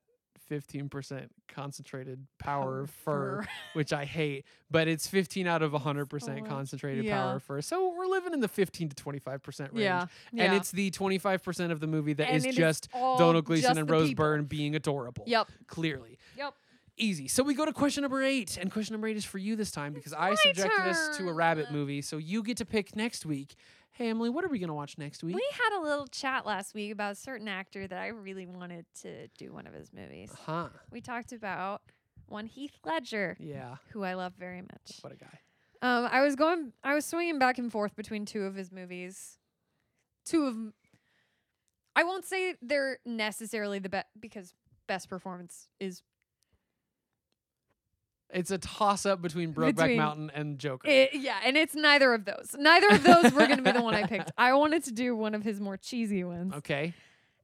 [SPEAKER 1] 15% concentrated
[SPEAKER 2] Um,
[SPEAKER 1] power of fur. which I hate, but it's 15 out of 100%
[SPEAKER 2] lot.
[SPEAKER 1] concentrated
[SPEAKER 2] Yeah.
[SPEAKER 1] power for. So we're living in the 15 to 25% range.
[SPEAKER 2] Yeah. yeah.
[SPEAKER 1] And it's the 25% of the movie that
[SPEAKER 2] And
[SPEAKER 1] is
[SPEAKER 2] it is
[SPEAKER 1] just
[SPEAKER 2] all
[SPEAKER 1] Donald Gleason
[SPEAKER 2] just
[SPEAKER 1] and
[SPEAKER 2] the
[SPEAKER 1] Rose
[SPEAKER 2] people.
[SPEAKER 1] Byrne being adorable.
[SPEAKER 2] Yep.
[SPEAKER 1] Clearly.
[SPEAKER 2] Yep.
[SPEAKER 1] Easy. So we go to question number eight. And question number eight is for you this time because I
[SPEAKER 2] my
[SPEAKER 1] subjected us to a
[SPEAKER 2] turn.
[SPEAKER 1] rabbit movie. So you get to pick next week. Hey, Emily, what are we going to watch next week?
[SPEAKER 2] We had a little chat last week about a certain actor that I really wanted to do one of his movies.
[SPEAKER 1] Huh.
[SPEAKER 2] We talked about one Heath Ledger,
[SPEAKER 1] Yeah.
[SPEAKER 2] who I love very much.
[SPEAKER 1] What a guy.
[SPEAKER 2] Um, I was going, I was swinging back and forth between two of his movies. Two of, m- I won't say they're necessarily the best because best performance is
[SPEAKER 1] It's a toss up between Brokeback
[SPEAKER 2] Between-
[SPEAKER 1] Mountain and Joker.
[SPEAKER 2] it, yeah, and it's neither of those. Neither of those were gonna be the one I picked. I wanted to do one of his more cheesy ones.
[SPEAKER 1] okay.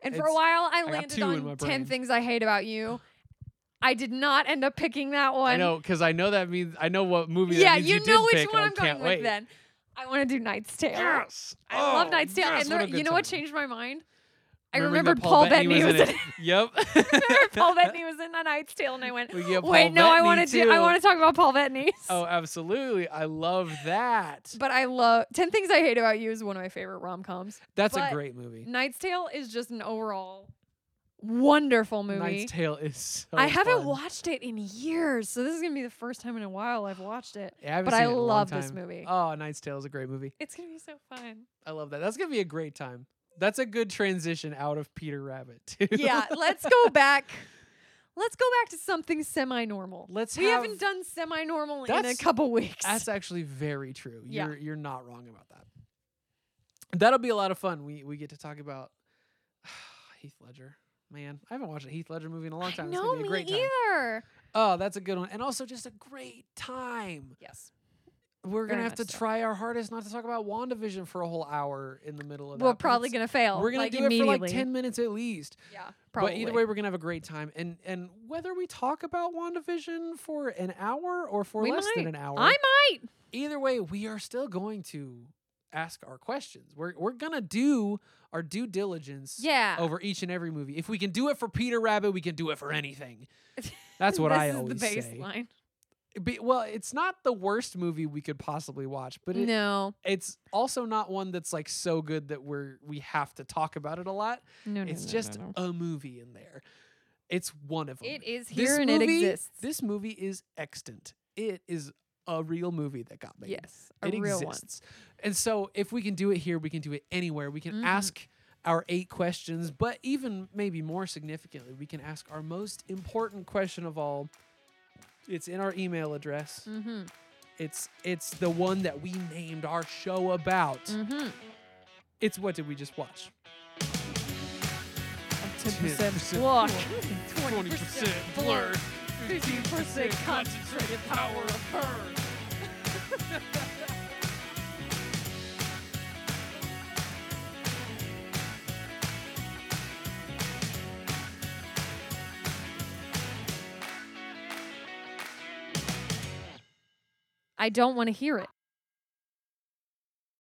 [SPEAKER 2] And for a
[SPEAKER 1] it's-
[SPEAKER 2] while, I
[SPEAKER 1] got
[SPEAKER 2] landed
[SPEAKER 1] two in my
[SPEAKER 2] on ten
[SPEAKER 1] brain.
[SPEAKER 2] things I hate about you. I did not end up picking that one.
[SPEAKER 1] I know because I know that means I know what movie.
[SPEAKER 2] yeah,
[SPEAKER 1] that means
[SPEAKER 2] you,
[SPEAKER 1] you,
[SPEAKER 2] know
[SPEAKER 1] did
[SPEAKER 2] which
[SPEAKER 1] pick,
[SPEAKER 2] one
[SPEAKER 1] and
[SPEAKER 2] I'm
[SPEAKER 1] I can't
[SPEAKER 2] going
[SPEAKER 1] wait.
[SPEAKER 2] with then. I want to do Knight's Tale.
[SPEAKER 1] Yes,
[SPEAKER 2] I love
[SPEAKER 1] Oh,
[SPEAKER 2] Knight's Tale.
[SPEAKER 1] yes,
[SPEAKER 2] and
[SPEAKER 1] what
[SPEAKER 2] there-
[SPEAKER 1] a good
[SPEAKER 2] you know what
[SPEAKER 1] time.
[SPEAKER 2] changed my mind? I
[SPEAKER 1] Remembering
[SPEAKER 2] remembered
[SPEAKER 1] that
[SPEAKER 2] Paul Bettany was in
[SPEAKER 1] it. Yep.
[SPEAKER 2] Remember Paul Bettany was in A Knight's Tale, and I went,
[SPEAKER 1] We get
[SPEAKER 2] wait,
[SPEAKER 1] Paul
[SPEAKER 2] no, I
[SPEAKER 1] Bettany,
[SPEAKER 2] want to do, I
[SPEAKER 1] too."
[SPEAKER 2] want to talk about Paul Bettany.
[SPEAKER 1] Oh, absolutely! I love that.
[SPEAKER 2] But I love Ten Things I Hate About You is one of my favorite rom coms.
[SPEAKER 1] That's
[SPEAKER 2] but
[SPEAKER 1] a great movie.
[SPEAKER 2] Knight's Tale is just an overall wonderful movie.
[SPEAKER 1] Knight's Tale is so.
[SPEAKER 2] I haven't
[SPEAKER 1] fun.
[SPEAKER 2] watched it in years, so this is gonna be the first time in a while I've watched it.
[SPEAKER 1] Yeah, I haven't
[SPEAKER 2] but I
[SPEAKER 1] seen it in a long
[SPEAKER 2] love this
[SPEAKER 1] time.
[SPEAKER 2] movie.
[SPEAKER 1] Oh, Knight's Tale is a great movie.
[SPEAKER 2] It's gonna be so fun.
[SPEAKER 1] I love that. That's gonna be a great time. That's a good transition out of Peter Rabbit too.
[SPEAKER 2] yeah, let's go back. Let's go back to something semi-normal.
[SPEAKER 1] Let's
[SPEAKER 2] we
[SPEAKER 1] have-
[SPEAKER 2] haven't done semi-normal in a
[SPEAKER 1] That's-
[SPEAKER 2] couple weeks.
[SPEAKER 1] That's actually very true.
[SPEAKER 2] Yeah.
[SPEAKER 1] You're you're not wrong about that. That'll be a lot of fun. We we get to talk about Heath Ledger. Man, I haven't watched a Heath Ledger movie in a long
[SPEAKER 2] I
[SPEAKER 1] time. It's
[SPEAKER 2] know
[SPEAKER 1] gonna be
[SPEAKER 2] me
[SPEAKER 1] a great time.
[SPEAKER 2] either.
[SPEAKER 1] Oh, that's a good one. And also just a great time.
[SPEAKER 2] Yes.
[SPEAKER 1] We're
[SPEAKER 2] Very
[SPEAKER 1] gonna have
[SPEAKER 2] much
[SPEAKER 1] to
[SPEAKER 2] so.
[SPEAKER 1] try our hardest not to talk about WandaVision for a whole hour in the middle of that.
[SPEAKER 2] We're
[SPEAKER 1] but
[SPEAKER 2] probably
[SPEAKER 1] it's-
[SPEAKER 2] gonna fail.
[SPEAKER 1] We're gonna
[SPEAKER 2] like,
[SPEAKER 1] do it for like
[SPEAKER 2] immediately.
[SPEAKER 1] ten minutes at least.
[SPEAKER 2] Yeah, probably.
[SPEAKER 1] But either way, we're gonna have a great time. And and whether we talk about WandaVision for an hour or for
[SPEAKER 2] We
[SPEAKER 1] less than
[SPEAKER 2] might.
[SPEAKER 1] an hour,
[SPEAKER 2] I might.
[SPEAKER 1] either way, we are still going to ask our questions. We're we're gonna do our due diligence
[SPEAKER 2] Yeah.
[SPEAKER 1] over each and every movie. If we can do it for Peter Rabbit, we can do it for anything. That's what
[SPEAKER 2] this
[SPEAKER 1] I
[SPEAKER 2] is
[SPEAKER 1] always
[SPEAKER 2] the
[SPEAKER 1] say.
[SPEAKER 2] baseline.
[SPEAKER 1] Be- well, it's not the worst movie we could possibly watch, but it,
[SPEAKER 2] no,
[SPEAKER 1] it's also not one that's like so good that we're we have to talk about it a lot.
[SPEAKER 2] no, no.
[SPEAKER 1] It's
[SPEAKER 2] no,
[SPEAKER 1] just
[SPEAKER 2] no, no.
[SPEAKER 1] a movie in there. It's one of them.
[SPEAKER 2] it is
[SPEAKER 1] This
[SPEAKER 2] here and it
[SPEAKER 1] movie-
[SPEAKER 2] exists.
[SPEAKER 1] This movie is extant. It is a real movie that got made.
[SPEAKER 2] yes, a
[SPEAKER 1] it
[SPEAKER 2] real one.
[SPEAKER 1] exists. And so if we can do it here, we can do it anywhere. We can
[SPEAKER 2] Mhm.
[SPEAKER 1] ask our eight questions, but even maybe more significantly, we can ask our most important question of all. It's in our email address.
[SPEAKER 2] Mm-hmm.
[SPEAKER 1] It's it's the one that we named our show about.
[SPEAKER 2] Mm-hmm.
[SPEAKER 1] It's what did we just watch?
[SPEAKER 2] 10%
[SPEAKER 1] 10%
[SPEAKER 2] block.
[SPEAKER 1] 20% blur.
[SPEAKER 2] 15% concentrated power of her. I don't want to hear it.